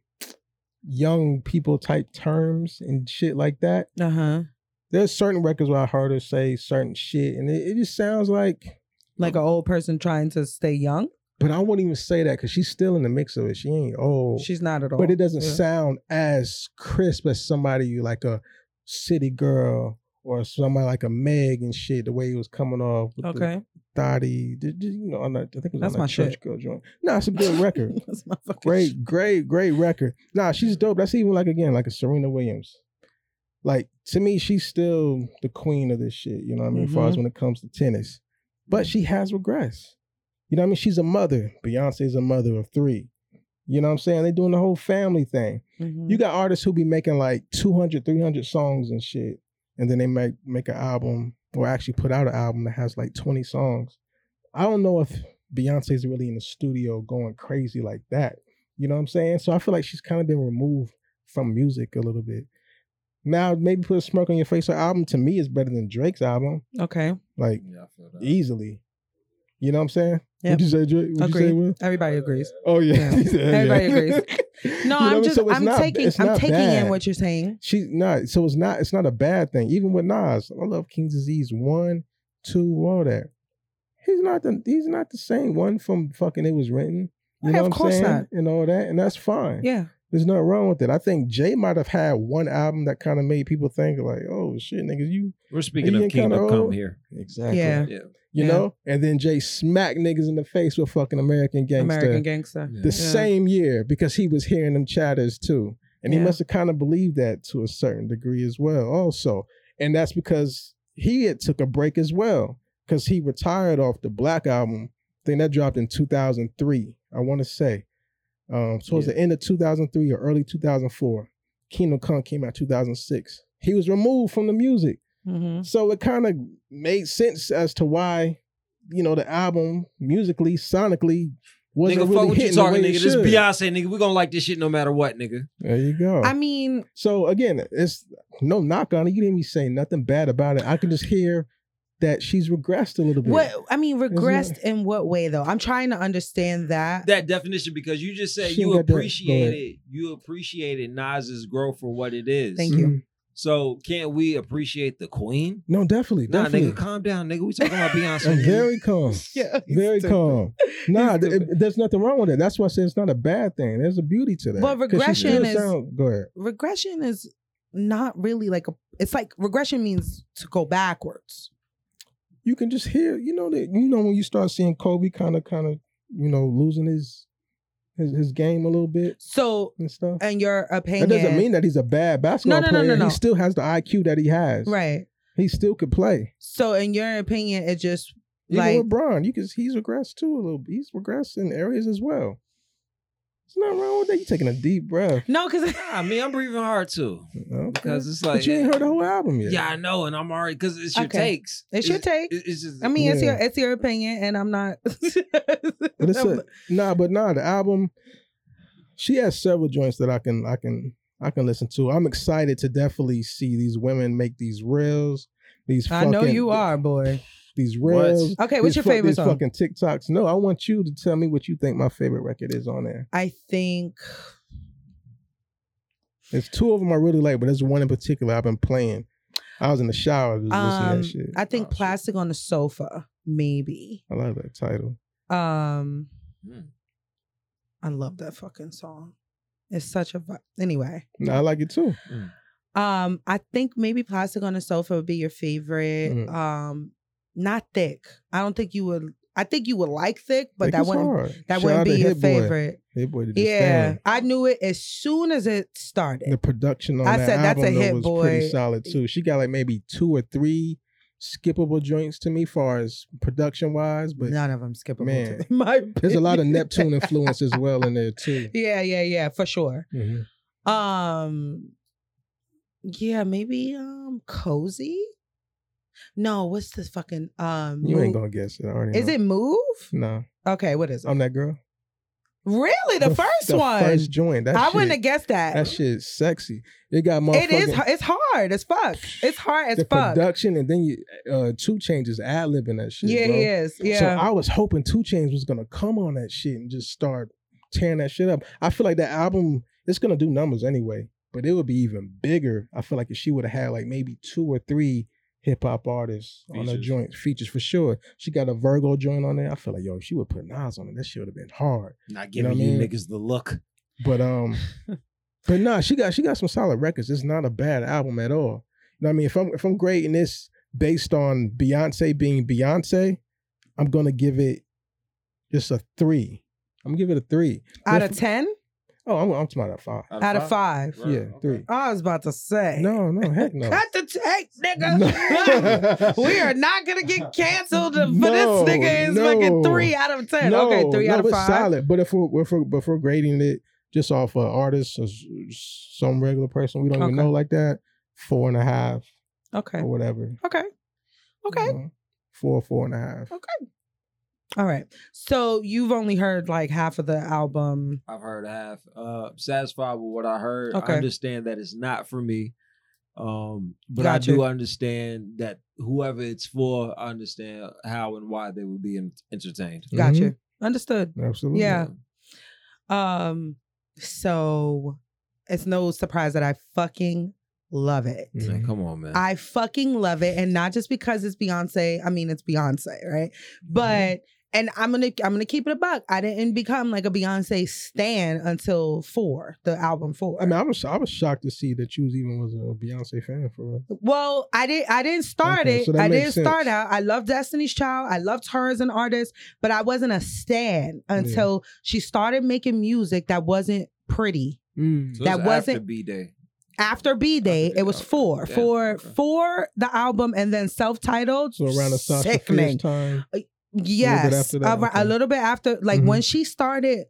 young people type terms and shit like that
Uh huh.
there's certain records where I heard her say certain shit, and it, it just sounds like.
Like
Oh.
an old person trying to stay young.
But I wouldn't even say that because she's still in the mix of it. She ain't old,
She's not at all.
Oh. but it doesn't
Yeah.
sound as crisp as somebody you like a city girl or somebody like a Meg and shit. The way it was coming off, with the
Okay.
thotty, the- the- you know, on that, I think it was
That's
on
my
that church
shit.
girl joint. No, it's a good record.
That's my fucking shit.
great, great, great record. Nah, she's dope. That's even like again like a Serena Williams. Like to me, she's still the queen of this shit. You know what I mean? As far as when it comes to tennis, but she has regressed. You know what I mean? She's a mother. Beyonce's a mother of three. You know what I'm saying? They're doing the whole family thing.
Mhm.
You got artists who be making like 200, 300 songs and shit, and then they make make an album or actually put out an album that has like 20 songs. I don't know if Beyonce's really in the studio going crazy like that. You know what I'm saying? So I feel like she's kind of been removed from music a little bit. Now maybe put a smirk on your face. Her album to me is better than Drake's album,
okay.
like
Yeah, I feel that.
easily. You know what I'm saying?
Yep.
Would you say Drake? Would you
Agree.
say Will?
Everybody agrees.
Oh yeah,
Yeah.
He said,
Everybody agrees.
You
No,
know what I
I'm
mean?
just
So it's
I'm
not-
taking
it's
I'm
not
taking in
bad.
what you're saying.
She's not. So it's not. It's not a bad thing. Even with Nas, I love King's Disease one, two, all that. He's not the. He's not the same one from fucking it was written.
Yeah,
You know
of
what
course
I'm saying?
not.
And all that, and that's fine.
Yeah.
There's nothing wrong with it. I think Jay might have had one album that kind of made people think like, "Oh shit, niggas, you
We're speaking
you
of
ain't kinda
Kingdom Come
old.
here.
exactly."
Yeah.
Yeah.
You
Yeah.
know, and then Jay smacked niggas in the face with fucking American Gangster
American gangster.
the
Yeah.
same year because he was hearing them chatters too. And he
Yeah.
must have kind of believed that to a certain degree as well, also. And that's because he had took a break as well. Because he retired off the black album. I think that dropped in 2003, I want to say. Um, towards
Yeah.
the end of 2003 or early 2004. Kingdom Come came out 2006. He was removed from the music.
Mm-hmm.
So it kind of made sense as to why, you know, the album musically, sonically, wasn't
Nigga,
really
fuck what you
hitting the
talking,
way
nigga.
it
This is
should.
Beyonce, nigga. We gonna like this shit no matter what, nigga.
There you go.
I mean,
so again, it's no knock on it. You didn't even say nothing bad about it. I can just hear that she's regressed a little bit.
what I mean,
not-
regressed in what way though? I'm trying to understand that.
That definition, because you just said
She
you
ain't got that. Go
appreciated you appreciated Nas's growth for what it is.
Thank
Mm.
you.
So can't we appreciate the queen?
No, definitely,
Nah,
definitely.
nigga, calm down, nigga. We talking about Beyonce.
I'm
nigga.
very calm.
Yeah, he's
Very
stupid.
calm. Nah,
He's
th-
stupid.
it- there's nothing wrong with it. That's why I said it's not a bad thing. There's a beauty to that.
But
'Cause she
regression
still
is-
sound- go ahead.
regression is not really like a it's like regression means to go backwards.
you can just hear, you know, that you know when you start seeing Kobe kind of, kind of, you know, losing his his his game a little bit
So
and stuff.
in your
That
opinion
doesn't mean that he's a bad basketball
No, no, no,
player.
no, no.
He still has the IQ that he has.
Right.
He still could play.
So in your opinion, it just
Even
Like-
with Bron, you can he's regressed too a little. bit. He's regressed in areas as well. It's not wrong with that. You taking a deep breath.
No, because
I mean, I'm breathing hard too
Okay.
because it's like
but you ain't heard the whole album yet.
Yeah, I know, and I'm already because it's your
Okay.
takes.
it's your take.
it- It's just
I mean, it's
Yeah.
your it's your opinion, and I'm not.
But it's a, nah, but nah, the album. She has several joints that I can I can I can listen to. I'm excited to definitely see these women make these reels. These
I know
fucking-
you are, boy.
These
What?
reels.
Okay, what's
these
your
fuck-
favorite
these
song?
Fucking TikToks. No, I want you to tell me what you think my favorite record is on there.
I think
There's two of them I really like, but there's one in particular I've been playing. I was in the shower just
um,
listening to that shit.
I think
Oh, shit.
Plastic on the Sofa, maybe.
I love that title.
Um,
Hmm.
Mm.
I love that fucking song. It's such a vi- anyway.
No, I like it too.
Um, I think maybe Plastic on the Sofa would be your favorite.
Mhm.
Um, not thick. I don't think you would. I think you would like thick, but
Like,
that
it's
wouldn't
hard.
that
Shout out
wouldn't
to
be your
Hit Boy.
favorite.
Hit Boy did his
Yeah,
thing.
I knew it as soon as it started.
The production on
I
that
said that's
album
a hit,
though, was
boy.
pretty solid too. She got like maybe two or three skippable joints to me, far as production wise. But
None of them skippable.
man,
to my
there's a lot of
opinion.
Neptune influence as well in there too.
Yeah, yeah, yeah, for sure.
Mhm.
Um, yeah, maybe um, cozy. No, what's this fucking um?
You ain't
Move-
gonna guess it. I already
Is
know.
it move?
No,
Okay, what is it?
I'm that girl.
really, the,
f-
first
the
one.
first joint. That
I
shit,
wouldn't have guessed that.
That shit's sexy. It got motherfucking
it is. It's hard as fuck. It's hard as
the
fuck.
production, and then you uh two changes ad libbing that shit.
yeah,
bro.
he is. Yeah.
So I was hoping Two Chains was gonna come on that shit and just start tearing that shit up. I feel like that album it's gonna do numbers anyway, but it would be even bigger. I feel like if she would have had like maybe two or three hip hop artists on her
Features.
joint features for sure. She got a Virgo joint on there. I feel like yo, if she would put Nas on it, that shit would have been hard.
not
You know
giving
what
you,
I mean?
niggas the look.
But um, but nah, she got she got some solid records. It's not a bad album at all. You know what I mean? If I'm if I'm grading this based on Beyonce being Beyonce, I'm gonna give it just a three. I'm gonna give it a three.
out of ten,
Oh, I'm I'm talking about a five.
out of five.
Right,
yeah,
okay.
three.
I was about to say.
No, no, heck no.
Cut the check, nigga.
No.
we are not gonna get canceled for
No,
this nigga is
no.
fucking three out of ten.
no,
okay, three
no,
out of
it's
five.
solid. But if we're, if, we're, if we're grading it just off of artists or s- some regular person we don't even
Okay.
know like that, four and a half
Okay.
or whatever.
Okay. Okay.
You know, four, four and a half.
Mm-hmm. All right. So you've only heard like half of the album.
I've heard half. Uh, satisfied with what I heard.
Okay.
I understand that it's not for me. Um, but
Got
I do
you.
understand that whoever it's for, I understand how and why they would be en- entertained.
Gotcha.
Mhm.
Understood.
Absolutely.
Mm-hmm. Yeah. Um, so it's no surprise that I fucking love it.
Mhm.
Man, come on, man.
Mm-hmm. I fucking love it, and not just because it's Beyonce. I mean, it's Beyonce, right? But and I'm gonna I'm gonna keep it a buck. I didn't become like a Beyonce stan until four, the album four.
I mean, I was I was shocked to see that you was even was a Beyonce fan for real.
Well, I didn't. I didn't start
Okay,
it.
so that
I
makes
didn't start
sense.
out. I loved Destiny's Child. I loved her as an artist, but I wasn't a stan until she started making music that wasn't pretty.
So
that
it's after
wasn't-
B Day.
After B Day,
Okay,
it was
okay.
four,
Damn,
four,
okay.
four. The album and then self-titled.
So around the Sasha Fierce
sickening.
time,
Yes,
after that,
Ar- a
okay. Mm-hmm.
little bit after, like when she started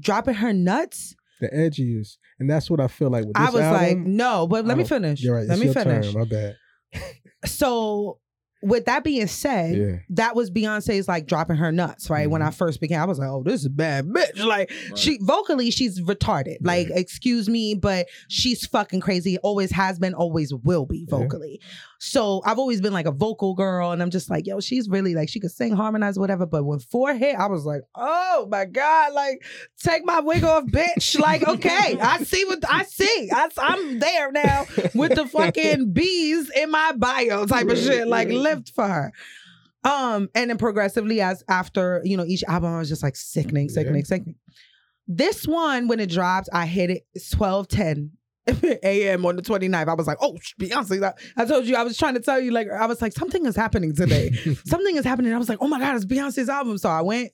dropping her nuts,
the edgiest, and that's what I feel like with this
I was like,
album.
no. But let me
Oh,
finish.
you're right.
Let me
it's your
finish.
Turn, my bad.
So, with that being said.
Yeah.
that was Beyonce's like dropping her nuts, right? When I first became, I was like, oh, this is a bad bitch. Like
Right.
she vocally, she's retarded. Like, excuse me, but she's fucking crazy. Always has been, always will be
Yeah.
vocally. So I've always been like a vocal girl, and I'm just like, yo, she's really like she could sing, harmonize, whatever. But when four hit, I was like, oh my god, like take my wig off, bitch. like okay, I see what I see. I, I'm there now with the fucking bees in my bio type of shit. Like lived for her. Um, and then progressively as after, you know, each album I was just like sickening, sickening,
Yeah.
sickening. This one, when it dropped, I hit it it's 12 10 a.m. on the 29th. I was like, oh, sh- Beyonce. I- I told you, I was trying to tell you, like, I was like, something is happening today.
Mm-hmm.
something is happening. I was like, oh my God, it's Beyonce's album. So I went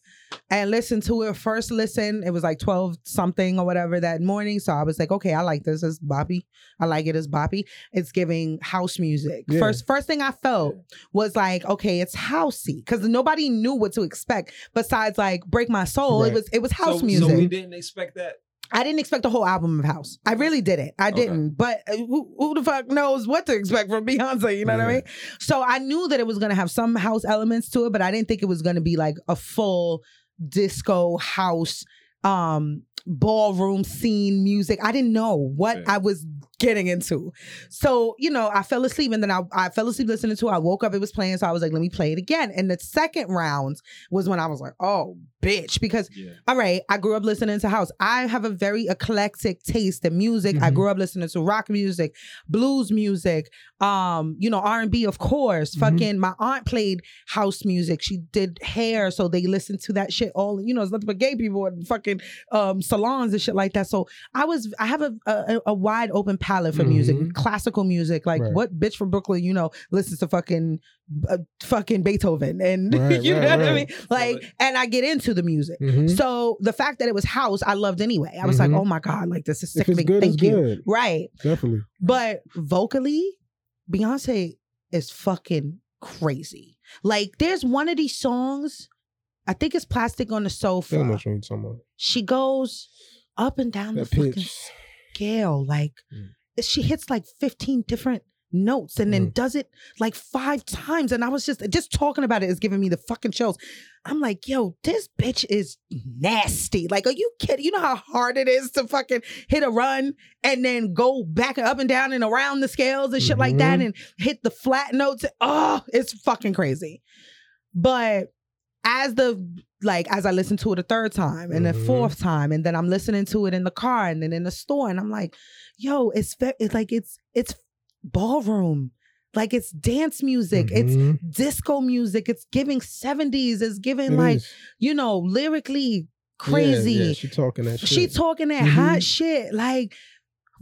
and listened to it. First listen, it was like 12 something or whatever that morning. So I was like, okay, I like this. It's boppy. I like it as boppy. It's giving house music.
Yeah.
First, first thing I felt was like, okay, it's housey because nobody knew what to expect besides like Break My Soul. It
Right.
was it was house
so,
music.
So we didn't expect that.
I didn't expect a whole album of House. I really didn't. I
Okay.
didn't. But uh, who, who the fuck knows what to expect from Beyonce? You know what I
Yeah.
mean? So I knew that it was gonna have some house elements to it, but I didn't think it was gonna be like a full disco house um ballroom scene music i didn't know what
Yeah.
i was getting into so you know i fell asleep and then I, I fell asleep listening to it. i woke up it was playing so i was like let me play it again and the second round was when i was like oh bitch because
Yeah.
all right, I grew up listening to house. I have a very eclectic taste in music. I
Mhm.
grew up listening to rock music, blues music, um, you know, R&B of course.
Mhm.
Fucking my aunt played house music. She did hair, so they listened to that shit all, you know, it's nothing but gay people and fucking um salons and shit like that. So I was I have a a, a wide open palette for music,
Mhm.
classical music. Like
Right.
what bitch from Brooklyn, you know, listens to fucking uh, fucking Beethoven and
Right,
you
right,
know what I
right.
mean? Like and I get into the music.
Mhm.
So the fact that it was house, I loved anyway. I was
Mhm.
like, oh my God, like this is sick.
If it's good,
Thank
it's
you.
good.
Right.
Definitely.
But vocally, Beyonce is fucking crazy. Like there's one of these songs, I think it's Plastic on the
Feel
Sofa.
much when you're talking about
She goes up and down
that
the fucking
pitch.
scale. Like
Mm.
she hits like 15 different notes and then does it like five times. And I was just just talking about it is giving me the fucking chills. I'm like, yo, this bitch is nasty. Like, are you kidding? You know how hard it is to fucking hit a run and then go back and up and down and around the scales and shit like that
Mhm.
and hit the flat notes. Oh, it's fucking crazy. But as the like as I listened to it a third time and
Mhm.
a fourth time, and then I'm listening to it in the car and then in the store, and I'm like, yo, it's ve- it's like it's it's ballroom, like it's dance music, it's
Mhm.
disco music, it's giving 70s, it's giving
It
like
is.
you know lyrically
Yeah,
crazy.
Yeah, she talking that shit.
She talking that
Mhm.
hot shit. Like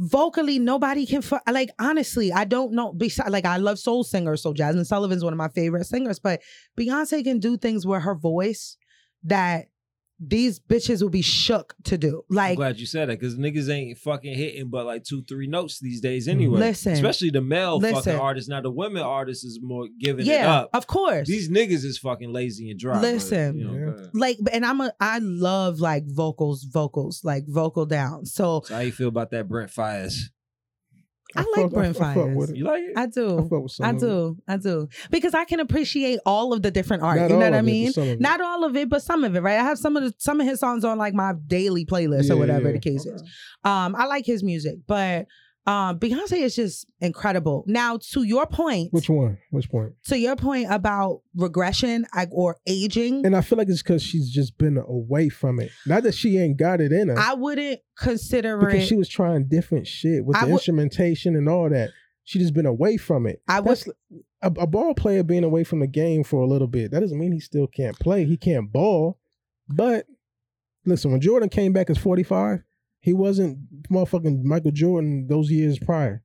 vocally, nobody can. Fu- like honestly, I don't know. Besides, like I love soul singers, so Jasmine Sullivan's one of my favorite singers. But Beyonce can do things with her voice that these bitches will be shook to do.
I'm
Like
glad you said that because niggas ain't fucking hitting but like two, three notes these days anyway.
Mm-hmm. Listen.
especially the male
Listen.
fucking artists. Now the women artists is more giving it
yeah,
up.
of course.
These niggas is fucking lazy and dry. bro.
Listen.
you know,
Yeah.
God.
like and I'm a I love like vocals, vocals, like vocal down. So
So how you feel about that Brent Fires?
I like
fuck- I
Brent
fuck- I fuck
Fires.
with it.
You like it?
I
I
do.
fuck with some
I
of it.
do, I do, because I can appreciate all of the different art.
Not
you know
all
what
of
I
it, but
mean?
some of it.
Not all of it, but some of it, right? I have some of the some of his songs on like my daily playlist
Yeah,
or whatever
yeah.
the case is. Um, I like his music, but um, Beyonce is just incredible. Now, to your point,
Which one? Which point?
to your point about regression like, or aging,
And I feel like it's because she's just been away from it. Not that she ain't got it in her,
I wouldn't consider
because
it.
she was trying different shit with
I
the
would-
instrumentation and all that. She just been away from it.
I would.
That's a, a ball player being away from the game for a little bit. That doesn't mean he still can't play. He can't ball. But listen, when Jordan came back as 45, he wasn't motherfucking Michael Jordan those years prior.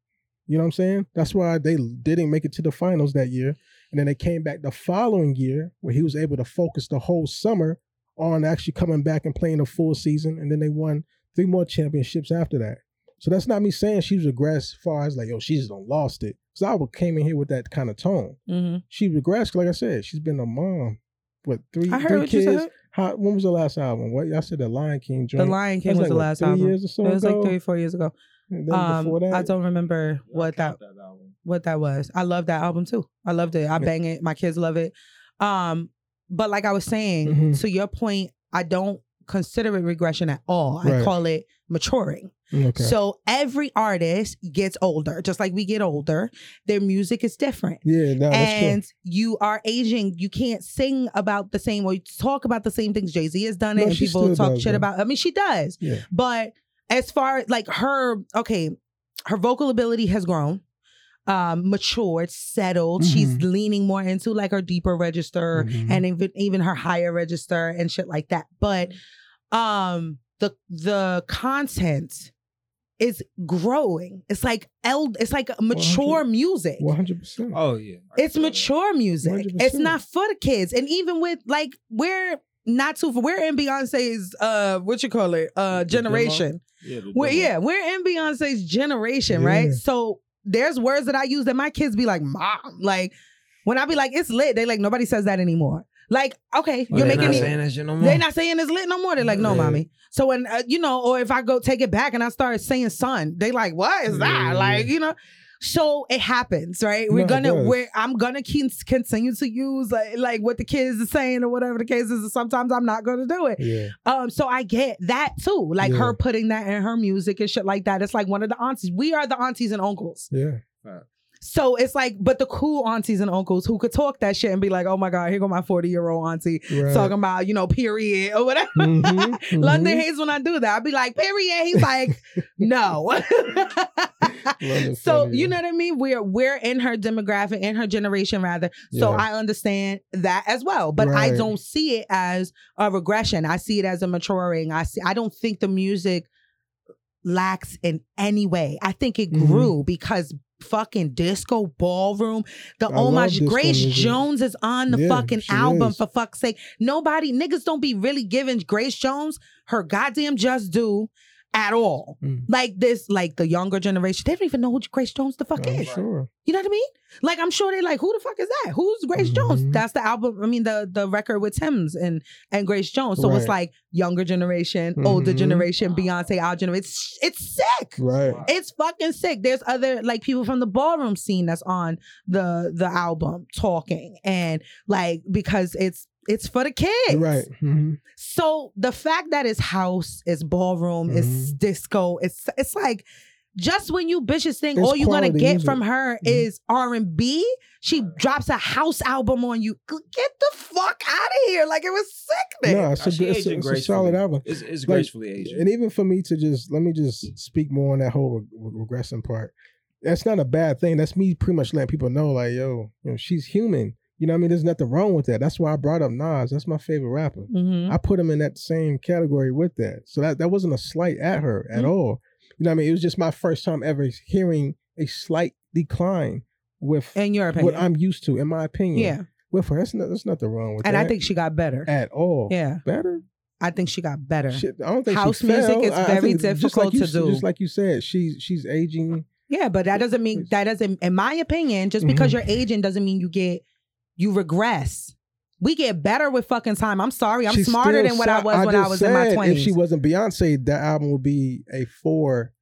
You know what I'm saying? That's why they didn't make it to the finals that year. And then they came back the following year where he was able to focus the whole summer on actually coming back and playing the full season. And then they won three more championships after that. So that's not me saying she's regressed as far as like, yo, she's done lost it. Because I would- came in here with that kind of tone.
Mhm.
She regressed, like I said, she's been a mom. What, three,
I heard
three
what you
kids?
said.
How, when was the last album? What y'all said the Lion King joint.
The Lion King
That's
was
like,
the
what,
last
three
album.
years or so
it was
ago?
like three, four years ago.
And then before
Um,
that,
I don't remember what that
Count album.
what that was. I love that album too. I loved it. I bang it. My kids love it. Um, but like I was saying,
Mhm.
to your point, I don't consider it regression at all. I
Right.
call it maturing.
okay.
So every artist gets older, just like we get older. Their music is different.
yeah, no, that's true.
and you are aging. You can't sing about the same or talk about the same things. Jay Z has done it,
No,
and
she
people
still
talk
does,
shit
though.
about. I mean, she does.
Yeah.
But as far like her, okay, her vocal ability has grown, um, matured, settled. She's
Mhm.
leaning more into like her deeper register
Mhm.
and even even her higher register and shit like that. But um, the the content is growing. It's like eld. It's like mature music.
100%.
Oh yeah, I
It's
feel that.
mature music.
100%.
It's not for the kids. And even with like we're not too we're in Beyonce's uh what you call it? Uh
The demo?
generation.
Yeah, the
Well
demo.
yeah, we're in Beyonce's generation,
Yeah.
right? So there's words that I use that my kids be like, Mom, like when I be like, it's lit, they like nobody says that anymore. Like, okay,
Well,
you're
they
making
not
me.
saying that shit no more.
They're not saying it's lit no more. They're like, no,
Yeah.
mommy. So when uh, you know, or if I go take it back and I start saying son, they like, what is that?
Yeah.
Like, you know. So it happens, right?
No,
We're
it
gonna,
does.
we're, I'm gonna keep, continue to use like, like what the kids are saying or whatever the case is. and Sometimes I'm not gonna do it.
Yeah.
Um, so I get that too. Like
Yeah.
her putting that in her music and shit like that. It's like one of the aunties. We are the aunties and uncles.
Yeah.
So it's like, but the cool aunties and uncles who could talk that shit and be like, oh my God, here go my 40 year old auntie
Right.
talking about, you know, period or whatever.
Mhm, mhm.
London hates when I do that. I'd be like, period. He's like, no.
mm-hmm. London
so
funny,
you
yeah.
know what I mean? We're we're in her demographic, in her generation rather. So
Yeah.
I understand that as well. But I
Right.
don't see it as a regression. I see it as a maturing. I see I don't think the music lacks in any way. I think it
Mhm.
grew because fucking disco ballroom the
I
oh my
love disco
grace
music.
jones is on the
Yeah,
fucking
she
album
is.
for fuck's sake nobody niggas don't be really giving grace jones her goddamn just due at all
Mm.
like this like the younger generation they don't even know who grace jones the fuck
I'm
is
sure.
you know what I mean? Like I'm sure they like, who the fuck is that? Who's Grace Jones?
Mhm.
That's the album. I mean the the record with Tim's and and Grace Jones. So it's
Right.
like younger generation, older
Mhm.
generation,
Wow.
Beyonce, our generation. It's, it's sick.
Right.
Wow.
It's fucking sick. There's other like people from the ballroom scene that's on the the album talking and like because it's it's for the kids.
Right. hmm
So the fact that it's house, it's ballroom, it's
Mhm.
disco, it's it's like just when you bitches think
It's
all you gonna
quality
get
music.
from her
Mhm.
is R and B, she drops a house album on you. G- Get the fuck out of here! Like it was sickening.
No, it's a,
Nah, she
good, it's, a,
aged
it's a
gracefully.
solid album.
It's, it's
Like,
gracefully Asian.
And even for me to just let me just speak more on that whole re- regressing part. That's not a bad thing. That's me pretty much letting people know, like, yo, you know, she's human. You know what I mean? There's nothing wrong with that. That's why I brought up Nas. That's my favorite rapper.
Mhm.
I put him in that same category with that. So that, that wasn't a slight at her at
Mhm.
all. You know what I mean? It was just my first time ever hearing a slight decline with
In your
what
opinion,
I'm used to, in my opinion.
yeah,
With her, that's, no, that's nothing wrong with
and
that.
I think she got better.
at all.
Yeah,
Better?
I think she got better.
Shit, I don't think she
House music
fell.
is
I- I
very
think just like
difficult
you
to
s-
do.
Just like you said, she's she's aging.
yeah, but that doesn't mean that doesn't, in my opinion, just because
Mhm.
you're aging doesn't mean you get you regress. We get better with fucking time. I'm sorry, I'm
She's
smarter
still
than what I
so-
was when I
just
was in my
said
twenties.
If she wasn't Beyonce, that album would be a four,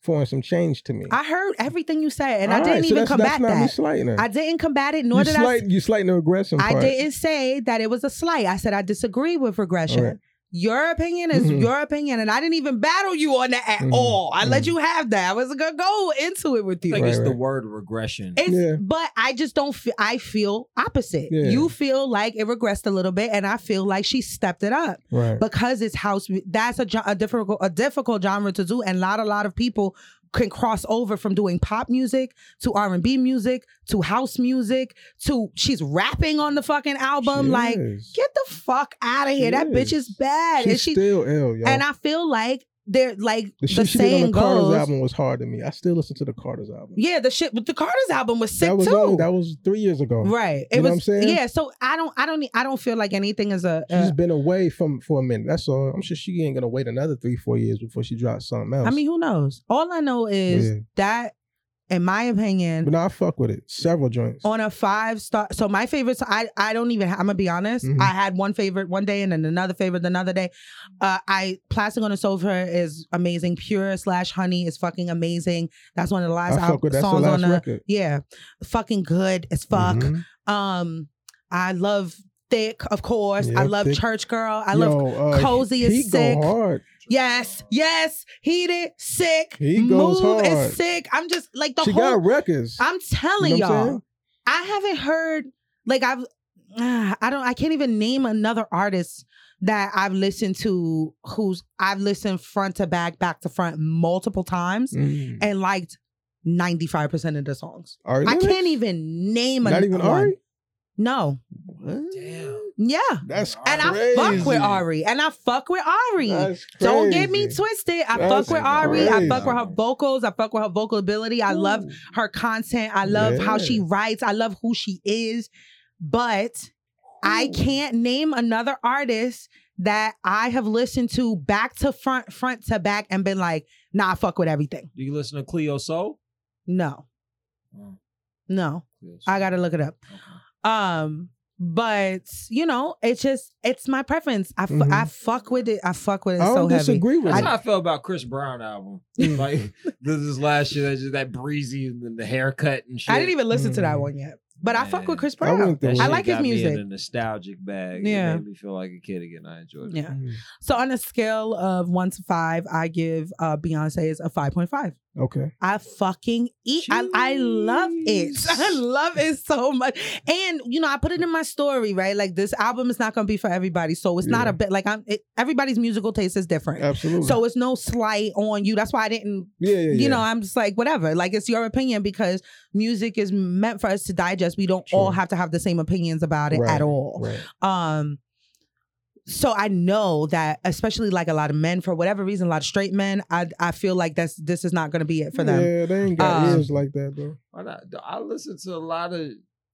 four and some change to me.
I heard everything you said, and I
All
didn't
right, so
even
that's,
combat
that's not Me
that.
slighting her.
I didn't combat it, nor
you
did
slight, you slighting the regression
I. I
part.
didn't say that it was a slight. I said I disagree with regression.
All right.
Your opinion is
Mhm.
your opinion, and I didn't even battle you on that at
Mhm.
all. I let
Mhm.
you have that. I was gonna go into it with
I
you.
think
Right,
it's the
right.
word regression.
It's,
Yeah.
But I just don't. Fe- I feel opposite.
Yeah.
You feel like it regressed a little bit, and I feel like she stepped it up
Right.
because it's house. mu- That's a, gen- a difficult a difficult genre to do, and lot a lot of people can cross over from doing pop music to R and B music to house music to she's rapping on the fucking album.
She
like,
is.
get the fuck out of here!
She
that bitch
is.
is bad,
she's
and she
still ill, yo.
and I feel like they're like
the
the,
shit she did
saying
on the Carter's
goes.
album was hard to me. I still listen to the Carter's album.
Yeah, the shit. But the Carter's album was sick
that was
too.
only- that was three years ago.
Right. It
You know
was
what I'm saying?
yeah, so I don't I don't e, I don't feel like anything is a
She's
uh,
been away from for a minute. That's all. I'm sure she ain't gonna wait another three, four years before she drops something else.
I mean, who knows? All I know is
Yeah.
that in my opinion
but no, I fuck with it. Several joints.
on a five star so my favorites I I don't even I'm gonna be honest.
Mhm.
I had one favorite one day and then another favorite another day. Uh I Plastic on a Sofa is amazing. Pure slash honey is fucking amazing. That's one of the
I
last
fuck
al-
with that's the
songs on
last
the
record.
yeah. Fucking good as fuck.
Mhm.
Um I love Thick, of course. I
Yeah,
love
Thick.
Church Girl. I
Yo,
love
uh,
Cozy is
he
sick.
Go hard.
Yes, yes, heated, sick.
He goes
Move
hard.
is sick. I'm just like the
she
whole.
got records.
I'm telling
You know what I'm
y'all,
saying?
I haven't heard like I've. ah, I don't. I can't even name another artist that I've listened to who's I've listened front to back, back to front multiple times
Mm.
and liked. 95% of the songs.
Ari
I
Lennox?
can't even name
Not
an-
even
one.
Ari.
No.
What?
Damn.
Yeah.
That's
And
crazy.
I fuck with Ari. And I fuck with Ari.
That's
Don't get me
crazy.
twisted. I
That's
fuck with Ari. I
crazy.
fuck with her vocals. I fuck with her vocal ability. I love her content. I love how she
Yeah.
writes. I love who she is. But I can't name another artist that I have listened to back to front, front to back, and been like, nah, I fuck with everything.
Do you listen to Cleo Soul?
No,
Mm,
no.
Cleo Soul.
I gotta look it up.
Okay.
Um, But you know, it's just it's my preference. I, f-
Mhm.
I fuck with it. I fuck with it
I
so
don't
heavy.
disagree with
That's
it.
how I felt about Chris Brown album.
Mm.
Like this is last year, that's just that breezy and then the haircut and shit.
I didn't even listen to that
Mm.
one yet. But I fuck
Man.
with Chris
I
Brown.
wouldn't
That
think-
I
shit
like his
got me
music.
in a nostalgic bag.
Yeah.
it made me feel like a kid again. I enjoyed it.
Yeah.
Mm.
So on a scale of one to five, I give uh Beyonce's a five point five.
Okay.
I fucking eat. I, I love it.
Jeez.
I love it so much. And you know, I put it in my story, right? Like this album is not going to be for everybody, so it's not
Yeah.
a bit like I'm. It, everybody's musical taste is different,
Absolutely.
so it's no slight on you. That's why I didn't.
yeah, yeah, yeah.
You know, I'm just like whatever. Like it's your opinion because music is meant for us to digest. We don't all
Sure.
have to have the same opinions about it
Right,
at all
right.
um so i know that especially like a lot of men for whatever reason a lot of straight men i i feel like that's this is not going to be it for them
Yeah, they ain't got
Um,
ears like that though.
Why not? I listen to a lot of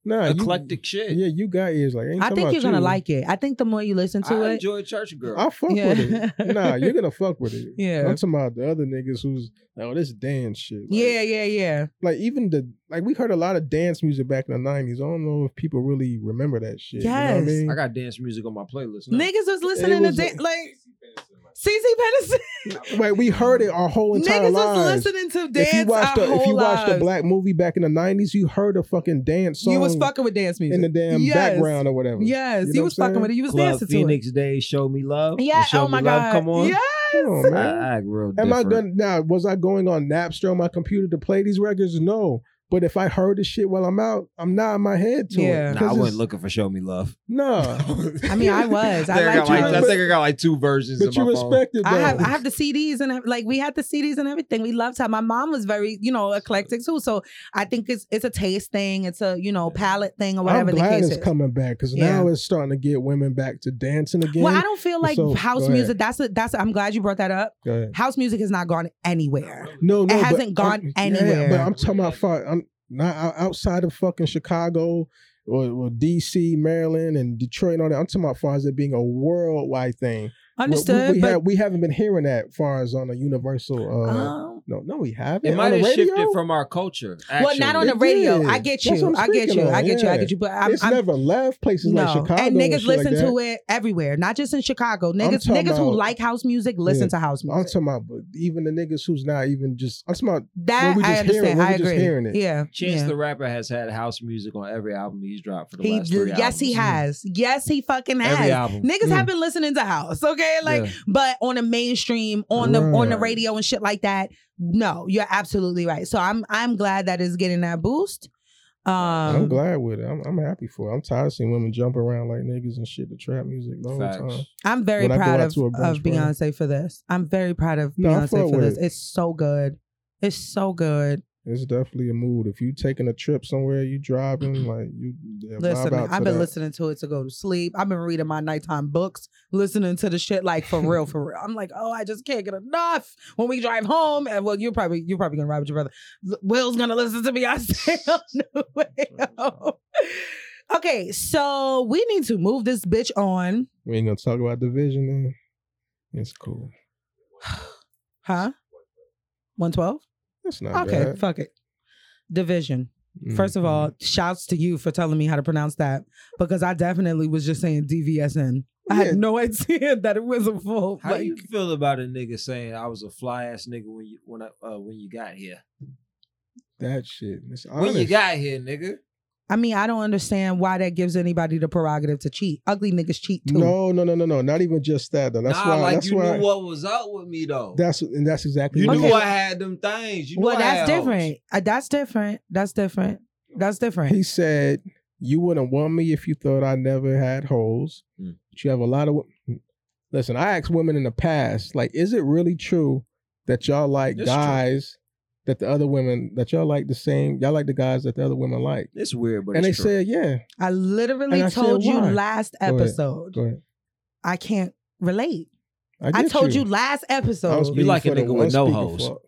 Nah, you-
eclectic shit.
yeah, you got ears like. Ain't
i
talking
think
about
you're going to
you.
like it i think the more you listen to
I
it
enjoy Church Girl.
I fuck
Yeah.
with it. Nah, you're gonna fuck with it.
Yeah.
I'm talking about the other niggas who's like, oh, this dance shit. Like,
yeah yeah yeah
Like even the like we heard a lot of dance music back in the nineties. I don't know if people really remember that shit. You know what
Yes.
I mean?
I got dance music on my playlist. Now.
niggas was listening
was
to da-
like-
like
Casey Peniston, my-
cc Pennison.
Like we heard it our whole entire
niggas was
lives.
listening to dance
If you watched
our
the if you
whole
watched the
lives.
black movie back in the nineties, you heard a fucking dance song
you was fucking with dance music
in the damn
Yes.
background or whatever.
yes
You
you,
know
was
what I'm
fucking
saying?
with it you was
Club
dancing
Phoenix Day, Show Me Love.
to it yeah
Show
oh
Me
my
Love,
god
Come on.
yes
Come on,
I,
man.
I act real
Am I
different.
gonna now? Was I going on Napster on my computer to play these records? No. But if I heard this shit while I'm out, I'm nodding my head to
Yeah.
it.
Nah, I wasn't looking for Show Me Love.
No.
i mean i was i
think I,
liked
got
you
like,
you.
I think I got like two versions.
But
in
you
my phone.
respect it though.
I have I have the CDs and ev- like we had the CDs and everything. We loved how my mom was very you know eclectic too. So I think it's it's a taste thing. It's a you know palette thing or whatever
am
the
glad
case
it's
is.
coming back because
Yeah.
now it's starting to get women back to dancing again.
Well, I don't feel like
So,
house
go
music. That's a, that's. A, I'm glad you brought that up.
Go ahead.
House music has not gone anywhere.
No, no, but
hasn't gone
I'm- yeah,
anywhere.
but I'm talking about far, I'm not out- outside of fucking Chicago or, or DC, Maryland, and Detroit and all that. I'm talking about far as it being a worldwide thing. Well, we-
Understood,
We,
but
have, we haven't been hearing that far as on a universal. Uh,
um,
no, no, we haven't.
It
On
might
the
have
radio?
shifted from our culture.
well, not on
actually.
the
It
radio.
did.
I get
That's what
you.
I'm
I get you.
speaking
I
on,
get you. I
yeah.
get you. But I'm,
it's
I'm
never left places like Chicago
and niggas
shit like
listen
that.
to it everywhere, not just in Chicago. Niggas,
talking
niggas who
about-
like house music listen
Yeah.
to house
I'm
music.
talking about but even the niggas who's not even just. I'm talking about
that
we just
I
hearing-
understand.
when we
I
just
agree.
hearing it.
Yeah,
Chance
yeah.
the Rapper has had house music on every album he's dropped for the
He
last three
yes,
albums.
he has. Yes, he fucking
Every
has.
album.
Niggas
Mm.
have been listening to house, okay? Like,
Yeah.
but on the mainstream, on the on the
Right.
radio and shit like that. No, you're absolutely right. So I'm I'm glad that it's getting that boost. Um,
I'm glad with it. I'm, I'm happy for it. I'm tired of seeing women jump around like niggas and shit to trap music the whole
Facts.
time.
I'm very
When I go
proud
out
of,
to a brunch
of
party.
Beyonce for this. I'm very proud of
No, I
Beyonce
fuck
for
with
this.
it.
It's so good. It's so good.
It's definitely a mood. If you taking a trip somewhere, you driving like you. Yeah, vibe
Listen,
out to
I've been
that.
listening to it to go to sleep. I've been reading my nighttime books, listening to the shit like for real, for real. I'm like, oh, I just can't get enough. When we drive home, and well, you're probably you're probably gonna ride with your brother. L- Will's gonna listen to Beyonce on the way home. Okay, so we need to move this bitch on,
We ain't gonna talk about division. Then. It's cool.
huh? One twelve.
That's not
Okay,
bad.
fuck it. Division.
Mm,
First of
mm.
all, shouts to you for telling me how to pronounce that because I definitely was just saying DVSN. I
Yeah.
had no idea that it was a full.
How
like,
you feel about a nigga saying I was a fly ass nigga when you when I, uh, when you got here?
that shit. It's
When you
honest.
got here, nigga.
I mean, I don't understand why that gives anybody the prerogative to cheat. Ugly niggas cheat too.
No, no, no, no, no. Not even just that though. That's
nah,
why.
like
that's
you
why.
knew what was up with me though.
That's and that's exactly.
you
what
knew
Okay.
I had them things. You knew
well,
I
that's
had hoes.
different. Uh, that's different. That's different. That's different.
He said, "You wouldn't want me if you thought I never had holes."
Mm.
But you have a lot of. wo- Listen, I asked women in the past, like, is it really true that y'all like
It's true.
guys that the other women that y'all like the same? Y'all like the guys that the other women like?
It's weird, but
and they
it's true.
said, yeah.
I literally
And I said
told you
why?
last
ahead.
episode.
Go ahead.
I can't relate. I,
get
told you. last
I'm
episode.
speaking
like a
for the-
nigga with
I'm
no
speaking
hoes.
for-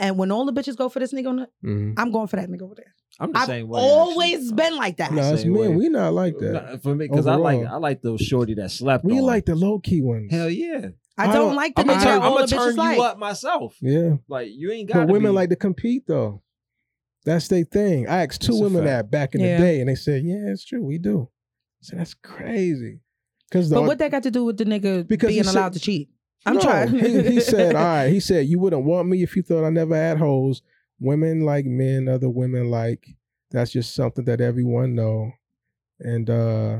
And when all the bitches go for this nigga, on the-
Mhm.
I'm going for that nigga over there.
I'm the
I've
same way.
always
actually.
been like that.
No, it's
Same way.
men. We not like that.
Nah, for me because I like
Overall.
I like those shorty that slept.
we
on.
like the low key ones.
hell yeah.
I
I
don't,
don't-
like the
I'm
nigga
gonna
I'ma
that
turn,
all the
I'ma turn
bitches
you
like.
up myself.
yeah.
Like you ain't got
But women
be.
like to compete though. That's their thing. I asked two
That's a
women that
fact.
back in
Yeah.
the day, and they said, "Yeah, it's true. We do." So that's crazy. Because
but what that got to do with the nigga
Because he
being
said-
allowed to cheat? I'm
No,
trying.
he, he said, "All right." He said, "You wouldn't want me if you thought I never had hoes. Women like men, other women like. That's just something that everyone know." And uh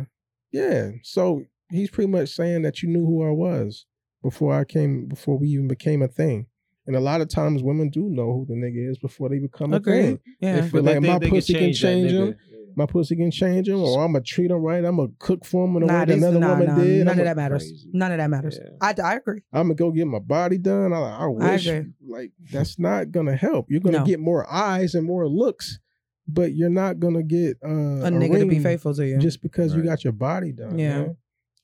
yeah, so he's pretty much saying that you knew who I was before I came, before we even became a thing. And a lot of times, women do know who the nigga is before they become a
Agreed.
thing.
Yeah.
If- But like, my pussy can change
that,
him.
nigga.
My pussy can change him, or I'm gonna treat him right. I'm gonna cook for him in a
Nah,
way that
these-
another
nah,
woman
nah,
did.
none
I'm
of
gonna-
that matters.
Crazy.
None of that matters.
Yeah.
I, I agree.
I'm gonna go get my body done. I, I wish,
agree.
like, that's not gonna help. You're gonna
No.
get more eyes and more looks, but you're not gonna get uh,
A, nigga to be
ring
faithful to you.
just because you
Right.
got your body done.
Yeah.
Yeah,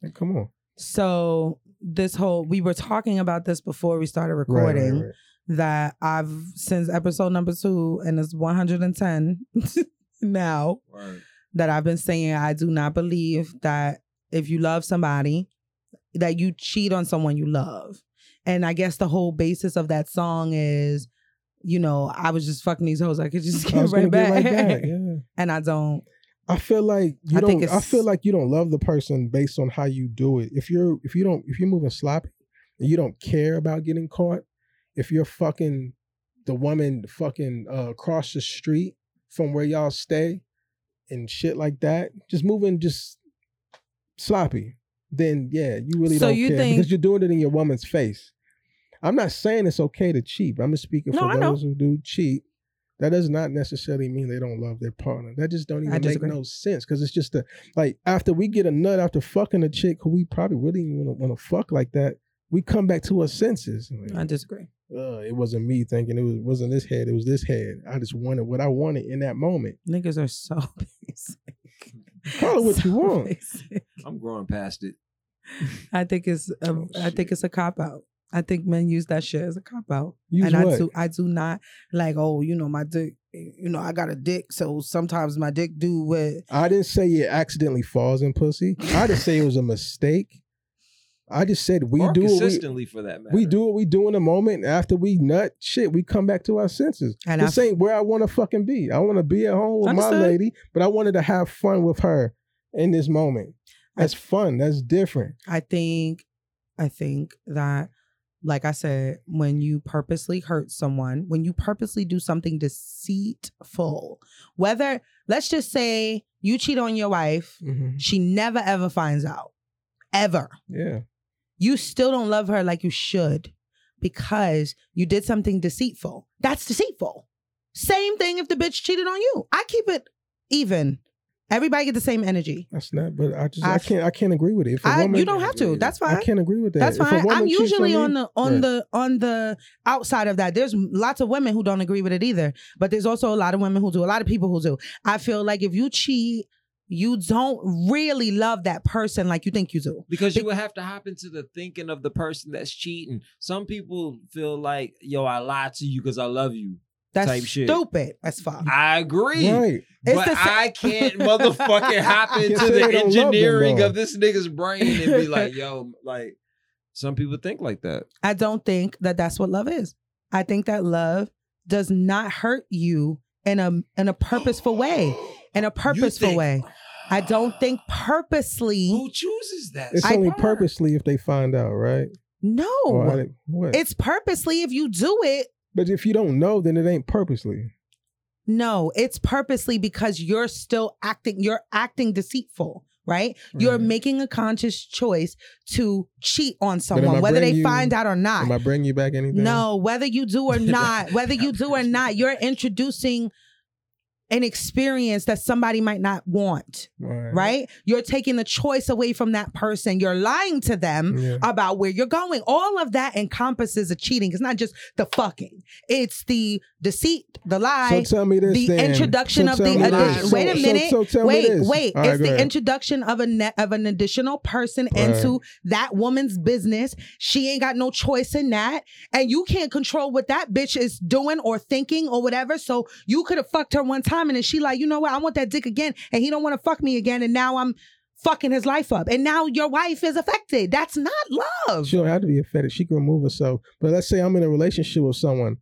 Like, come on.
so this whole we were talking about this before we started
Right, right,
recording
right.
that I've since episode number two and it's 110 now
Word.
that I've been saying I do not believe that if you love somebody that you cheat on someone you love. And I guess the whole basis of that song is, you know, I was just fucking these hoes. I could just
I
get
was
right
gonna
back.
get right back. Yeah.
and I don't.
I feel like you
I
don't.
think
I
it's-
feel like you don't love the person based on how you do it. If you're if you don't if you're moving sloppy and you don't care about getting caught, if you're fucking the woman fucking uh, across the street from where y'all stay and shit like that, just moving just sloppy, then yeah, you really
So
don't
you
care
think-
because you're doing it in your woman's face. I'm not saying it's okay to cheat. but I'm just speaking
No,
for
I know.
those who do cheat that does not necessarily mean they don't love their partner. That just don't
I
even make
disagree.
no sense because it's just a like after we get a nut after fucking a chick who we probably really want to fuck like that, we come back to our senses. And
I
Like,
disagree.
uh, it wasn't me thinking it was, wasn't this head. It was this head. I just wanted what I wanted in that moment.
Niggas are so basic.
Call it what you want.
basic.
I'm growing past it.
I think it's a,
Oh,
I think
shit.
it's a cop out. I think men use that shit as a cop out.
Use
and I
what?
do I do not like, oh, you know, my dick you know, I got a dick, so sometimes my dick do what
I didn't say it accidentally falls in pussy. I didn't say it was a mistake. I just said we
or
do what we,
consistently for that matter.
we do what we do in the moment. After we nut shit, we come back to our senses.
and I
this ain't where I want to fucking be. I want to be at home with
Understood.
my lady, but I wanted to have fun with her in this moment. That's fun. That's different.
I think I think that like I said, when you purposely hurt someone, when you purposely do something deceitful, whether let's just say you cheat on your wife, she never ever finds out. Ever.
Yeah.
you still don't love her like you should because you did something deceitful. That's deceitful. Same thing if the bitch cheated on you. I keep it even. Everybody get the same energy.
That's not. But I just I,
I-
can't I can't agree with it. If a
I,
woman,
you don't have to. That's
I
fine.
can't agree with that.
That's
If a
fine.
woman
I'm
cheats
usually
me-
on the on
Right.
the on the outside of that. There's lots of women who don't agree with it either, but there's also a lot of women who do. A lot of people who do. I feel like if you cheat, you don't really love that person like you think you do.
because you would have to hop into the thinking of the person that's cheating. Some people feel like, yo, I lied to you because I love you.
That's
Type shit.
stupid as fuck.
I agree.
right.
It's
But
the sa-
I can't motherfucking hop
You
into
say
the
they don't love them,
engineering
though.
of this nigga's brain and be like, yo, like some people think like that.
I don't think that that's what love is. I think that love does not hurt you in a in a purposeful way, in a purposeful
think-
way. I don't think purposely.
Who chooses that?
It's
I-
only
part?
purposely if they find out, right? Or I
No,
didn't- what?
it's purposely if you do it.
but if you don't know, then it ain't purposely.
No, it's purposely because you're still acting. You're acting deceitful, right? You're
Right.
making a conscious choice to cheat on
am I
someone, whether they
bringing you-
find out or not.
Am I bringing you back anything?
No, whether you do or not, whether you do or not, you're introducing an experience that somebody might not want, right? You're taking the choice away from that person. You're lying to them
Yeah.
about where you're going. All of that encompasses a cheating. It's not just the fucking, it's the deceit, the
So
lie.
tell me this.
the
then.
introduction
So
of
tell
the
me this.
addition-
So-
wait a
so-
minute.
So, tell me
Wait,
this.
wait!
All right,
it's
go
the
ahead.
introduction of a net of an additional person
Right.
into that woman's business. She ain't got no choice in that, and you can't control what that bitch is doing or thinking or whatever. So you could have fucked her one time, and then she like, you know what? I want that dick again, and he don't want to fuck me again, and now I'm fucking his life up, and now your wife is affected. That's not love.
She don't have to be affected. She can remove herself. But let's say I'm in a relationship with someone.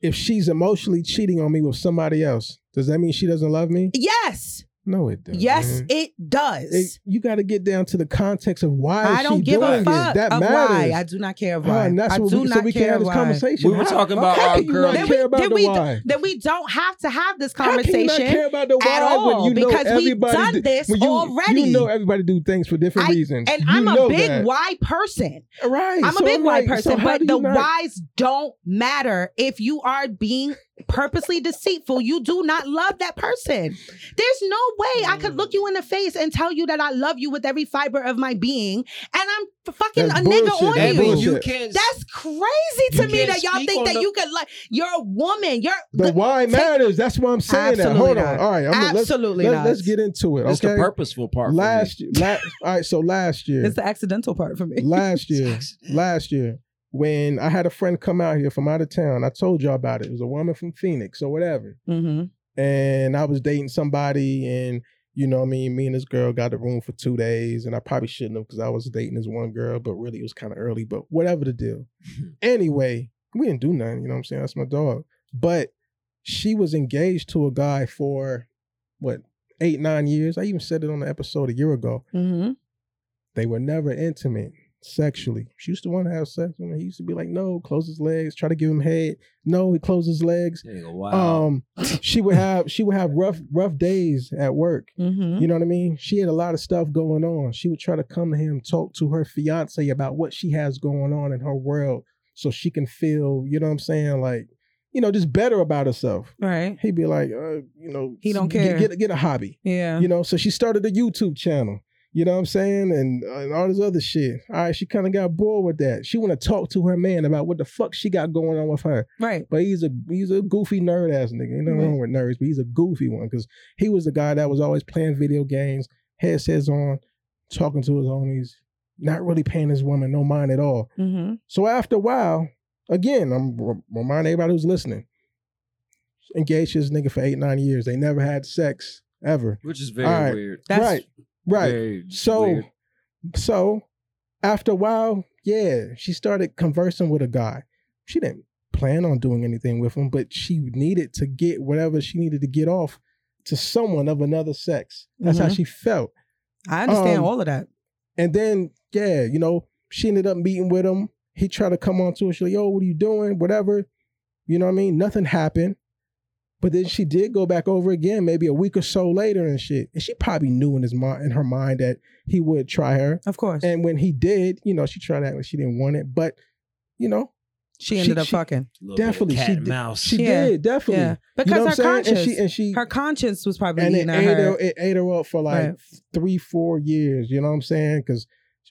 If she's emotionally cheating on me with somebody else, does that mean she doesn't love me?
Yes,
No, it doesn't.
Yes, it does.
It- you got to get down to the context of why is
I
she
don't give
doing
a fuck
it. That
of
matters.
why. I do not care of
Huh,
why.
and that's
I
what
do
we,
not
so we can
care
have this
why.
conversation.
We were
How-
talking about
how
our
can you not
girl.
Then we-
care about
then
the
we-
why?
That we don't have to have this
How can you
conversation.
not care about the why
at all?
when you know
Because we've
everybody
done
do-
this
when you,
already.
You know everybody do things for different
I-
reasons,
and
You
I'm a
know
big
that.
why person.
right?
I'm a
so
big why
like, so
person,
how do
but the
you not-
whys don't matter. If you are being purposely deceitful, you do not love that person. There's no way I could look you in the face and tell you that I love you with every fiber of my being, and I'm f- fucking
That's
a nigga
bullshit.
on
That's
you.
Abby, you
bullshit.
can't.
That's crazy to
You
me
can't
that y'all
speak
think
on
that
the-
you could like you're a woman. You're
the why matters. That's why I'm saying that.
Absolutely
Hold
not.
on. All right, I'm gonna- let's,
absolutely
let's,
not.
let's get into it.
It's the
Okay.
purposeful part. for me.
last year, last, all right. So last year,
it's the accidental part for me.
last year,
Accident.
last year when I had a friend come out here from out of town. I told y'all about it. It was a woman from Phoenix or whatever.
Mhm.
And I was dating somebody and you know what I mean? Me and this girl got a room for two days, and I probably shouldn't have because I was dating this one girl, but really it was kind of early, but whatever the deal. anyway, we didn't do nothing, you know what I'm saying? That's my dog. But she was engaged to a guy for what, eight, nine years? I even said it on the episode a year ago
Mhm.
they were never intimate sexually. She used to want to have sex with him. He used to be like, no, close his legs, try to give him head. No, he closed his legs.
Nigga, Wow.
Um, she would have she would have rough rough days at work.
Mhm.
You know what I mean? She had a lot of stuff going on. She would try to come to him, talk to her fiance about what she has going on in her world, so she can feel, you know what I'm saying, like, you know, just better about herself.
Right.
He'd be like, uh, you know,
He don't
get-
care.
Get, get a hobby
Yeah.
you know so she started a youtube channel you know what i'm saying and, and all this other shit all right she kind of got bored with that she want to talk to her man about what the fuck she got going on with her
Right.
but he's a he's a goofy nerd ass nigga ain't nothing wrong with nerds but he's a goofy one because he was the guy that was always playing video games headsets on talking to his homies not really paying his woman no mind at all
Mhm.
so after a while, again, I'm r- reminding everybody who's listening, engaged to this nigga for eight, nine years. They never had sex ever.
Which is very
all right.
weird.
That's
right, right.
Very
So,
weird.
so after a while, yeah, she started conversing with a guy. She didn't plan on doing anything with him, but she needed to get whatever she needed to get off to someone of another sex. That's how
Mhm.
she felt.
I understand
Um,
all of that.
And then, yeah, you know, she ended up meeting with him. He tried to come on to her. She's like, yo, what are you doing? Whatever. You know what I mean? Nothing happened. But then she did go back over again, maybe a week or so later and shit. And she probably knew in his mind in her mind that he would try her.
Of course.
And when he did, you know, she tried to act like she didn't want it. But, you know,
she
she-
ended up
she-
fucking.
Little bit of
definitely,
cat
she
and
did-
mouse.
she
Yeah.
did, definitely.
Yeah.
You know
Because
what
her
I'm saying?
conscience.
And she and she
her conscience was probably
and it
eating at
ate
her.
her it ate her up for like
Right.
three, four years. You know what I'm saying? Cause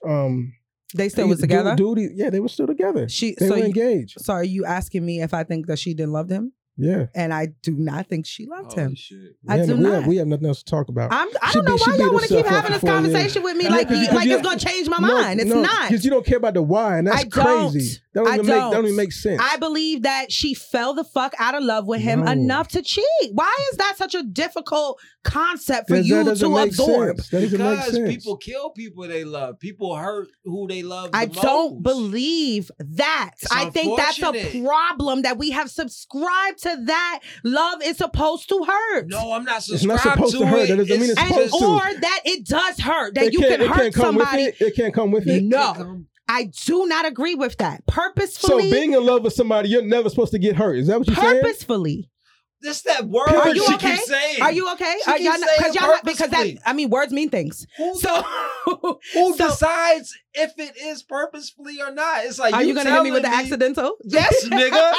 um
They still
he-
was
du-
together.
Duty, yeah, they were still together.
she
They
so
were
you,
engaged.
so are you asking me if I think that she didn't love him?
Yeah.
And I do not think she loved
Holy
him.
shit.
I
Yeah,
do
but we
not.
Have, we have nothing else to talk about.
I'm, I
She
don't know
beat- she
why y'all
beat
want to keep
herself up
having this
for four years.
conversation with me
Yeah,
like
'cause you-
like
you-
it's gonna change my mind. It's not.
because you don't care about the why, and that's
I
crazy. That
I
don't, even make, that
don't.
don't even make sense.
I believe that she fell the fuck out of love with him
No.
enough to cheat. Why is that such a difficult concept for
That- that
you
doesn't
to
make
absorb?
sense. That doesn't make
because
sense.
people kill people they love. People hurt who they love. the
I don't
most.
believe that.
It's
I think that's a
unfortunate.
problem that we have subscribed to that love is supposed to hurt.
No, I'm not
not
subscribed
supposed to
to
hurt.
It.
That doesn't mean it's
and
supposed to.
or that it does hurt that
It
you
can't-
can
it
hurt
can't come with
somebody.
It. it can't come with it.
um,
No, I do not agree with that.
So
Purposefully,
being in love with somebody, you're never supposed to get hurt. Is that what you're saying?
purposefully.
That's that word.
Are
that
you
she
okay?
keeps saying.
Are you okay?
She
Are
keeps
y'all not,
saying
cause y'all not, because that
purposefully.
I mean words mean things.
Who,
So
who
so-
decides if it is purposefully or not? It's like
are you gonna hit me with the
telling
accidental?
Yes, nigga.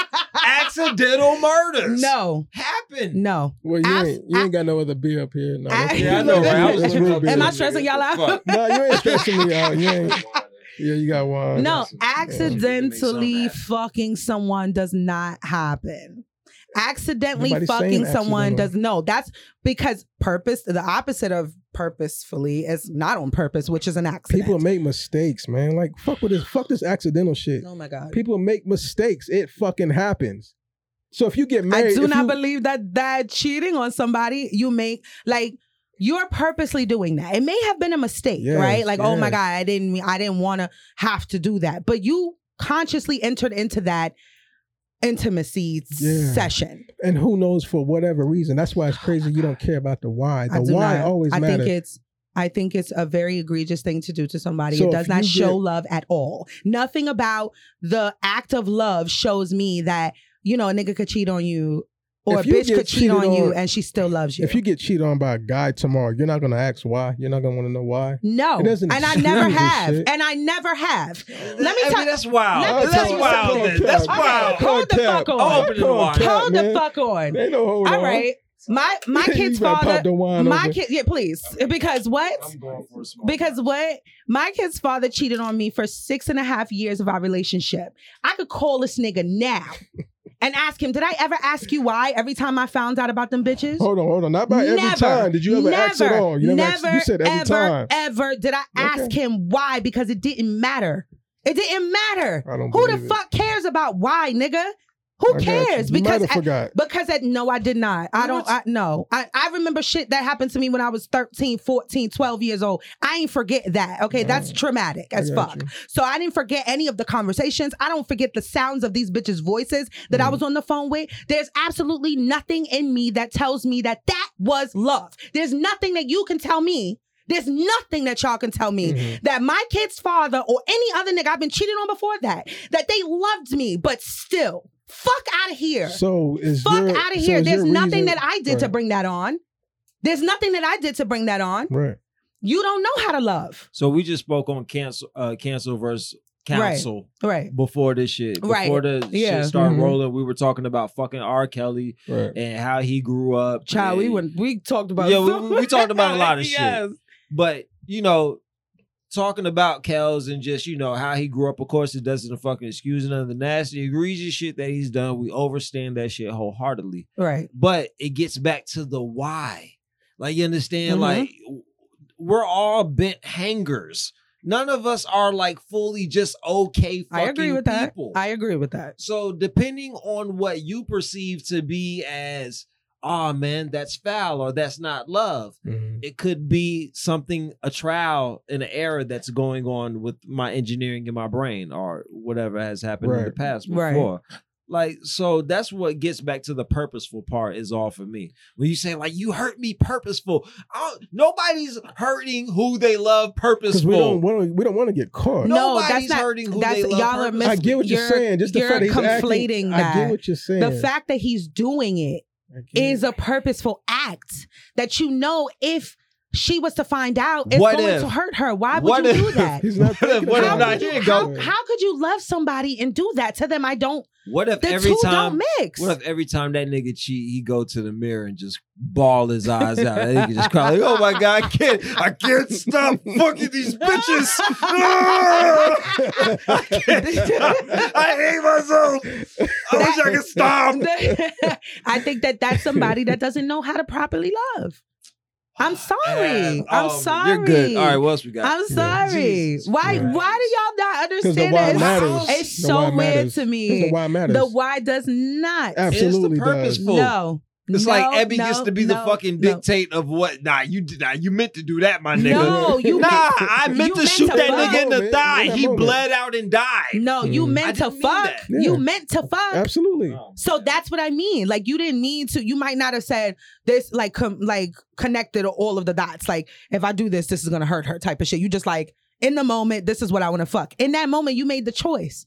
Accidental murders.
no,
Happen.
no.
Well, you
Abs-
ain't, you ain't got no other beer up here. No, that's-
Yeah, I know, right? I was
That's
looking
real
up
beer.
Am I
nigga,
stressing y'all out?
fuck.
No, you ain't stressing me out. You ain't.
Water.
Yeah, you got one.
No,
Yeah.
accidentally fucking someone does not happen. Accidentally
Nobody's
fucking
saying
someone
accidental.
does no. That's because purpose. The opposite of purposefully is not on purpose, which is an accident.
People make mistakes, man. Like fuck with this, fuck this accidental shit.
oh my god.
People make mistakes. It fucking happens. So if you get married,
I do
if
not
you-
believe that that cheating on somebody you make like you're purposely doing that. It may have been a mistake,
Yes,
right? Like, oh my
yes.
god, I didn't mean- I didn't want to have to do that. But you consciously entered into that intimacy
Yeah.
session.
And who knows for whatever reason. That's why it's crazy you don't care about the why. The
I do
why
not.
always
I
matters.
think it's I think it's a very egregious thing to do to somebody.
So
it
if
does not
you
show
get-
love at all. Nothing about the act of love shows me that, you know, a nigga could cheat on you or
If
a
you
bitch
get
could cheat
cheated
on you
on-
and she still loves you.
If you get cheated on by a guy tomorrow, you're not gonna ask why. You're not gonna want to know why.
no,
It doesn't
and I
excuse
never
this
have,
shit.
and I never have.
Let
me
I
tell-
mean, that's wild.
let me
that's
tell you
wild.
something.
then. That's
Okay.
wild.
Hold the fuck on.
Open the wine.
cap,
Hold
man.
the fuck on.
Ain't no hold
All
on.
right, my my
You
kid's
better pop
father,
the wine
my
open.
kid, yeah, please, because what?
I'm going for a small.
Because what my kid's father cheated on me for six and a half years of our relationship. I could call this nigga now and ask him, Did I ever ask you why every time I found out about them bitches?
Hold on, hold on. Not by every
Never,
time. Did you ever ask at all? You never, asked, you said every
ever,
time.
ever did I ask him why because it didn't matter. It didn't matter.
I don't
Who the
believe it.
fuck cares about why, nigga? Who
I got you.
cares?
You might
Because
have
at-
forgot.
because at, no, I did not. I don't, I,
What?
no. I, I remember shit that happened to me when I was 13, 14, 12 years old. I ain't forget that. Okay, that's traumatic
I
as
got
fuck.
you.
So I didn't forget any of the conversations. I don't forget the sounds of these bitches' voices that
Mm.
I was on the phone with. There's absolutely nothing in me that tells me that that was love. There's nothing that you can tell me. There's nothing that y'all can tell me
Mhm.
that my kid's father or any other nigga I've been cheated on before that, that they loved me, but still, fuck out of here.
So is
fuck
your-
out of
so
here.
is your
There's nothing
reason-
that I did to
Right.
bring that on. There's nothing that I did to bring that on.
Right.
You don't know how to love.
So we just spoke on cancel, uh, cancel versus council.
Right.
Before this shit, before
Right.
the
Yeah. Mm-hmm.
shit started
Mhm.
rolling, we were talking about fucking R. Kelly
Right.
and how he grew up.
Child, we
and-
went, we talked about
Yeah, we-
so
we- we talked about a lot of
much.
shit. But you know, talking about Kels and just you know how he grew up. Of course, it doesn't fucking excuse none of the nasty, egregious shit that he's done. We overstand that shit wholeheartedly.
Right.
But it gets back to the why. Like you understand,
Mhm.
like w- we're all bent hangers. None of us are like fully just okay. Fucking
I agree with that.
people.
I agree with that.
So depending on what you perceive to be as, oh man, that's foul or that's not love
Mhm.
it could be something a trial an error that's going on with my engineering in my brain or whatever has happened in the
Right.
past
Right.
before like so that's what gets back to the purposeful part is all for me when you say like you hurt me purposeful I don't- nobody's hurting who they love
Because we don't
purposeful
want to. We don't want to get caught.
No,
nobody's
that's not-
hurting who
that's-
they love
y'all are
purposeful.
mis-
I get what you're,
you're-
saying. Just the
you're
fact that he's acting-
conflating
I
that.
get what you're saying.
The fact that he's doing it
I get
is
it.
a purposeful act that you know if she was to find out, it's
What
going
if-
to hurt her. Why would
what
you
if-
do that?
He's not.
What if-
thinking
what
if
about
not?
it.
Here you
How,
go.
how could you love somebody and do that to them? I don't.
what if
The
every
two
time
don't mix.
what if every time that nigga cheat, he go to the mirror and just ball his eyes out? And he can just cry like, "Oh my god, I can't, I can't stop fucking these bitches. I, can't stop. I hate myself. I wish I could stop."
I think that that's somebody that doesn't know how to properly love. I'm sorry.
And,
I'm
oh,
sorry.
You're good. All right, what else we got?
I'm sorry.
Jesus
Why?
Christ.
Why do y'all not
'Cause the
understand
why
that? It's-
matters.
It's
The
so
why
weird
matters.
to me.
The why matters.
The why does not.
Abs-
it's
absolutely
the
does.
purposeful.
No.
It's
No,
like Ebby
no,
gets to be the
no,
fucking
no.
dictate of what. Nah, you did. Nah, you meant to do that, my nigga.
No, you
nah,
meant-
I meant
you
to
meant
shoot
to
that
fuck.
nigga in the
Moment,
thigh.
moment,
He
moment.
bled out and died.
No, you
Mm.
I
meant to
didn't mean
fuck.
that.
Yeah.
You meant to fuck.
Absolutely.
So that's what I mean. Like you didn't need to. You might not have said this. Like com- like connected all of the dots. Like if I do this, this is gonna hurt her. Type of shit. You just like in the moment. This is what I want to fuck. In that moment, you made the choice,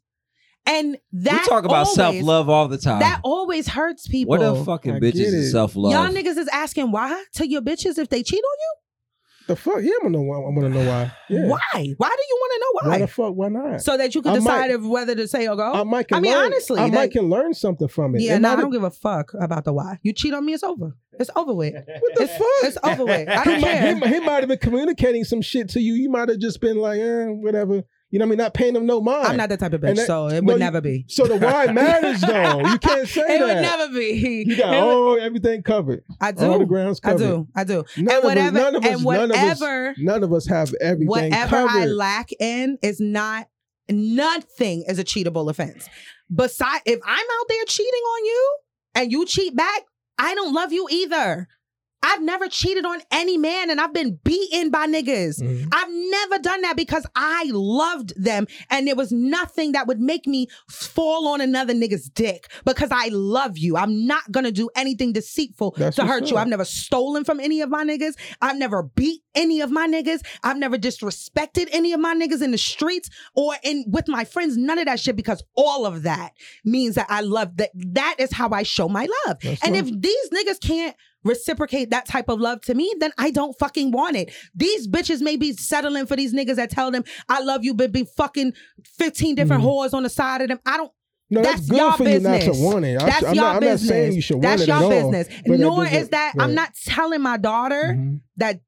and that
we talk about
always-
self love all the time.
That always hurts people.
what the fucking
I
bitches
get
is
it.
self love?
Y'all niggas is asking why to your bitches if they cheat on
The fuck? Yeah, I'm gonna know why. I'm gonna know why.
you.
Yeah.
Why? Why do you want to know
Why
why?
the fuck? Why not?
so that you can
I might-
decide if whether to say or go.
I might. Can
I mean,
learn,
honestly,
I might
like-
can learn something from it.
yeah,
It
no,
might
I
have-
don't give a fuck about the why. You cheat on me, it's over. It's over with.
What the fuck?
It's over with. I
He
don't
might,
care.
he, he might have been communicating some shit to you. You might have just been like, eh, whatever. You know what I mean? Not paying him no mind.
I'm not that type of bitch,
And that-
so it would
no, you-
never be.
So the why matters though. You can't say
It
that.
would never be.
you got
It would-
all everything covered.
I
All the
do.
grounds
I
covered.
do. I do.
None
and whatever.
Of us, none
and
of us, none of us,
whatever.
none of us have everything
Whatever
covered.
I lack in is not. Nothing is a cheatable offense. Besides, if I'm out there cheating on you and you cheat back, I don't love you either. I've never cheated on any man and I've been beaten by niggas.
Mhm.
I've never done that because I loved them and there was nothing that would make me fall on another nigga's dick because I love you. I'm not gonna do anything deceitful
That's
to
what's
hurt you.
up.
I've never stolen from any of my niggas. I've never beat any of my niggas. I've never disrespected any of my niggas in the streets or in with my friends. None of that shit because all of that means that I love that. That is how I show my love.
That's
and
right.
if these niggas can't reciprocate that type of love to me, then I don't fucking want it. These bitches may be settling for these niggas that tell them I love you, but be fucking 15 different
Mhm.
whores on the side of them. I don't
No, that's,
That's
good
y'all
for you not
business.
to want it. I-
that's
I'm,
your
not, I'm
business.
not saying you should want
that's
it
your
at all.
business.
but that
Nor
doesn't-
is that I'm
right.
not telling my daughter
Mhm.
that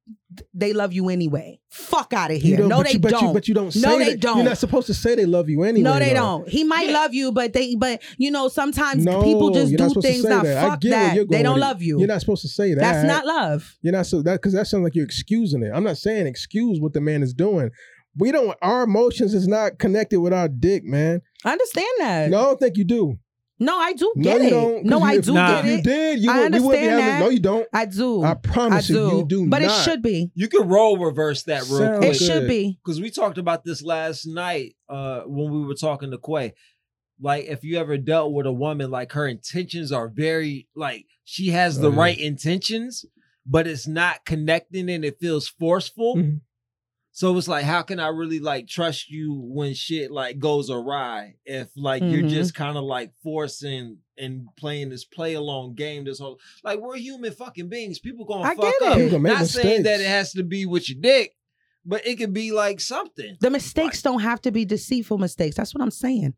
they love you anyway. Fuck out of
You
here.
don't-
No,
but
they
you, but
don't.
You, but you don't.
No,
say
they
that.
don't.
You're not supposed to say they love you anyway.
no, they
though.
don't. He might love you, but they, but you know, sometimes
No,
people just
you're not
do
supposed to
things.
say
Now,
that. I
fuck
get where
that.
you're
They
going
don't
with it.
love you.
You're not supposed to say that.
That's not love.
You're not so that because that sounds like you're excusing it. I'm not saying excuse what the man is doing. We don't. Our emotions is not connected with our dick, man.
I understand that.
No, I don't think you do.
No, I do
No,
get
you
it.
don't. 'cause
No,
you-
I
if
do
Nah.
get
You
it.
did. You
I
would, we wouldn't be
understand
having.
that.
No, you don't.
I do.
I
I,
promise
do.
you, you do
but
not.
it should be.
You can roll reverse that real
Sounds
quick.
It should
good.
be.
because we talked about this last night uh when we were talking to Quay. Like if you ever dealt with a woman, like her intentions are very like she has the
Oh, yeah.
right intentions, but it's not connecting and it feels forceful.
Mm-hmm.
Mhm.
So it's like, how can I really like trust you when shit like goes awry? If like you're
Mhm.
just kind of like forcing and playing this play along game, this whole like we're human fucking beings. People gonna
I
fuck
get
up.
it.
People make
Not saying that
mistakes.
it has to be with your dick, but it could be like something.
The mistakes don't have to be deceitful mistakes. That's what I'm saying.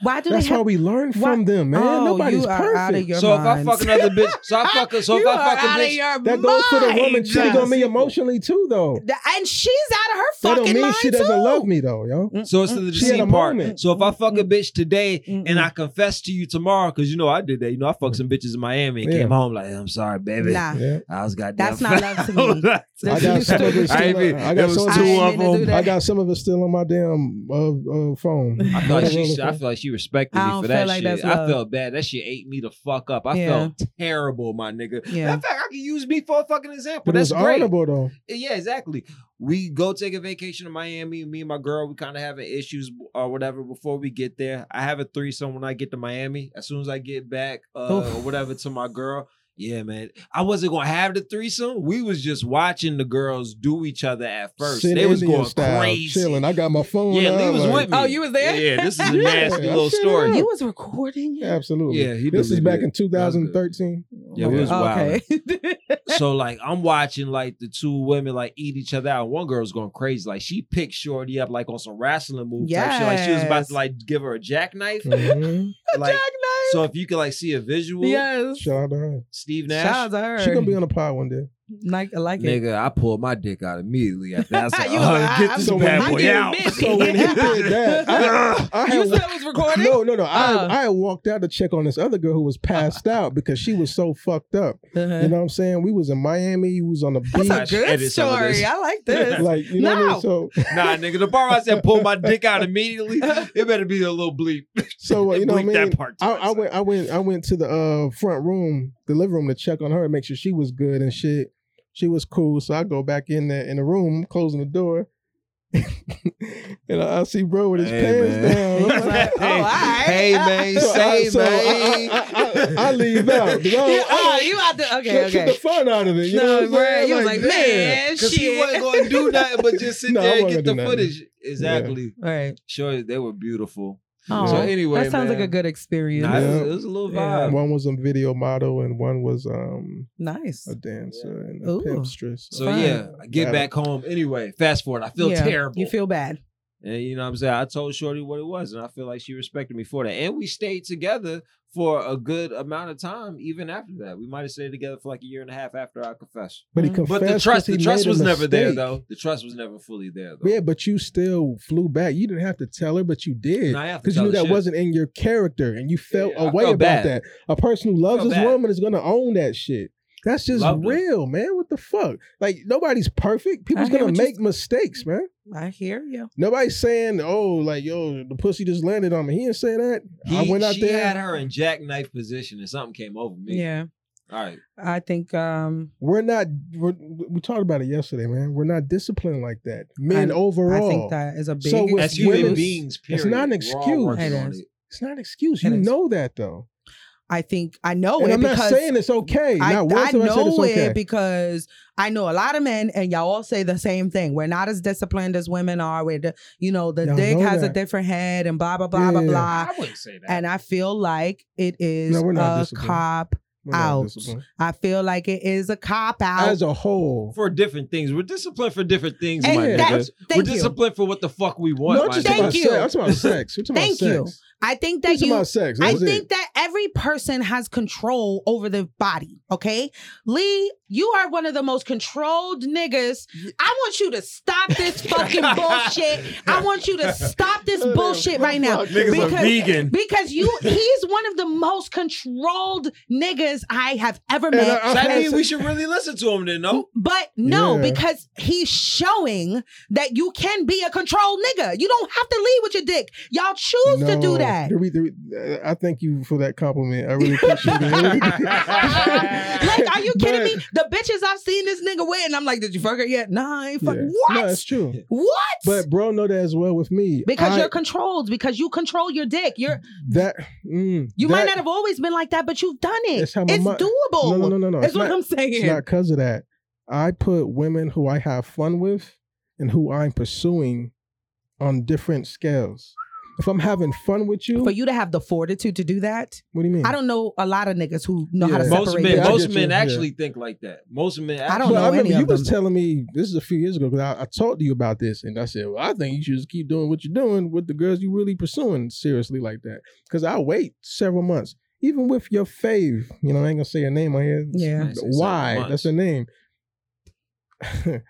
Why do
That's
they have?
why we
Why-
learn from them, man.
Oh,
Nobody's
you are out of
perfect.
your
so
minds.
if I fuck another bitch, so I fuck her, so if
you
I fuck
are
a
out of
bitch,
your
That goes for the woman
mind.
cheating on me emotionally too, though.
Th- And she's out of her
That
fucking
don't mean
mind
she doesn't
too.
love me, though, yo.
so it's the
She had a
deceit part.
moment.
So if I fuck a bitch today
Mm-mm. Mm.
and I confess to you tomorrow, because you know I did that, you know I fucked some bitches in Miami and
Yeah.
came home like I'm sorry, baby,
Nah,
Yeah.
I was goddamn.
That's not
fat."
love to me.
I got some of it
I ain't
still.
mean,
I got
it was
some
two
of
of them.
it- I got some of it still on my damn uh, uh, phone.
I feel like she,
Motorola
I
phone.
feel like she respected
I
me
don't
for
feel
that
like that's
shit. I
love.
felt bad. That shit ate me the fuck up. I
Yeah.
felt terrible, my nigga.
Yeah.
In fact, I can use me for a fucking example.
But it
that's
was
great.
honorable though.
Yeah, exactly. We go take a vacation to Miami. Me and my girl, we kind of having issues or whatever before we get there. I have a threesome when I get to Miami. As soon as I get back
Oh.
uh,
Oof.
or whatever to my girl. Yeah, man. I wasn't gonna have the threesome. We was just watching the girls do each other at first.
Sitting
they was
Indian
going
style,
crazy.
Chilling. I got my phone.
Yeah, Lee
out,
was
like-
with me.
Oh, you was there?
Yeah, this is a
Yeah,
nasty
I
little
shit
story.
out.
You was recording. it?
Absolutely.
Yeah, he
this is
deleted
back
it.
in
That was good.
2013.
Yeah, it was wild.
okay.
Eh.
so like I'm watching like the two women like eat each other out. One girl's going crazy. Like she picked Shorty up like on some wrestling move type shit. Like she was about
Yes.
to like give her a jackknife.
Mhm.
like
Jack
so if you could like see a visual,
Knight. yes.
Shout out to her.
Steve Nash.
Shout out to her.
She gonna be on the pod one day.
like, I like it.
Nigga, I pulled my dick out immediately after that. I said,
You
"Oh,
like,
get
I'm-
this
so when
bad
he
boy
did
out.
this-
So when he did that, I, I
You
had
said it was recording.
No, no, no. I
Oh.
Uh.
I had walked out to check on this other girl who was passed out because she was so fucked up. You
Uh-huh.
know what I'm saying? We was in Miami. We was on the
That's
beach.
a
Gosh,
good
edit some of this.
story. I like this.
Like you know what I
No.
mean? So
Nah, nigga, the part where I said pull my dick out immediately, it better be a little bleep.
so uh, you know what I
bleep
mean?
that part. to
I, I
myself.
went I went I went to the uh, front room, the living room to check on her and make sure she was good and shit. She was cool. So I go back in the in the room, closing the door. and I, I see bro with his
Hey,
pants
man.
down. I'm like,
oh, all right.
Hey, man,
so I,
say,
so I,
man. Ah,
I- I- I- I leave out. You know,
You, oh,
I-
you out there? Okay,
took- took the
okay.
fun out of it. You know
No,
what I'm saying?
right. You was like,
damn.
man,
Because he wasn't
shit.
going to do nothing but just sit
No, I
there and get
wasn't
the
gonna do nothing.
footage. Exactly.
Right.
Sure, they were beautiful.
Oh,
So anyway,
that sounds like
man.
a good experience.
Nah, it, was,
Yeah.
it was a little
Yeah.
vibe.
One was a video model and one was um
Nice.
a dancer and a
Ooh.
pimpstress.
So
Fine.
yeah, I get
Got
back home. Anyway, fast forward. I feel
Yeah,
terrible.
You feel bad.
and you know what I'm saying? I told Shorty what it was, and I feel like she respected me for that. And we stayed together for a good amount of time, even after that. We might have stayed together for like a year and a half after I confessed.
But he
Mhm.
confessed.
But the trust,
'cause he
the trust
made a
was never there
mistake.
though. The trust was never fully there though.
Yeah, but you still flew back. You didn't have to tell her, but you did.
And I have to
Because you
tell
knew
the
that
shit.
wasn't in your character and you felt
Yeah, I
a way
felt
about
bad.
that. A person who loves
felt
this
bad.
woman is gonna own that shit. That's just
Loved her.
real, man. What the fuck? Like nobody's perfect. People's
hear
gonna
what you
make mistakes, man.
I hear you.
Nobody's saying, "Oh, like yo, the pussy just landed on me." He didn't say that. I
He-
went out
she
there.
had her in jackknife position, and something came over me.
Yeah.
All right.
I think um
We're not. We're, we talked about it yesterday, man. We're not disciplined like that. Men
I-
overall.
I think that is a big
So with
As human
women-
beings,
it's
period.
not an
we're all
excuse.
working
It
on
is.
it.
it's not an excuse.
It
You
is.
know that though.
I think I know
And
it
I'm not
Oh, because
saying it's okay.
I,
not once
I
have I said it's
know
okay.
it because I know a lot of men, and y'all all say the same thing. We're not as disciplined as women are. We're, the- you know, the
Y'all
dick
know
has a
that.
different head, and blah blah blah blah
Yeah.
blah.
I wouldn't say that.
And I feel like it is
No, we're not
a
disciplined.
cop.
We're not
out.
disciplined.
I feel like it is a cop out.
As a whole.
For different things. We're disciplined for different things,
And
my
Yeah.
that's-
nigga. We're
thank you.
disciplined for what the fuck we want.
No, I'm
my
just
nigga.
Thank
about
you.
sex. I'm talking about sex. We're talking about
Thank
sex.
you. I think
We're
that
talking
you
about sex.
I
That's it.
think that every person has control over their body. Okay, Lee, you are one of the most controlled niggas. I want you to stop this fucking bullshit. I want you to stop this bullshit right now
Niggas are
Because-
vegan.
because you he's one of the most controlled niggas I have ever
And
met.
I-
So
I've
that
had
means
sex-
we should really listen to him then, no?
But no,
Yeah.
because he's showing that you can be a controlled nigga. You don't have to lead with your dick. Y'all choose to
No.
do that.
There we- there we- I thank you for that compliment. I really appreciate it.
like, are you kidding
But-
me? The bitches I've seen this nigga with, and I'm like, did you fuck her yet? Nah, I ain't fuck.
Yeah. No,
What?
that's true.
what?
But bro, know that as well with me.
because
I-
you're controlled, because you control your dick. You're
that mm,
you
that,
might not have always been like that, but you've done it. It's
That's how my mind-
doable.
No, no, no, no, no.
That's
It's
what
not,
I'm saying.
it's not because of that. I put women who I have fun with and who I'm pursuing on different scales. If I'm having fun with you,
For you to have the fortitude to do that,
what do you mean?
I don't know a lot of niggas who know how to
Yeah.
Most
separate.
men,
that.
I
most
get
men
you, yeah.
actually think like that. Most men
I don't
But
actually-
know
I remember
any
you
of
was
them.
telling me this is a few years ago because I, I talked to you about this and I said, well, I think you should just keep doing what you're doing with the girls you really pursuing seriously like that. Because I wait several months, even with your fave. You know, I ain't gonna say her name on here.
Yeah.
Nice. Say several
Why? That's
months.
her name.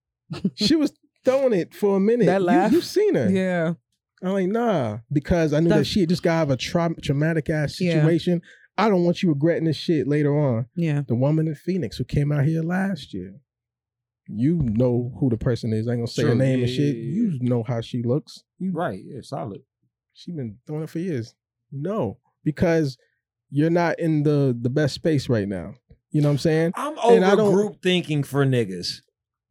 she was throwing it for a minute.
That laugh?
You, have seen her.
yeah.
I'm like, nah, because I knew
The-
that she had just got out of a tra- traumatic ass
Yeah.
situation. I don't want you regretting this shit later on
Yeah.
the woman in Phoenix who came out here last year. You know who the person is. I ain't gonna say her
Sure,
name and
yeah,
shit.
yeah, yeah.
You know how she looks. You,
Right. Yeah, solid.
she been doing it for years. No, because you're not in the the best space right now. You know what I'm saying?
I'm
And I
over
don't-
group thinking for niggas.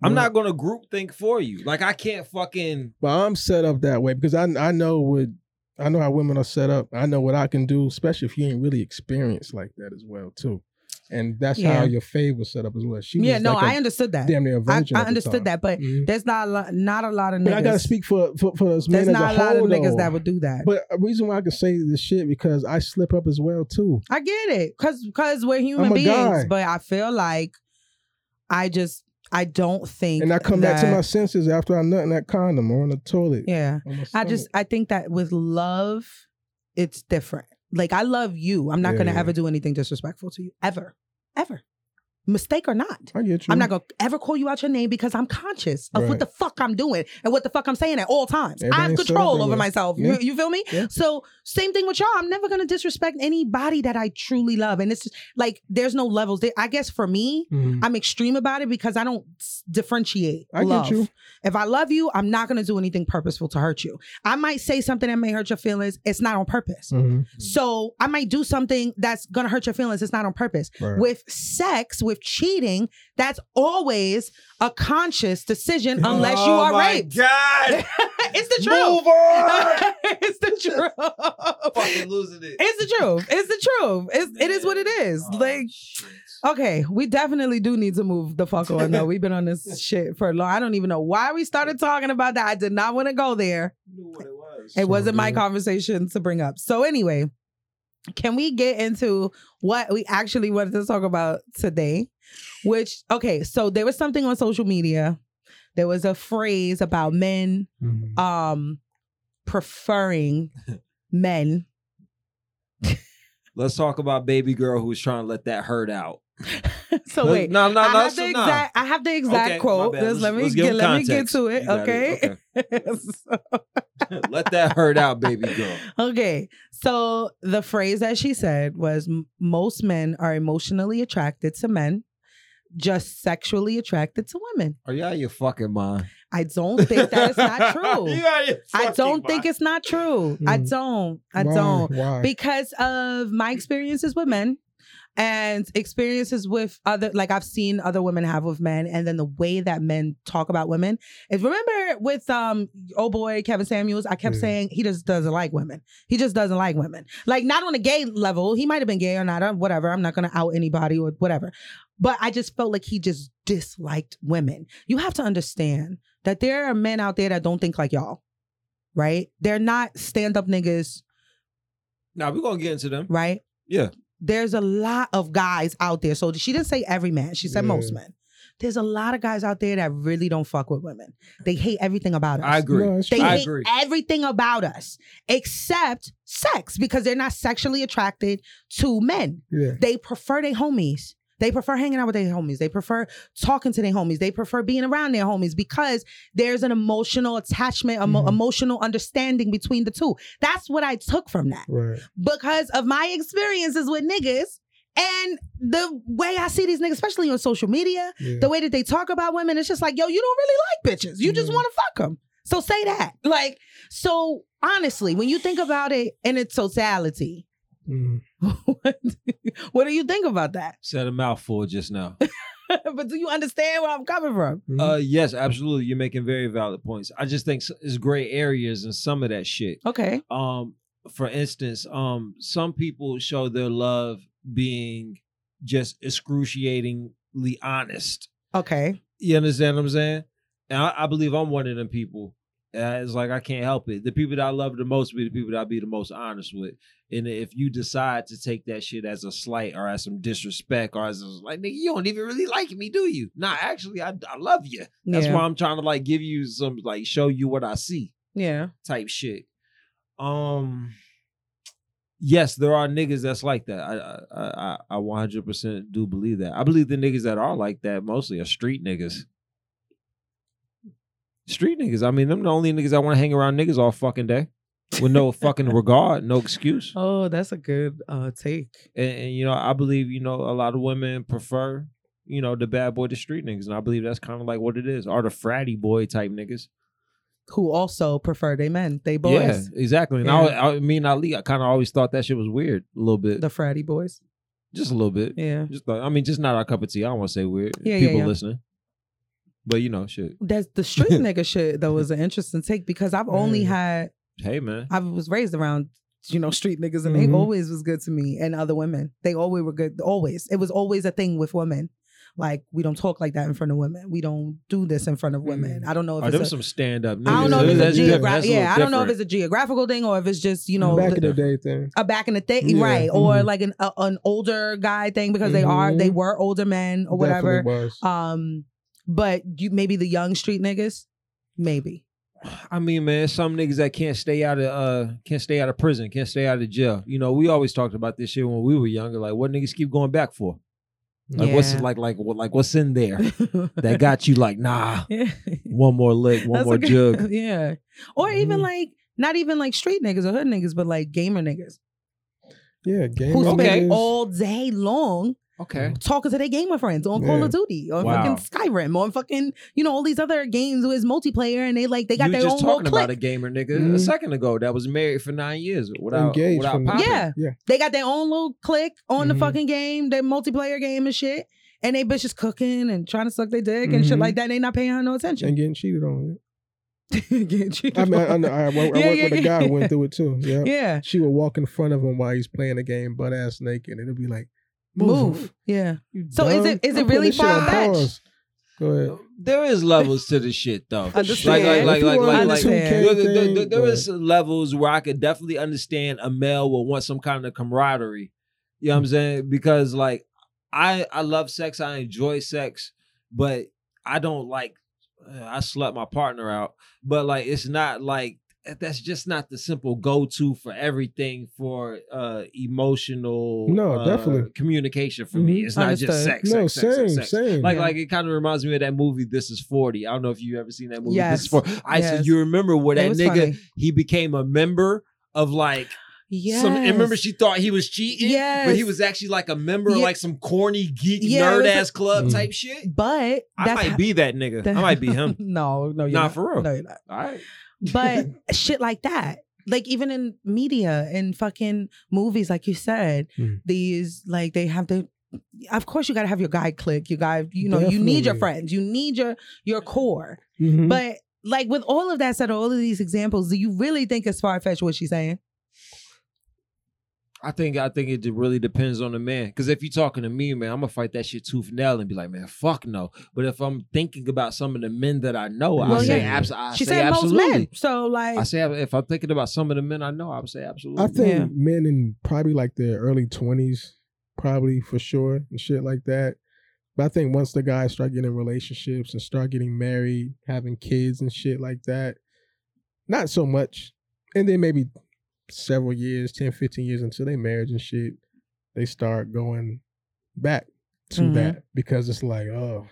I'm
Mm.
not gonna group think for you. Like I can't fucking
But I'm set up that way because I I know what I know how women are set up. I know what I can do, especially if you ain't really experienced like that as well too. And that's how
Yeah.
your fave was set up as well. She
Yeah.
was
No,
like a
I understood that.
damn near a
I,
virgin.
I
at the time.
understood that, but
Mhm.
there's not a lot, not a lot of niggas.
But I gotta speak for for, for us men
There's
as
not a,
whole,
lot of niggas
though.
that would do that.
But a reason why I can say this shit because I slip up as well too.
I get it, cause cause we're human
I'm a
beings.
guy.
But I feel like I just I don't think
And I come back to
that-
my senses after I nut in that condom or on the toilet.
yeah.
on my
I just
stomach.
I think that with love, it's different. Like I love you. I'm not
Yeah,
gonna
yeah.
ever do anything disrespectful to you ever, ever, mistake or not.
I get you.
I'm not gonna ever call you out your name because I'm conscious of
Mm-hmm. Right.
what the fuck I'm doing and what the fuck I'm saying at all times. I have
Everything's set up
control
that
over
way.
myself.
Yeah.
You, you feel me?
Yeah.
So same thing with y'all. I'm never gonna disrespect anybody that I truly love, and it's just, like there's no levels. There- I guess for me,
Mhm.
I'm extreme about it because I don't s- differentiate.
I get
love.
you.
If I love you, I'm not gonna do anything purposeful to hurt you. I might say something that may hurt your feelings. It's not on purpose.
Mhm.
So I might do something that's gonna hurt your feelings. It's not on purpose
Right.
with sex, with cheating, that's always a conscious decision unless you
Oh
are
my
raped.
God.
it's the truth.
Move on.
it's the
fucking
truth.
losing it.
It's the truth. It's the truth. It's, it is what it is.
Oh,
like, oh.
shit.
okay, we definitely do need to move the fuck on though. We've been on this shit for long. I don't even know why we started talking about that. I did not want to go there.
Knew what it was.
It wasn't my
good.
conversation to bring up. So anyway, can we get into what we actually wanted to talk about today? Which okay, so there was something on social media. There was a phrase about men
Mhm.
um preferring men.
Let's talk about baby girl who's trying to let that hurt out.
So wait,
no, no,
I,
no,
have
so
the
nah.
exact, I have the exact
Okay, my
quote.
bad.
Just
Let's-
let me
let's give
get
him
let me get
context.
to it.
You got
Okay.
okay. let that hurt out, baby girl.
Okay. So the phrase that she said was "M- most men are emotionally attracted to men, just sexually attracted to women.
Are you out of your fucking mind?
I don't think that is not true.
you out of your
I
fucking
don't think
mind.
it's not true. I
Mm.
don't. I
Why?
don't.
Why?
Because of my experiences with men, and experiences with other like I've seen other women have with men and then the way that men talk about women. If remember with um oh boy Kevin Samuels, I kept
Mhm.
saying he just doesn't like women. He just doesn't like women. Like not on a gay level. He might have been gay or not, uh, whatever. I'm not gonna out anybody or whatever. But I just felt like he just disliked women. You have to understand that there are men out there that don't think like y'all. Right? They're not stand-up niggas,
Now we're gonna get into them.
right?
Yeah.
there's a lot of guys out there. So she didn't say every man, she said
Yeah.
most men. There's a lot of guys out there that really don't fuck with women. They hate everything about us.
I agree.
No, it's
They
true.
I
hate
agree.
everything about us except sex because they're not sexually attracted to men.
yeah.
They prefer their homies. They prefer hanging out with their homies. They prefer talking to their homies. They prefer being around their homies because there's an emotional attachment, emo-
Mm-hmm.
Mhm.
emotional understanding between the two. That's what I took from that
Right.
because of my experiences with niggas and the way I see these niggas, especially on social media,
Yeah.
the way that they talk about women, it's just like, yo, you don't really like bitches. You just
Yeah.
want to fuck them. So say that. Like, so honestly, when you think about it in its totality,
Mhm.
what do you think about that?
Said a mouthful just now.
but do you understand where I'm coming from?
Mhm.
uh, yes, absolutely. You're making very valid points. I just think s- it's gray areas in some of that shit.
Okay.
um for instance um some people show their love being just excruciatingly honest
Okay.
you understand what i'm saying and i, I believe i'm one of them people Uh, it's like i can't help it the people that i love the most be the people that i be the most honest with and if you decide to take that shit as a slight or as some disrespect or as like nigga you don't even really like me do you nah actually i, I love you that's
yeah.
why i'm trying to like give you some like show you what i see
yeah.
type shit. Um, yes, there are niggas that's like that. I I I one hundred percent do believe that. I believe the niggas that are like that mostly are street niggas. Street niggas. I mean, them the only niggas I want to hang around niggas all fucking day with no fucking regard, no excuse.
Oh, that's a good uh take.
And, and you know, I believe you know a lot of women prefer you know the bad boy to street niggas, and I believe that's kind of like what it is, or the fratty boy type niggas.
Who also prefer they men, they boys,
Yeah, exactly. And
Yeah.
I, I mean, Ali, I kind of always thought that shit was weird a little bit,
the fratty boys.
just a little bit.
Yeah.
Just thought, I mean, just not our cup of tea. I don't want to say weird.
Yeah, yeah,
People
yeah.
listening, but you know, shit.
That's the street nigga shit though was an interesting take because I've only
Yeah.
had
Hey, man.
I was raised around you know street niggas and
Mhm.
they always was good to me and other women. They always were good. Always it was always a thing with women. Like we don't talk like that in front of women. We don't do this in
Mm.
front of women. I don't know if
Are
it's
them
a,
Oh, some stand up?
I don't know
Oh, niggas?
if it's a
That's different.
geographic yeah I don't know if it's a geographical thing or if it's just you know
back
the-
in the day thing.
a back in the day
Yeah,
right or
mhm.
like an a, an older guy thing because they are
Mhm.
they were older men or whatever.
Definitely was.
Um, but you maybe the young street niggas, maybe.
I mean, man, some niggas that can't stay out of uh can't stay out of prison, can't stay out of jail. You know, we always talked about this shit when we were younger. Like, what niggas keep going back for? Like, what's
Yeah.
like like what like what's in there that Ah. got you like nah?
Yeah.
One more lick, one
That's
more
a good-
jug.
Yeah. Or even
Mm-hmm.
Mhm.
like not even like street niggas or hood niggas, but like gamer niggas
yeah, game
Mm-hmm.
who
of
spend
Thrones.
all day long
Okay.
talking to their gamer friends on Call of Duty or
Wow.
fucking Skyrim or fucking you know all these other games with multiplayer and they like they got
you
their
just
own little
talking about a
clique.
gamer nigga a
Mhm.
second ago that was married for nine years without
Engaged
without
from the-
popping. Mm-hmm.
Yeah,
Yeah.
they got their own little clique on the
Mhm.
fucking game, their multiplayer game and shit. And they bitches cooking and trying to suck their dick and
Mm-hmm.
shit
Mhm.
like that. They not paying her no attention.
and getting cheated on.
Getting cheated
I mean, I, I,
on.
know- I, I worked
Yeah, yeah,
with a guy who
yeah.
went through it too. Yeah.
yeah.
She would walk in front of him while he's playing the game, butt ass naked, and it'll be like,
Move.
"Move."
Yeah.
You
So is
dumb.
it- is it
I'm putting
really
this shit on
far-fetched?
pause. Go ahead.
There is levels to the shit though.
Understand.
Like, like,
If you
like,
wanna
like,
do
like,
the 2K
there, there, there-
thing,
there
but-
is levels where I could definitely understand a male will want some kind of camaraderie. You know what I'm saying? Because like I I love sex, I enjoy sex, but I don't like uh, I slept my partner out. But like it's not like that's just not the simple go-to for everything for uh emotional
No,
uh,
definitely.
communication for me.
Mhm.
It's not just
Understood.
sex,
no,
sex, sex,
same,
sex, sex.
same.
Like,
Yeah.
like it kind of reminds me of that movie. This is forty. I don't know if you ever seen that movie. This
Yes.
is 40. I
Yes.
said you remember where
It
that
was
nigga
funny.
he became a member of like
Yes.
some. And remember, she thought he was cheating,
yes.
but he was actually like a member of
Yeah.
like some corny geek
Yeah, it
nerd
was
ass club
Mm.
type shit.
But
I
that's
might
how-
be that nigga. I might be him.
no, no, you're
Nah,
not
for real.
No, you're not.
All right.
But shit like that. like even in media and fucking movies, like you said,
Mhm.
these like they have to. Of course, you gotta have your guy click. Your guy, you know, you need your
Definitely.
friends. You need your your core. But like with all of that said, all of these examples, do you really think it's far fetched what she's saying?
I think I think it de- really depends on the man. Because if you're talking to me, man, I'm gonna fight that shit tooth and nail and be like, man, fuck no. But if I'm thinking about some of the men that I know, I
Well,
say,
yeah.
abs- I
she
say
said most
absolutely.
men. So like,
I say if I'm thinking about some of the men I know, I would say absolutely.
I think
Yeah.
men in probably like their early twenties, probably for sure, and shit like that. But I think once the guys start getting in relationships and start getting married, having kids and shit like that, not so much. And then maybe several years, 10, 15 years until they marriage and shit, they start going back to
Mhm.
that because it's like, oh,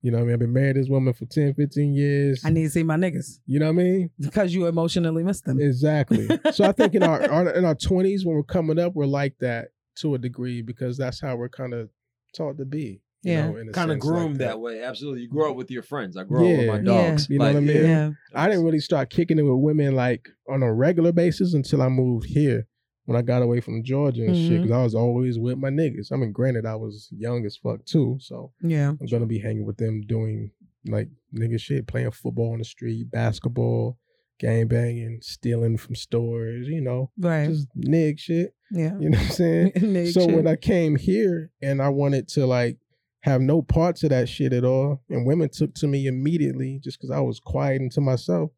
you know what I mean? I've been married to this woman for 10, 15 years.
I need to see my niggas
you know what I mean?
because you emotionally missed them.
Exactly. so I think in our, our in our twenties when we're coming up, we're like that to a degree because that's how we're kind of taught to be. you
Yeah.
know, in a
kind of
sense like
groomed that. way. Absolutely, you grow up with your friends. I grew up with my
Yeah.
Yeah.
dogs.
You know
Like,
what I mean?
yeah.
I didn't really start kicking it with women like on a regular basis until I moved here when I got away from Georgia and shit.
Mhm.
Because I was always with my niggas. I mean, granted, I was young as fuck too, so
yeah.
I'm gonna be hanging with them doing like nigga shit, playing football on the street, basketball, gang banging, stealing from stores, you know,
Right.
just nig shit.
yeah.
You know what I'm saying?
Nigga
so
shit.
when I came here and I wanted to like have no parts of that shit at all, and women took to me immediately just because I was quiet and to myself.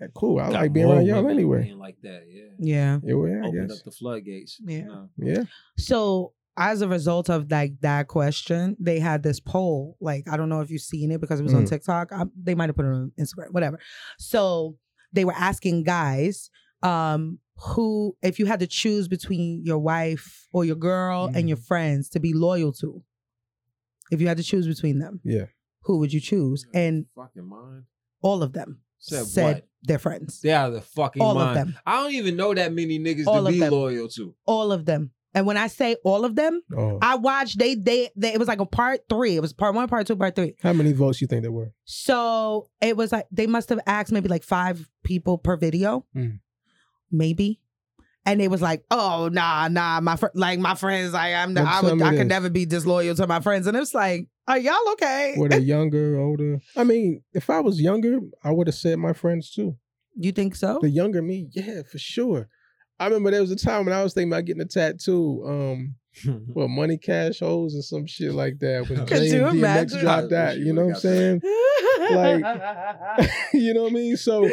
Like, cool, I
got
like being
more
around y'all
women
anyway.
being like that, yeah.
yeah.
Yeah, well, yeah, I
Open
guess.
up the floodgates. you
Yeah.
know.
Yeah.
So as a result of like that question, they had this poll. Like I don't know if you've seen it because it was on
Mm.
TikTok. I, they might have put it on Instagram, whatever. So they were asking guys um who if you had to choose between your wife or your girl and your friends to be loyal to if you had to choose between them
Yeah.
who would you choose and
fucking mind
all of them
said,
said,
what?
their friends
They out of the fucking
all
mind.
of them
I don't even know that many niggas
All
to
of
be
them.
loyal to.
all of them and when i say all of them
Oh.
I watched they, they they it was like a part three. It was part one, part two, part three.
How many votes you think there were?
So it was like they must have asked maybe like five people per video,
Mm.
maybe. And it was like, oh nah, nah, my fr- like my friends, like I'm,
But
I
tell
would,
me
I
this.
could never be disloyal to my friends. And it's like, are y'all okay?
Were they younger, older? I mean, if I was younger, I would have said my friends too.
You think so?
The younger me, yeah, for sure. I remember there was a time when I was thinking about getting a tattoo. Um, what money cash holes and some shit like that. When
Could
Jay
you
and DMX
imagine?
dropped
I
that,
wish
you
you
know what I'm
would've got
saying? you know what I mean? So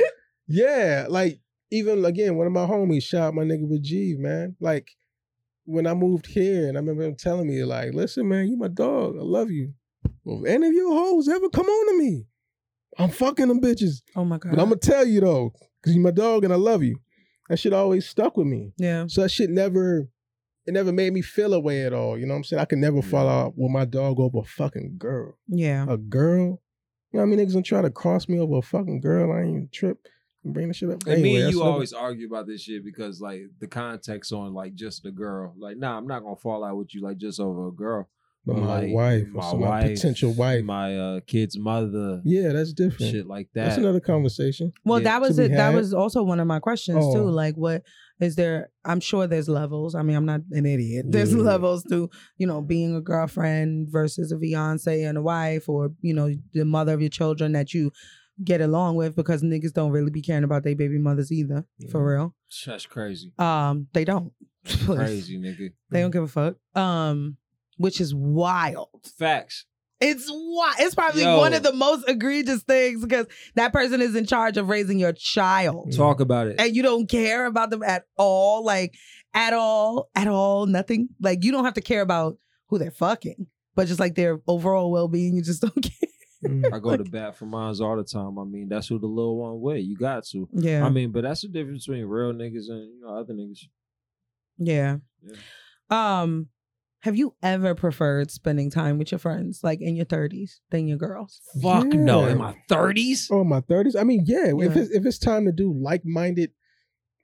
yeah, like even again, one of my homies shot my nigga Rajiv, man. Like when I moved here, and I remember him telling me, like, listen, man, you my dog. I love you. Well, if any of your hoes ever come on to me, I'm fucking them bitches.
oh my god.
But I'm gonna tell you though, because you my dog and I love you. That shit always stuck with me.
yeah.
So that shit never, it never made me feel a way at all. You know what I'm saying? I could never fall out with my dog over a fucking girl.
Yeah.
A girl? You know what I mean? Niggas gonna try to cross me over a fucking girl. I ain't even trip and bring the shit up.
And
Anyway,
me and
that's
you
another-
always argue about this shit because like the context on like just a girl. Like, nah, I'm not gonna fall out with you like just over a girl.
But my
Like,
wife, or
my
some- my
wife,
potential wife.
my uh, kid's mother,
yeah, that's different.
shit like that.
that's another conversation.
Well,
Yeah,
that was
to be
it. That
had.
was also one of my questions
Oh.
too. Like, what is there? I'm sure there's levels. I mean, I'm not an idiot. There's
Yeah.
levels to you know being a girlfriend versus a fiance and a wife, or you know the mother of your children that you get along with because niggas don't really be caring about their baby mothers either, for real.
That's crazy,
Um, they don't.
crazy nigga.
They
Mm.
don't give a fuck. Um, which is wild.
Facts.
It's why it's probably
Yo.
one of the most egregious things because that person is in charge of raising your child
Talk about it.
and you don't care about them at all, like at all, at all, nothing. Like you don't have to care about who they're fucking, but just like their overall well being, you just don't care.
Mm.
I go to bat for mines all the time. I mean, that's who the little one with. You got to.
Yeah,
I mean, but that's the difference between real niggas and you know other niggas.
yeah.
Yeah.
Um, have you ever preferred spending time with your friends, like in your thirties, than your girls?
Fuck no,
Yeah.
in my thirties.
Oh, my thirties. I mean, yeah. If
Yeah.
it's if it's time to do like minded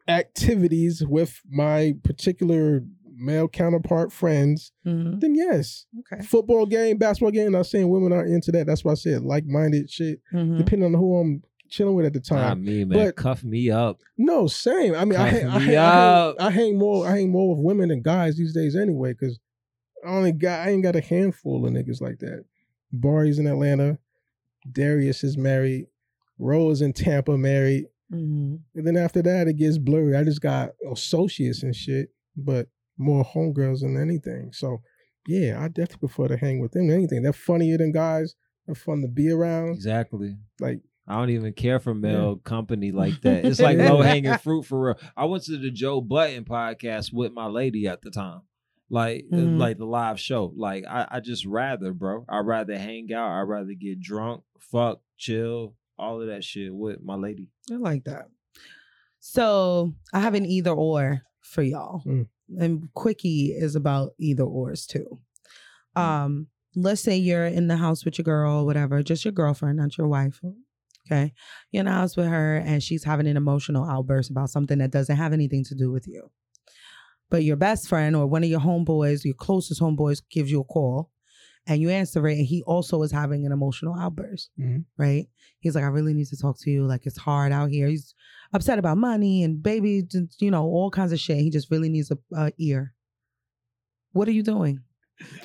activities with my particular male counterpart friends,
Mm-hmm.
then yes.
Okay.
football game, basketball game. Not saying women aren't into that. That's why I said like minded shit.
Mhm.
Depending on who I'm chilling with at the
Not
time.
me, man.
but-
Cuff me up.
No, same. I mean, I
Cuff
hang, I,
me
hang, I, hang,
up.
I hang more. I hang more with women than guys these days anyway. Because I only got I ain't got a handful of niggas like that. Barry's in Atlanta. Darius is married. Rose in Tampa married.
Mhm.
And then after that, it gets blurry. I just got associates and shit, but more homegirls than anything. So yeah, I definitely prefer to hang with them than anything. They're funnier than guys. They're fun to be around.
Exactly.
Like
I don't even care for male company like that. It's like low hanging fruit for real. I went to the Joe Button podcast with my lady at the time. Like uh,
Mhm.
like the live show. Like I, I just rather, bro. I'd rather hang out. I'd rather get drunk, fuck, chill, all of that shit with my lady.
I like that. So I have an either or for y'all.
Mm.
And quickie is about either ors too. Um, let's say you're in the house with your girl, whatever, just your girlfriend, not your wife. Okay. You're in the house with her and she's having an emotional outburst about something that doesn't have anything to do with you. But your best friend or one of your homeboys, your closest homeboys, gives you a call and you answer it, and he also is having an emotional outburst.
Mhm.
Right? He's like, I really need to talk to you. Like, it's hard out here. He's upset about money and baby, just, you know, all kinds of shit. He just really needs a, a ear. What are you doing?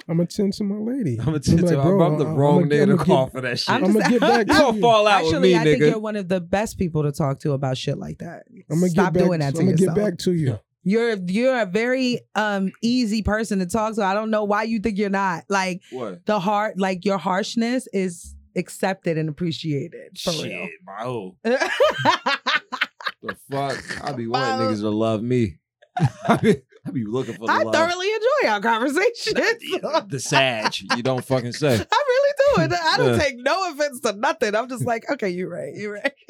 I'm gonna tend to my lady.
I'm gonna tell you, I'm the wrong
nigga
nigga to call for that shit.
I'm
You
I'ma
just-
get back to
gonna fall out
Actually, I
with me,
think
nigga.
you're one of the best people to talk to about shit like that.
I'm gonna
Stop
get back,
doing that to
I'm gonna
yourself.
get back to you.
You're you're a very um easy person to talk to. I don't know why you think you're not. Like
What?
the heart, like your harshness is accepted and appreciated for
shit,
real.
bro.
I
The fuck? I be wanting
Bro.
niggas to love me. I be, I be looking for the love.
thoroughly enjoy our conversations.
the sag. You don't fucking say.
I really do. And I don't
Yeah.
take no offense to nothing. I'm just like, okay, you're right. You're right.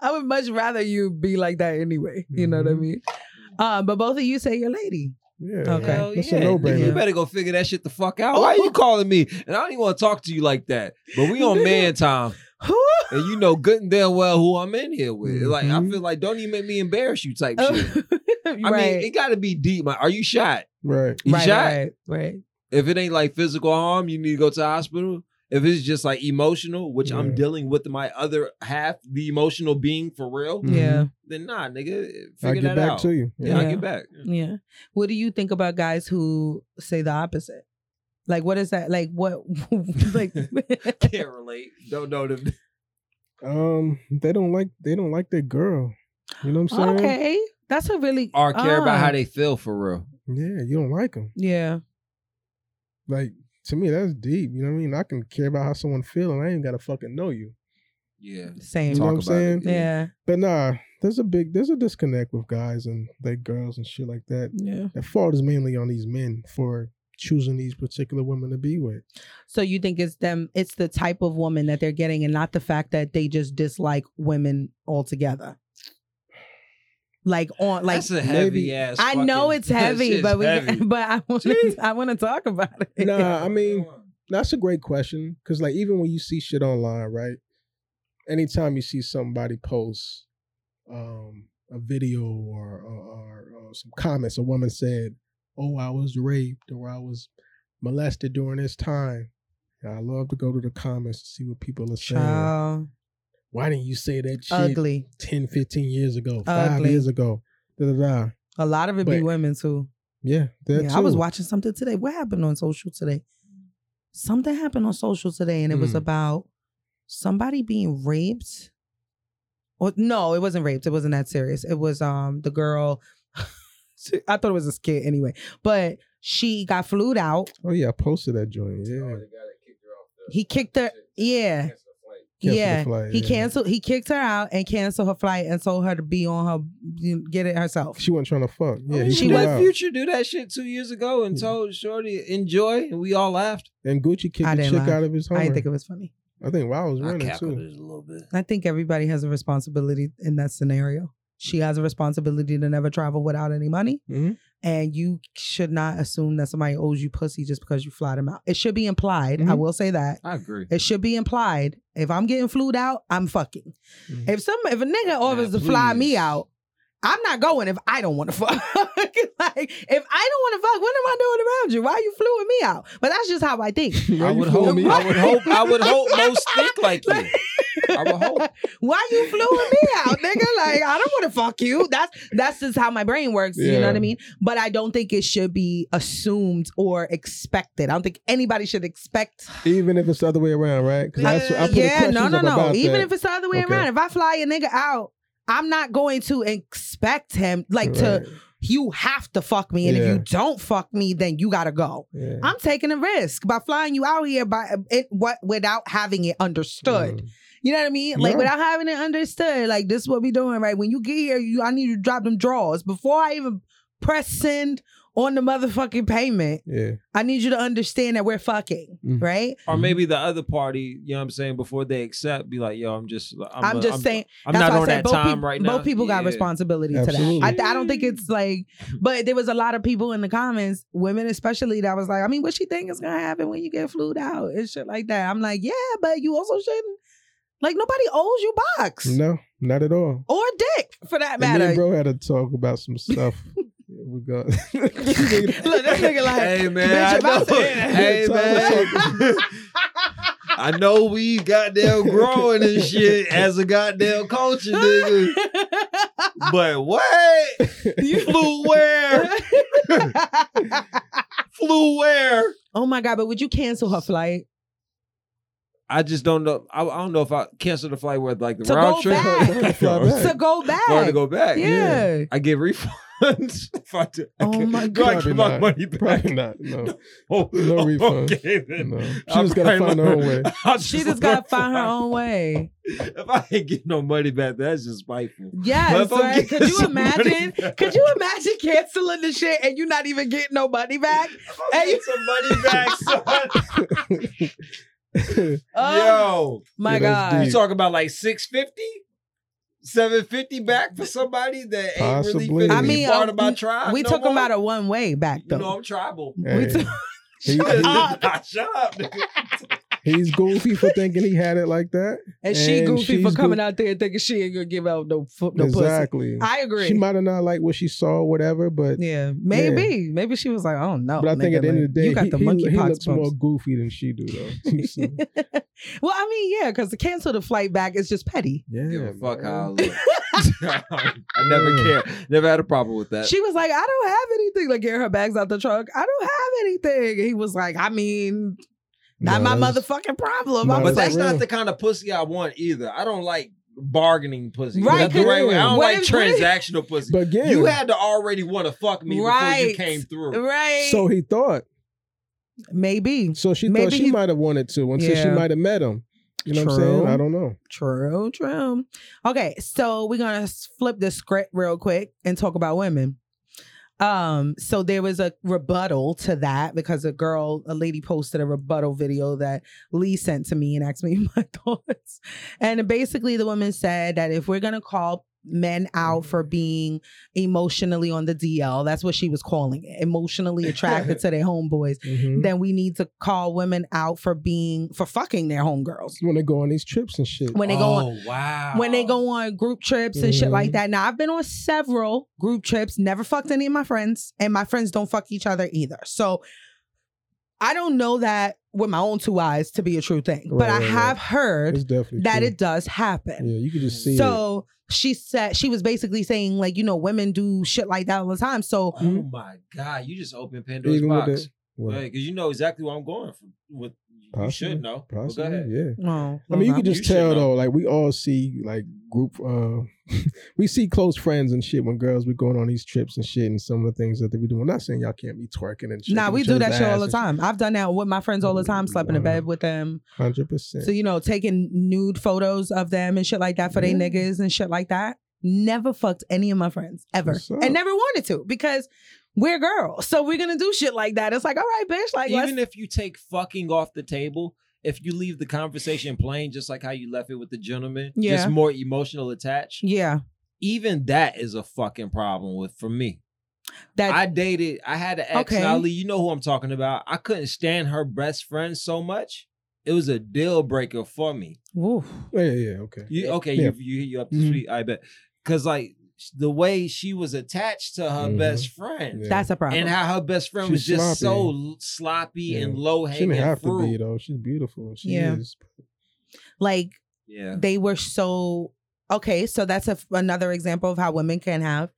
I would much rather you be like that anyway. You know what I
Mm-hmm.
Mhm.
mean? Um, but both of you say you're lady.
Yeah.
Okay.
Hell
That's
yeah.
a no
You
brainer.
better go figure that shit the fuck out. Why are you calling me? And I don't even want to talk to you like that. But we on man time. And you know good and damn well who I'm in here with. Like I
Mhm.
feel like don't even make me embarrass you type
Oh,
shit.
right.
I mean, it gotta be deep. Like, are you shot?
Right.
You
right,
shot?
right, right.
If it ain't like physical harm, you need to go to the hospital. If it's just like emotional, which I'm
Yeah.
dealing with my other half, the emotional being for real,
Mhm.
Yeah,
then nah, nigga,
I
figure
get
that
back
out.
to you.
Yeah, I
Yeah.
get back.
yeah. What do you think about guys who say the opposite? Like, what is that? Like, what? like,
Can't relate. Don't know them.
Um, they don't like they don't like their girl. You know what I'm saying?
Oh, okay, that's a really
Or care about
ah,
how they feel for real.
Yeah, you don't like them.
Yeah,
Like to me, that's deep. You know what I mean? I can care about how someone feel, and I ain't gotta fucking know you.
Yeah.
same.
You know
Talk
what I'm
about it.
saying?
Yeah,
But nah, there's a big there's a disconnect with guys and their girls and shit like that.
yeah.
The fault is mainly on these men for choosing these particular women to be with.
So you think it's them? It's the type of woman that they're getting, and not the fact that they just dislike women altogether. Like on, like
That's a heavy
maybe-
ass.
I know
fucking-
it's
that
heavy,
shit's
but we,
heavy.
but I want to,
Jeez.
I want to talk about it.
Nah, I mean, That's a great question because, like, even when you see shit online, right? Anytime you see somebody post um, a video or, or, or, or some comments, a woman said, "Oh, I was raped or I was molested during this time." And I love to go to the comments to see what people are saying.
Child, Uh,
Why didn't you say that shit
ugly.
10, 15 years ago, five
Ugly.
years ago? Da, da, da.
A lot of it be
But-
women too.
Yeah, that
Yeah, I was
too.
watching something today. What happened on social today? Something happened on social today, and it was
Hmm.
about somebody being raped. Or no, it wasn't raped. It wasn't that serious. It was um the girl. I thought it was a skit anyway, but she got flued out.
Oh yeah, I posted that joint. Yeah,
Oh, the guy that kicked her off the-
He kicked her-
Shit.
yeah.
Against the flag.
Cancel the
yeah,
flight,
he
yeah.
canceled. He kicked her out and canceled her flight and told her to be on her you know, get it herself.
she wasn't trying to fuck. Yeah,
mean,
he
she
flew
was-
out.
let Future do that shit two years ago and
Yeah.
told Shorty enjoy, and we all laughed.
And Gucci kicked
I
the
didn't
chick
laugh.
out of his home.
I didn't think it was funny.
I think Wow was running too.
a little bit.
I think everybody has a responsibility in that scenario. She has a responsibility to never travel without any money.
Mhm.
And you should not assume that somebody owes you pussy just because you fly them out. It should be implied. I
Mm-hmm.
Mhm.
will say that.
I agree.
It should be implied. If I'm getting flued out, I'm fucking.
Mhm.
If some if a nigga offers to
Nah,
fly me
please.
out, I'm not going if I don't want to fuck. like if I don't want to fuck, what am I doing around you? Why you fluing me out? But that's just how I think.
Why
I
you
would
fooling
hope.
me?
I would hope. I would hope most think like you. I would hope.
Why you fluing me out, nigga? Like I don't want to fuck you. That's that's just how my brain works. You
Yeah.
know what I mean? But I don't think it should be assumed or expected. I don't think anybody should expect.
Even if it's the other way around, right? 'Cause that's- I put the
yeah, no,
questions
no,
up
no.
about
Even
that.
if it's the other way
Okay.
around, if I fly a nigga out, I'm not going to expect him like to.
Right,
You have to fuck me, and if
Yeah.
you don't fuck me, then you gotta go.
yeah.
I'm taking a risk by flying you out here by it what without having it understood.
Mm.
You know what I mean? Like
Yeah.
without having it understood, like this is what we doing, right? When you get here, you I need you to drop them draws. Before I even press send on the motherfucking payment,
Yeah.
I need you to understand that we're fucking,
Mm.
right?
Or maybe the other party, you know what I'm saying, before they accept, be like, yo, I'm just I'm,
I'm,
a-
just saying
I'm
that's
not
why I
on
said
that
both
time
peop-
right now.
Both people got
Yeah.
responsibility to
Absolutely.
that. I, th- I don't think it's like, but there was a lot of people in the comments, women especially, that was like, I mean, what she think is gonna happen when you get flued out and shit like that. I'm like, yeah, but you also shouldn't. Like nobody owes you box
No, not at all.
or dick for that
And me
matter.
and bro had to talk about some stuff. we got. Look,
Look, that nigga like,
hey man,
bitch, if I said-
I know. hey man, I know we goddamn growing and shit as a goddamn culture, nigga. But what? Flew where? Flew where?
oh my god! But would you cancel her flight?
I just don't know. I, I don't know if I canceled the flight with like the
To
round
go
trip
back.
Fly back.
To go back?
or to go back.
yeah.
I get refunds. if I do, I
Oh
get-
my
do
God.
I get
Probably
my
not.
money back?
Probably not. No.
Oh,
No
oh,
refunds.
okay then.
no. She
I'm
just got to
probably
find her own way.
not- I'll
She
just
just gotta
let
find her
fly.
own way.
If I ain't get no money back, that's just spiteful. But
Yes,
if I'm
right? Could
getting
you
some money
imagine?
back-
Could you imagine canceling the shit and you not even getting no money back?
If I
Hey.
get some money back, son.
Oh
Yo,
my
Yeah, that's
god!
deep.
you talking about like 650 750 back for somebody that ain't
Possibly.
really fit
I
I mean,
mean,
part
uh,
of my tribe.
We
no
took
more.
him out of one way back
You know
though.
I'm tribal.
we
Hey,
took,
he-
Shut
he-
up.
Shut up, nigga.
he's goofy for thinking he had it like that.
and she
And
goofy for
she's
coming out there thinking she ain't gonna give out no fu- no pussy.
exactly.
I
She
agree.
might have not liked what she saw, whatever, but
Yeah, maybe, maybe she was like, I don't know.
but I think at the end of the day,
you got
he,
the
he-
monkey
he looks
pox
more
bumps.
goofy than she do though. So,
well, I mean, yeah, because to cancel the flight back is just petty.
yeah,
Give a fuck
man.
how I look. I never
Yeah.
care. Never had a problem with that.
She was like, I don't have anything. Like, get her bags out the truck. I don't have anything. He was like, I mean, Not
No,
my
that's-
motherfucking problem.
no,
I
but
was
that's
like,
that's
real.
not the kind of pussy I want either. I don't like bargaining pussy.
Right,
That's the
'cause
right way. I don't
what
like
if- what if-
transactional pussy.
But again,
You had to already want to fuck me before
Right.
you came through.
right?
so he thought.
maybe
So she
Maybe
thought she
he-
might have wanted to, and so she
Yeah.
might have met him. You know what I'm
True.
saying? I don't know.
true, true. Okay, so we're gonna s- flip the script real quick and talk about women. Um, so there was a rebuttal to that because a girl, a lady posted a rebuttal video that Lee sent to me and asked me my thoughts. And basically, the woman said that if we're gonna call men out for being emotionally on the DL, that's what she was calling it, emotionally attracted to their homeboys.
Mhm.
then we need to call women out for being for fucking their homegirls
When they go on these trips and shit.
when they go on
Oh, wow.
Oh,
when they go on group trips and shit like
Mhm.
that. Now I've been on several group trips, never fucked any of my friends, and my friends don't fuck each other either. So I don't know that with my own two eyes to be a true thing, but
Right,
I
right,
have heard
It's definitely
that
true.
it does happen.
Yeah, you could just see it.
So she said she was basically saying like you know women do shit like that all the time. So
Oh my god! You just opened Pandora's
Mm-hmm. Even with
box
that- Well,
because you know exactly where I'm going. From, with you
Possibly.
should know. But go
possibly,
ahead.
yeah.
oh,
I mean, you could
You
just
should
tell
know.
though. Like we all see like group, uh we see close friends and shit when girls be going on these trips and shit, and some of the things that they be doing. I'm not saying y'all can't be twerking and shit.
Nah, we do that shit all the time. I've done that with my friends all the time, slept in a
Wow.
bed with them.
Hundred percent.
So you know, taking nude photos of them and shit like that for they
Yeah.
niggas and shit like that. Never fucked any of my friends ever,
What's up?
and never wanted to because we're girls, so we're gonna do shit like that. It's like, all right, bitch, like let's.
Even if you take fucking off the table, if you leave the conversation plain, just like how you left it with the gentleman,
Yeah.
just more emotional attached.
yeah,
Even that is a fucking problem with for me.
that
I dated, I had an ex
Okay.
Nolly, you know who I'm talking about. I couldn't stand her best friend so much. It was a deal breaker for me.
Woo.
Oh, yeah, yeah, yeah, okay.
You okay,
Yeah.
you you you up to
Mhm.
speed, I bet. Cause like the way she was attached to her
Mhm.
best friend.
Yeah.
that's a problem.
And how her best friend
She's
was just
sloppy.
so sloppy
Yeah.
and low
She didn't
hanging
have to
fruit.
be though. She's beautiful. She
Yeah.
is.
like
Yeah.
they were so okay so that's a, another example of how women can have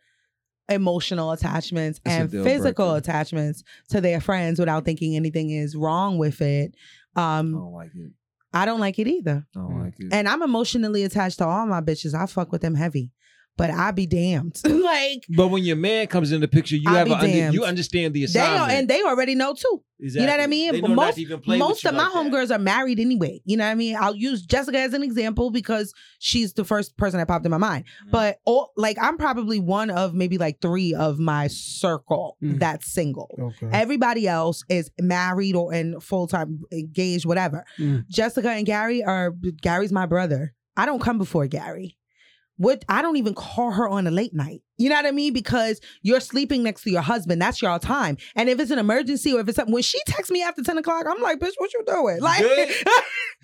emotional attachments
It's a
and
deal
physical
breaker.
attachments to their friends without thinking anything is wrong with it
I
um
don't like it.
i don't like it either
I don't
Mm.
like it.
and i'm emotionally attached to all my bitches i fuck with them heavy but i be damned like
But when your man comes in the picture, you
I'll
have
be
a under,
damned.
you understand the
they
assignment.
are, and they already know too
exactly.
know what I mean?
They know
Most-
not to even play with
most
you
of my
like that.
homegirls are married anyway you know what i mean i'll use jessica as an example because she's the first person that popped in my mind
Mhm.
but all, like i'm probably one of maybe like three of my circle
Mm.
that's single
Mm-hmm.
Okay.
Everybody else is married or in full time engaged, whatever.
Mm.
Jessica and Gary are Gary's my brother. I don't come before Gary. What I don't even call her on a late night. You know what I mean? Because you're sleeping next to your husband. That's your time. And if it's an emergency or if it's something, when she texts me after ten o'clock, I'm like, bitch, what you doing?
You
Like,
good?
is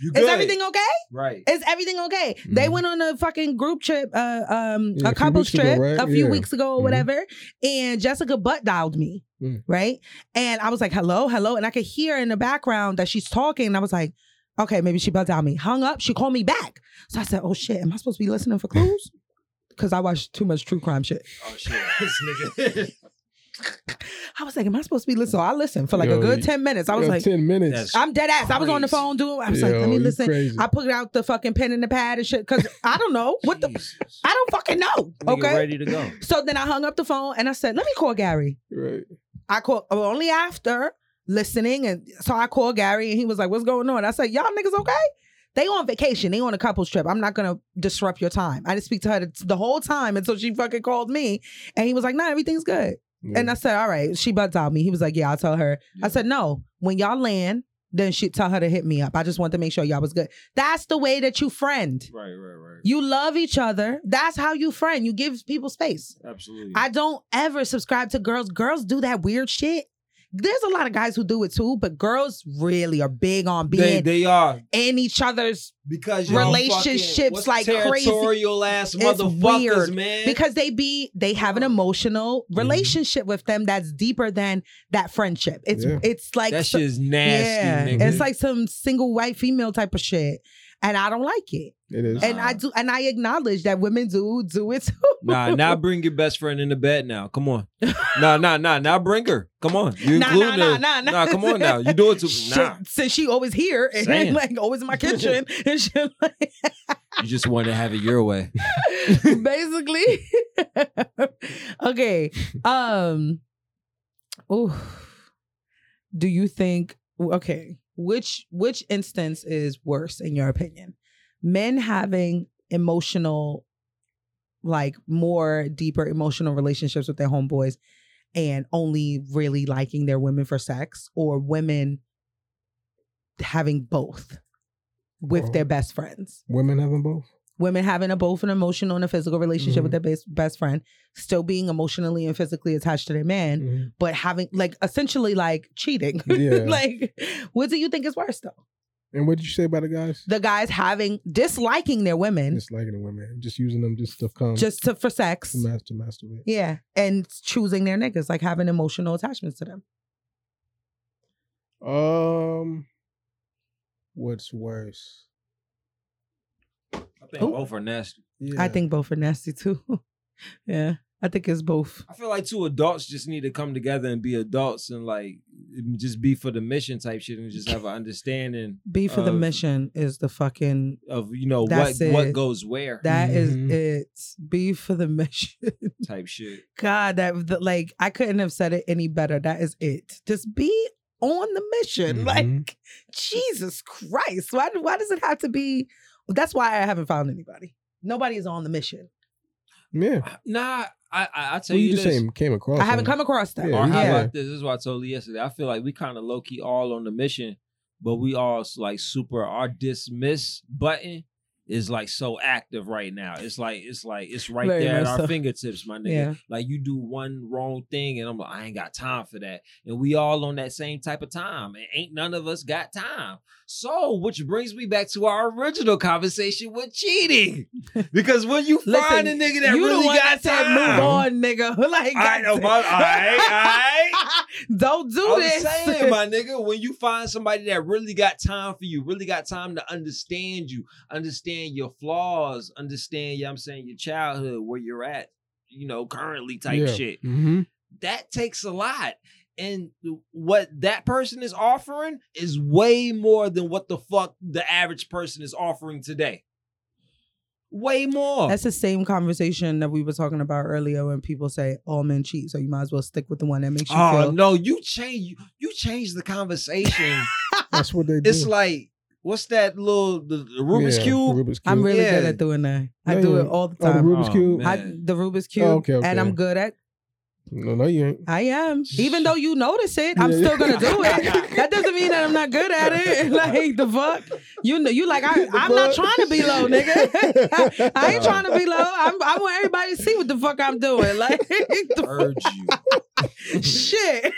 You good?
everything okay?
right?
Is everything okay? They
Mhm.
went on a fucking group trip, uh, um,
Yeah, a
a
few
couple's
weeks ago,
trip
right?
a few
Yeah.
weeks ago or
Mhm.
whatever, and Jessica butt dialed me,
Mm.
right? And I was like, "Hello, hello," and I could hear in the background that she's talking. And I was like, "Okay, maybe she butt dialed me." Hung up. She called me back, so I said, "Oh shit, am I supposed to be listening for clues?" Because I watch too much true crime shit.
Oh shit, this nigga.
I was like, "Am I supposed to be listening?" So I listened for like
Yo,
a good
you-
ten minutes. I was
Yo,
like,
ten minutes.
That's
"I'm dead ass." I was on the
crazy.
phone doing. I was
Yo,
like, "Let me
you
listen."
Crazy.
I put out the fucking pen and the pad and shit because I don't know what the
Jesus.
I don't fucking know.
Nigga
Okay.
ready to go.
So then I hung up the phone and I said, let me call Gary.
right.
I called only after listening. And so I called Gary and he was like, what's going on? I said, y'all niggas okay? They on vacation. They on a couples trip. I'm not going to disrupt your time. I didn't speak to her the- the whole time until she fucking called me. And he was like, nah, everything's good. And I said, all right. She butt dialed me. He was like, yeah, I'll tell her. I said, no, when y'all land, then she tell her to hit me up. I just want to make sure y'all was good. That's the way that you friend.
Right, right,
You love each other. That's how you friend. You give people space.
right. Absolutely.
I don't ever subscribe to girls. Girls do that weird shit. There's a lot of guys who do it too, but girls really are big on
they,
being
they are
in each other's
because y'all
Relationships
fucking- what's
like crazy.
territorial ass
It's
motherfuckers,
weird.
man.
because they be they have an emotional
Mm-hmm.
relationship with them that's deeper than that friendship. It's
Yeah.
it's like
that
so-
shit is nasty,
yeah,
nigga.
it's like some single white female type of shit, and I don't like it.
it is.
And I do, and I acknowledge that women do do it too.
Nah, now bring your best friend in the bed now. Come on. Nah, nah, nah. Now bring her. Come on. You
Nah,
include
nah, nah,
her.
nah, nah.
come on now. You do it to
Shit,
nah.
since she always here and
Saying.
like always in my kitchen and shit like
You just want to have it your way.
basically. okay. Um. Ooh. Do you think? Okay. Which which instance is worse in your opinion? Men having emotional, like more deeper emotional relationships with their homeboys, and only really liking their women for sex, or women having both with their
Oh.
best friends
Women having both.
women having a both an emotional and a physical relationship
Mhm.
with their best, best friend still being emotionally and physically attached to their man
Mhm.
but having like essentially like cheating
Yeah.
like what do you think is worse though
And what did you say about the guys?
the guys having disliking their women
Just liking the women, just using them just to come
just to, for sex
to master masturbate.
yeah and choosing their niggas like having emotional attachments to them
Um, what's worse?
I think
Ooh.
both are nasty.
Yeah.
i think both are nasty too yeah i think it's both
I feel like two adults just need to come together and be adults and like just be for the mission type shit and just have an understanding
b for the
Uh,
mission is the fucking
of you know
That's
what what
it.
goes where
That is
Mhm.
it b for the mission
type shit.
God, that the, like I couldn't have said it any better. That is it. Just be on the mission.
Mm-hmm.
Mhm.
Like Jesus Christ, why do- why does it have to be? That's why I haven't found anybody. Nobody is on the mission.
Yeah.
Nah, I I, I tell
Well,
you,
you just
this.
came, came across.
I haven't
them.
come across that.
Yeah,
Or
you
how
got
about this? This is what I told you yesterday. I feel like we kind of low key all on the mission, but we all s- like super. Our dismiss button is like so active right now. It's like it's like it's right
Very
there at
much
our
so.
fingertips, my nigga.
Yeah.
Like you do one wrong thing, and I'm like, I ain't got time for that. And we all on that same type of time, and ain't none of us got time. So, which brings me back to our original conversation with cheating, because when you
Listen,
find a nigga that
you
really
the one
got
that said
time,
move on, nigga. like
I know,
God
but all right, all right.
Don't do
I'm
this.
saying, my nigga, when you find somebody that really got time for you, really got time to understand you, understand your flaws, understand, you know what I'm saying, your childhood, where you're at, you know, currently type
Yeah.
shit.
Mm-hmm.
That takes a lot. And what that person is offering is way more than what the fuck the average person is offering today. Way more.
That's the same conversation that we were talking about earlier when people say all men cheat, so you might as well stick with the one that makes you
oh
feel.
no, you change you, you change the conversation.
That's what they do.
it's like what's that little the, the Rubik's
Yeah,
cube?
Rubik's Cube.
I'm really good
Yeah.
at doing that. I
Yeah,
do
yeah.
it all the
Oh, the
time.
Rubik's
Oh,
Cube.
man.
I, the Rubik's cube,
okay, okay.
and I'm good at.
No, no, you ain't.
I am. Even though you notice it, I'm
Yeah.
still gonna do it. That doesn't mean that I'm not good at it. Like the fuck, you know, you like I,
The
I'm not
fuck?
trying to be low, nigga. I, I ain't trying to be low. I'm, I want everybody to see what the fuck I'm doing. Like the
urge you.
shit.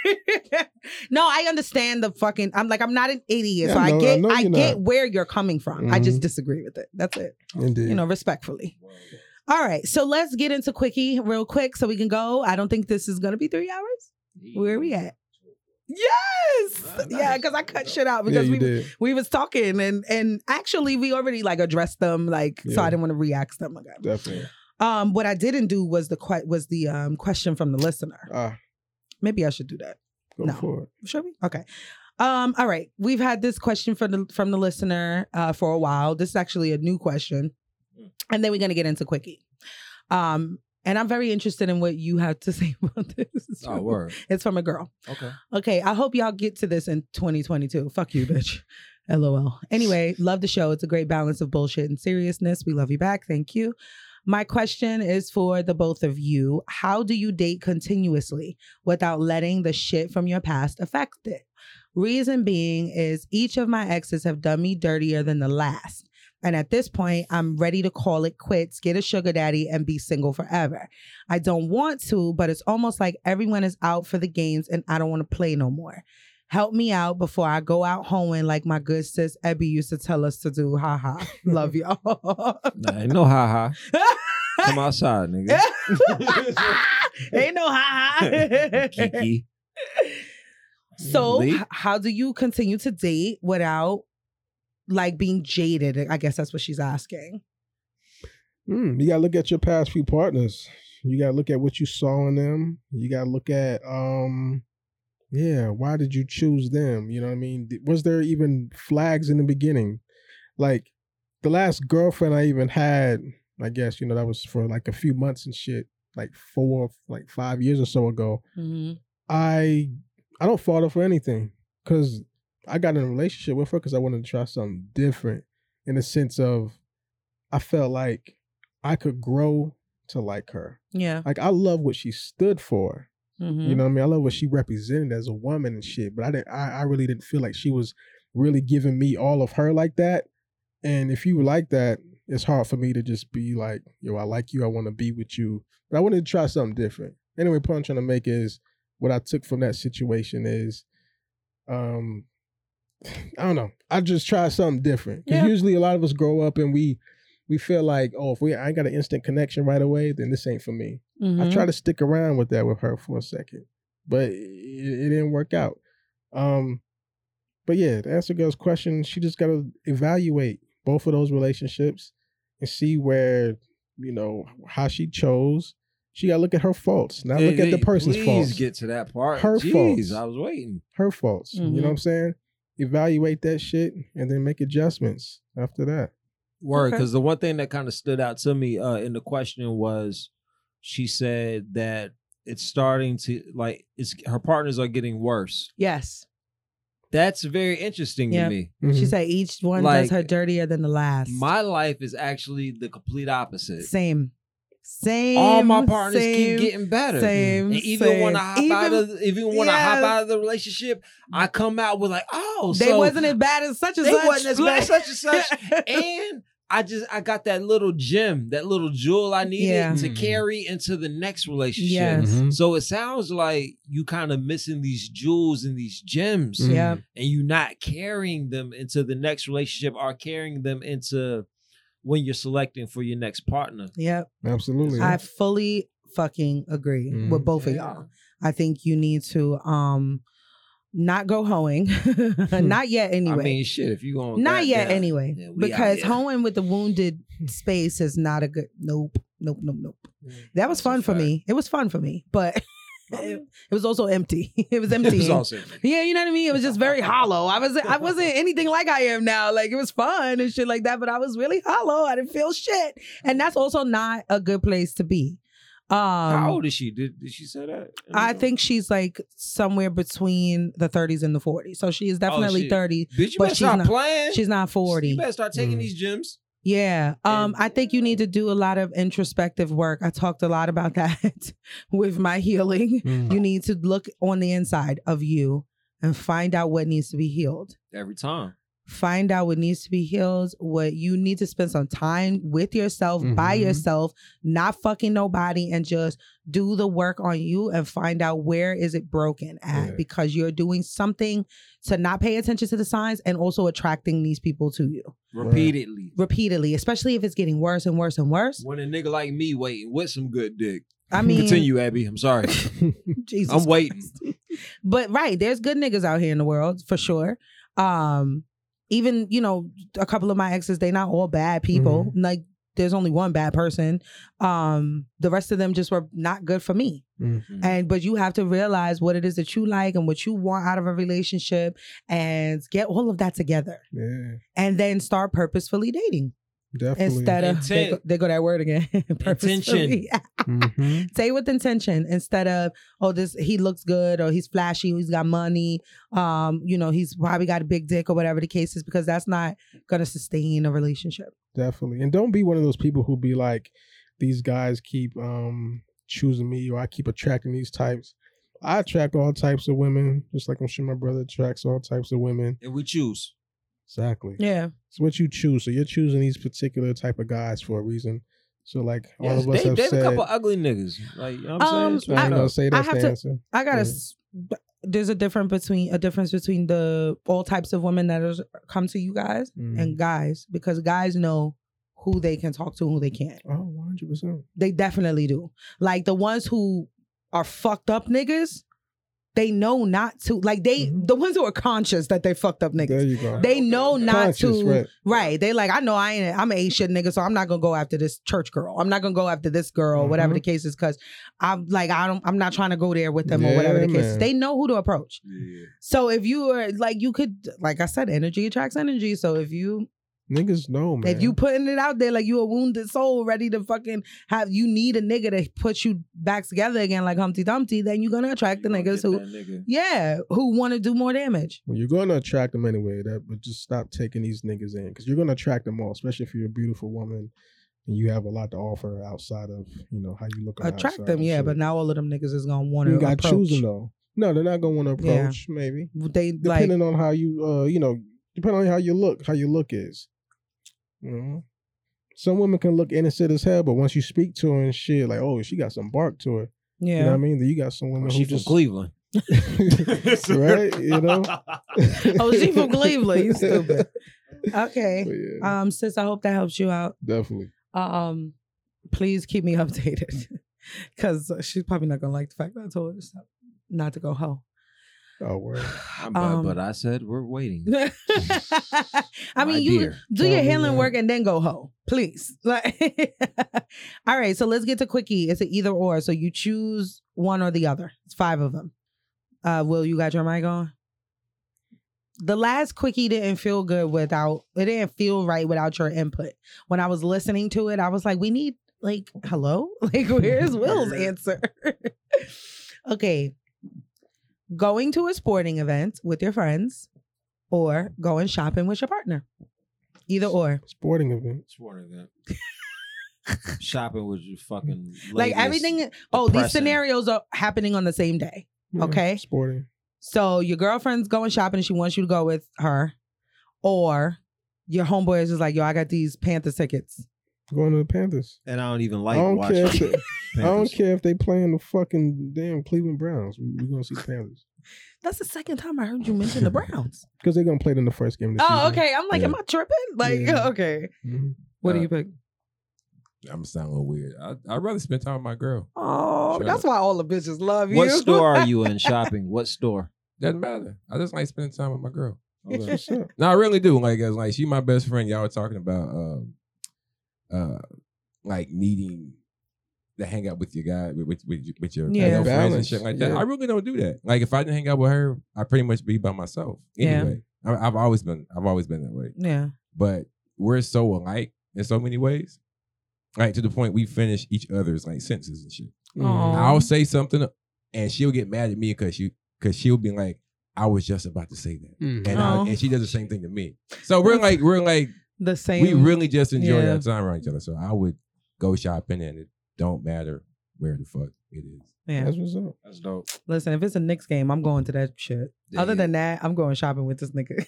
no, I understand the fucking. I'm like, I'm not an idiot,
Yeah,
so
I
I,
know- I
get,
know
I,
you're
get
not.
where you're coming from. I just
Mhm.
disagree with it. That's it.
Indeed.
You know, respectfully. All right, so let's get into quickie real quick so we can go. I don't think this is gonna be three hours. Where are we at? Yes.
Ah, nice.
Yeah, because I cut shit out
yeah,
because
you
we
did.
we was talking and and actually we already like addressed them like so
Yeah.
I didn't want to react them again.
Definitely.
Um, what I didn't do was the que- was the um question from the listener.
Ah,
Maybe I should do that.
go
No.
for it.
Should we? Okay. Um, all right. We've had this question from the from the listener uh, for a while. This is actually a new question.
Hmm.
And then we're gonna get into quickie. Um, and I'm very interested in what you have to say about this. It's
Oh
from-
word.
It's from a girl.
Okay.
Okay, I hope y'all get to this in 2022. Fuck you, bitch. LOL. Anyway, love the show. It's a great balance of bullshit and seriousness. We love you back. Thank you. My question is for the both of you. How do you date continuously without letting the shit from your past affect it? Reason being is each of my exes have done me dirtier than the last. And at this point, I'm ready to call it quits, get a sugar daddy, and be single forever. I don't want to, but it's almost like everyone is out for the games and I don't want to play no more. Help me out before I go out hoeing like my good sis Ebby used to tell us to do. Ha ha. Love y'all.
Nah, ain't no ha ha. Come outside, nigga.
Ain't no ha ha.
Kiki.
so,
Lee?
h- how do you continue to date without like being jaded? I guess that's what she's asking.
Mm, you gotta look at your past few partners. You gotta look at what you saw in them. You gotta look at, um, yeah, why did you choose them? You know what I mean? Was there even flags in the beginning? Like the last girlfriend I even had, I guess you know that was for like a few months and shit, like four, like five years or so ago. I I don't fault her for anything because I got in a relationship with her because I wanted to try something different in the sense of I felt like I could grow to like her.
Yeah.
Like I love what she stood for.
Mhm.
You know what I mean? I love what she represented as a woman and shit. But I didn't I, I really didn't feel like she was really giving me all of her like that. And if you were like that, it's hard for me to just be like, yo, I like you, I want to be with you. But I wanted to try something different. Anyway, point I'm trying to make is what I took from that situation is um I don't know. I just tried something different. Because
Yeah.
usually a lot of us grow up and we we feel like, oh, if we I ain't got an instant connection right away, then this ain't for me. I
Mhm.
Mm-hmm.
tried to stick around with that with her for a second, but it, it didn't work out. Um, but yeah, to answer girl's question, she just got to evaluate both of those relationships and see where you know how she chose. She got to look at her faults, not look at the person's
Please
faults.
get to that part.
Her
Jeez,
faults.
I was waiting.
her faults. You
Mhm.
know
Mm-hmm.
what I'm saying? Evaluate that shit and then make adjustments after that.
Word,
Okay.
because the one thing that kind of stood out to me uh, in the question was she said that it's starting to like it's her partners are getting worse.
Yes.
That's very interesting
Yeah.
to me.
She
Mhm.
said each one does
Like,
her dirtier than the last.
My life is actually the complete opposite.
Same. Same.
All my partners
same,
keep getting better.
Same.
And even when I hop
Even-
out of even when I hop
yeah.
out of the relationship, I come out with like, oh,
they
so
wasn't as bad as such and
they
such.
wasn't as bad, such and such. and I just I got that little gem, that little jewel I needed
Yeah.
to
Mhm.
carry into the next relationship.
Yes.
Mhm.
So it sounds like you kind of missing these jewels and these gems,
Mhm.
Yeah.
and you not carrying them into the next relationship or carrying them into when you're selecting for your next partner.
Yep.
Mm-hmm. Absolutely.
I fully fucking agree
Mhm.
with both of
Mm, Yeah.
y'all. I think you need to um not go hoeing. not yet anyway.
I mean, shit. If you going
not yet anyway.
Yeah, we out
because
here.
hoeing with the wounded space is not a good nope. Nope, nope, nope.
Mm.
That was
That's a
fun for
fact.
me. It was fun for me, but it, it was also empty. It was
It
empty.
was also
Yeah, you know what I mean. It was just very hollow. I was I wasn't anything like I am now. Like it was fun and shit like that, but I was really hollow. I didn't feel shit, and that's also not a good place to be. Um,
How old is she? Did, did she say that?
I think she's like somewhere between the 30s and the 40s. So she
Oh,
is definitely
shit.
30.
Bitch, you
but
better
she's
stop
not-
playing.
She's not 40.
You better start taking
Mm.
these gems.
Yeah. Um,
And-
I think you need to do a lot of introspective work. I talked a lot about that with my healing. You need to look on the inside of you and find out what needs to be healed.
Every time.
Find out what needs to be healed, what you need to spend some time with yourself, by
Mm-hmm.
Mhm.
yourself, not fucking nobody, and just do the work on you and find out where is it broken at
Yeah.
because you're doing something to not pay attention to the signs and also attracting these people to you
Right.
Repeatedly.
repeatedly, especially if it's getting worse and worse and worse.
When a nigga like me waiting with some good dick.
I mean,
Continue, Abby. I'm sorry.
Jesus.
I'm waiting.
But right, there's good niggas out here in the world for sure. Um, even you know, a couple of my exes, they not all bad people. Like, there's only one bad person. Um, the rest of them just were not good for me.
Mhm.
And but you have to realize what it is that you like and what you want out of a relationship, and get all of that together,
Yeah,
and then start purposefully dating
definitely.
instead of they
Intent.
go, they go that word again. Purposefully.
Mhm.
say with intention instead of oh this he looks good or he's flashy he's got money um you know he's probably got a big dick or whatever the case is because that's not gonna sustain a relationship
definitely. And don't be one of those people who be like, these guys keep um choosing me, or I keep attracting these types. I attract all types of women, just like I'm sure my brother attracts all types of women.
And we choose.
Exactly.
yeah
It's what you choose. So you're choosing these particular type of guys for a reason. So like all
Yes,
of us
they,
have
they
said,
a couple ugly niggas. Like, you know what I'm
Um,
So I
saying? Straight
ain't
up.
gonna say that's
have
the
to-
answer.
i gotta s there's a difference between a difference between the all types of women that is, come to you guys
Mm.
and guys because guys know who they can talk to and who they can't
Oh, 100 percent.
They definitely do. Like the ones who are fucked up niggas, they know not to. Like they,
Mhm.
the ones who are conscious that they fucked up
There
niggas.
you go.
They know not
Conscious,
to. Right.
right.
They like, I know I ain't. I'm an ain't shit nigga, so I'm not gonna go after this church girl. I'm not gonna go after this girl, whatever
Mhm.
the case is, because I'm like, I don't. I'm not trying to go there with them or
Yeah,
whatever the case. is.
man.
They know who to approach.
Yeah.
So if you are like, you could, like I said, energy attracts energy. So if you
Niggas know, man.
if you putting it out there like you a wounded soul ready to fucking have you need a nigga to put you back together again like Humpty Dumpty, then you're gonna attract the
You gonna
niggas
get
who
that nigga.
yeah, who wanna do more damage.
Well, you're going to attract them anyway. That, but just stop taking these niggas in because you're going to attract them all, especially if you're a beautiful woman and you have a lot to offer outside of you know how you look. on the
attract
outside
them,
and
yeah,
shit.
but now all of them niggas is gonna wanna
you got to
approach.
choose them though. No, they're not going to want to
Yeah.
approach. Maybe
They like
depending on how you, uh, you know, depending on how you look, how your look is. You know, some women can look innocent as hell, but once you speak to her and shit, like, oh, she got some bark to her.
yeah.
You know what I mean? Then you got
Oh,
some women who
She from
just
Cleveland.
right, you know.
oh, she from Cleveland. You stupid.
But
Okay.
yeah,
Um, sis, I hope that helps you out.
definitely.
Um, please keep me updated. Cause she's probably not gonna like the fact that I told her to stop- not to go hoe.
Oh, word.
I'm bad,
Um,
but I said we're waiting.
I
My
mean, you
dear.
do your
Tell me
healing
that.
work and then go hoe, please. Like, all right, so let's get to quickie. It's an either or, so you choose one or the other. It's five of them. Uh, Will, you got your mic on? The last quickie didn't feel good without it didn't feel right without your input. When I was listening to it, I was like, we need like hello, like where's Will's answer? okay, going to a sporting event with your friends or going shopping with your partner. Either or.
Sporting event.
It's one of them. Shopping with your fucking
Like
ladies.
everything oh, these
depressing.
scenarios are happening on the same day.
Yeah,
Okay.
Sporting.
So your girlfriend's going shopping and she wants you to go with her. Or your homeboy is just like, yo, I got these Panther tickets.
Going to the Panthers.
And I don't even like
I don't care. If
watching.
they, I don't care if they playing the fucking damn Cleveland Browns. We're gonna see the Panthers
That's the second time I heard you mention the Browns.
because they're gonna play it in the first game. Of the
oh,
season.
okay. I'm like, am I tripping? Like,
Yeah.
okay.
Mhm.
What do
Uh,
you pick?
I'm sounding weird. I, I'd rather spend time with my girl.
Oh,
Shut
that's why all the bitches love you.
What store are you in shopping? What store?
Doesn't matter. I just like spending time with my girl.
That's what's up.
No, I really do. Like, it's like she my best friend. Y'all were talking about, um, uh, like needing to hang out with your guy, with with, with, your- with your
Yeah.
female friends and
Balance,
shit like that.
yeah.
I really don't do that. Like, if I didn't hang out with her, I pretty much be by myself.
Yeah.
Anyway, I, I've always been, I've always been that way.
Yeah.
But we're so alike in so many ways. Like to the point we finish each other's like sentences and shit.
Aw.
I'll say something, and she'll get mad at me because she because she'll be like, "I was just about to say that,"
Mhm.
and I,
Aw.
and she does the same thing to me. So we're like we're like
The same.
we really just enjoy
Yeah.
our time around each other. So I would go shopping, and it don't matter where the fuck it is.
Yeah.
That's what's up.
That's dope.
Listen, if it's a Knicks game, I'm going to that shit. Other than that, I'm going shopping with this nigga.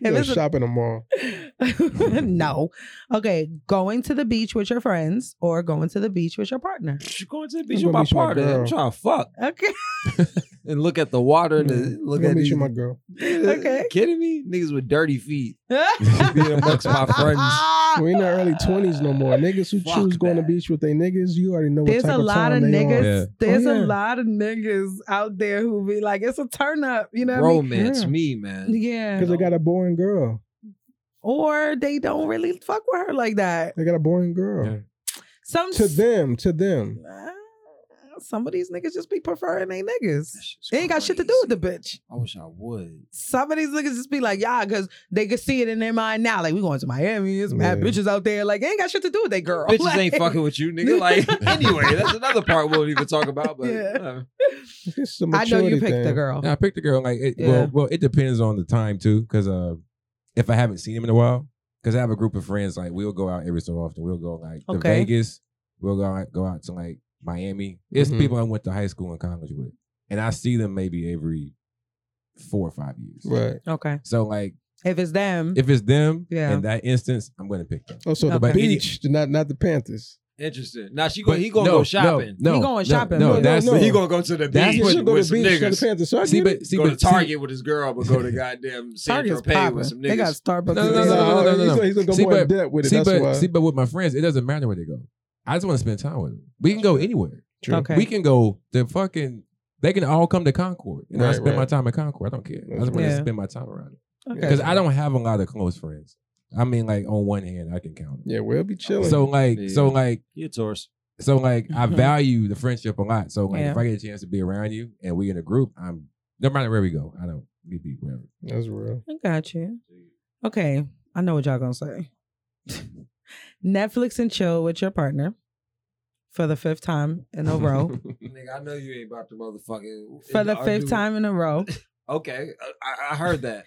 You
If
go
it's a-
shop in the mall.
no. Okay, going to the beach with your friends or going to the beach with your partner.
She going to the beach
I'm gonna
with my
meet you my
partner. I'm
girl.
trying to fuck
Okay.
and look at the water and the,
I'm
look
gonna Mm-hmm.
at
meet
these.
you, my girl.
Okay.
kidding me? Niggas with dirty feet.
Being amongst my
We're in our early twenties no more. Niggas who
Fuck
choose going to
that.
beach with their niggas, you already know what
There's
type
a
of
lot of
time they on.
niggas.
Yeah.
There's
Oh, yeah.
a lot of niggas out there who be like, it's a turn up, you know. What
Romance
Yeah.
me, man.
I mean? Yeah.
Because they got a boring girl.
Or they don't really fuck with her like that.
They got a boring girl.
Yeah.
Some
To them, to them.
Uh, some of these niggas just be preferring they niggas.
That shit's
They ain't got shit to do with the bitch.
crazy. I wish I would.
Some of these niggas just be like, yeah, because they could see it in their mind now. Like, we going to Miami. There's mad
Yeah.
bitches out there. Like, they ain't got shit to do with that girl.
Bitches
Like-
ain't fucking with you, nigga. Like anyway, that's another part we won't even talk about. But
Yeah.
uh,
It's a
I know you
maturity
picked the
thing.
girl.
And I picked a girl like it,
Yeah.
well, well, it depends on the time too, because uh, if I haven't seen him in a while, because I have a group of friends like we'll go out every so often. We'll go like to
Okay.
Vegas. We'll go out, go out to like Miami. It's
Mm-hmm.
Mhm.
people I went to high school and college with, and I see them maybe every four or five years.
Right.
Okay.
So like
If it's them,
if it's them
Yeah.
in that instance, I'm gonna pick them.
Oh, so the
Okay.
beach, not not the Panthers.
interesting. Now she go,
But
he gonna
no,
go shopping.
No, no,
He going
no,
shopping.
No,
No, no,
that's
no.
He gonna go to the
That's
beach
You
what-
should go
with
to the
some
beach, not the
niggas.
Panthers. So I
see,
get it.
but see,
go
but
to Target with his girl, but go to goddamn San
Target's
Tropez with
popping.
some
They got
niggas.
Starbucks.
No, no,
there.
no, no, no, no, no.
uh, He's gonna- He's gonna go
See,
more in
but-
depth with it.
See,
That's
but
why.
see, but with my friends, it doesn't matter where they go. I just want to spend time with them. We can go anywhere.
True.
Okay.
We can go to fucking. They can all come to Concord, and I
Right,
spend my
right.
time at Concord. I don't care. I just want
Yeah.
to spend my time around it
Okay.
because I don't have a lot of close friends. I mean, like on one hand, I can count.
Yeah, we'll be
Them.
chilling.
So like, so
Yeah.
like,
He a tourist.
so like, I
Mhm.
value the friendship a lot. So like,
Yeah.
if I get a chance to be around you and we in a group, I'm no matter where we go, I don't we be wherever.
that's real.
I got you. Okay. I know what y'all gonna say. Netflix and chill with your partner for the fifth time in a row.
Nigga, I know you ain't about to motherfucking
for the
I'll
fifth
do-
time in a row.
Okay, I- I, I heard that.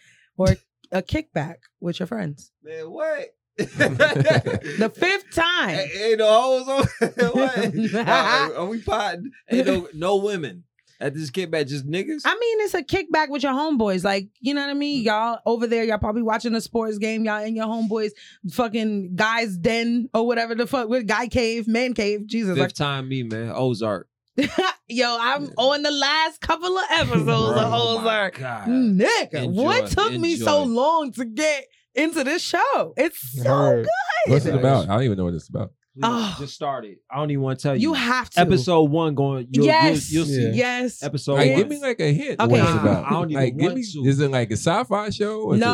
A kickback with your friends.
Man, what?
The
the
fifth time.
Ain't, ain't no hoes on. what? Nah, are we potting? Ain't no no women at this kickback. Just niggas.
I mean, it's a kickback with your homeboys. Like, you know what I mean? Y'all over there, y'all probably watching a sports game. Y'all in your homeboys, fucking guys' den or whatever the fuck with guy cave, man cave. Jesus,
Fifth time me, man. Ozark.
Yo, I'm on the last couple of episodes of
Oh my
Ozark. Mm.
God.
Nigga,
Enjoy,
what took me so
enjoy.
long to get into this show? It's so
Hard.
What's
good.
it about? I don't even know what it's about.
Please,
Oh.
Just start it. I don't even want to tell you.
You have to.
episode one going. You'll,
yes.
You'll, you'll see.
Yeah.
Yes.
Episode
Like,
one.
give me like a hint. of
Okay.
What it's
Nah,
about.
I don't even
like, give
want
me.
to.
Is it like a sci-fi show? Or is it-
No.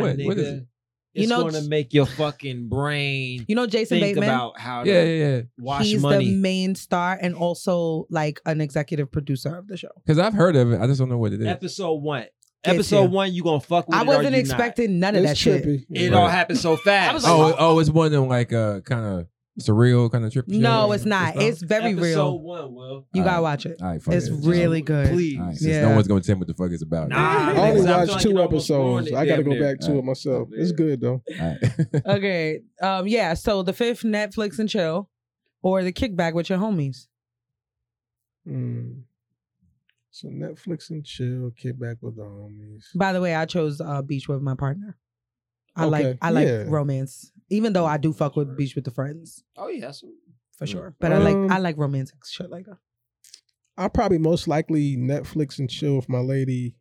what's it- what- what is it?
You
It's
know-
going to make your fucking brain
you know Jason
think
Bateman?
about how to
Yeah, yeah, yeah.
wash
He's the
money.
main star and also like an executive producer of the show.
Because I've heard of it. I just don't know what it is.
Episode one.
Get
Episode
you.
one, you gonna fuck with
I
it or
wasn't
you
expecting none of that
It's
shit.
trippy.
Not. It all
Right.
happened so fast.
I was like,
Oh, oh, it's one of them like uh kind of surreal kind of trip.
No, it's not. It's very
episode
real.
one, Will.
You gotta
Uh,
Alright.
watch it.
all right, fuck
It's
it.
really good.
Please.
All right, since
Yeah.
no one's gonna tell me what the fuck it's about.
Nah,
I
niggas,
only
I feel
watched
like it
two
almost ruined
episodes.
it,
I got to
damn
go
near.
back to
Alright.
it myself. It's good though.
All right.
uh.
Okay. Um. Yeah. So the fifth Netflix and chill, or the kickback with your homies.
Mm. So Netflix and chill, kick back with the homies.
By the way, I chose uh, beach with my partner. I like
Okay,
I like
yeah.
romance, even though I do fuck with beach with the friends
Oh yeah, that's
for
Mm.
sure. But I
Um,
like I like romantic shit like that.
I probably most likely Netflix and chill with my lady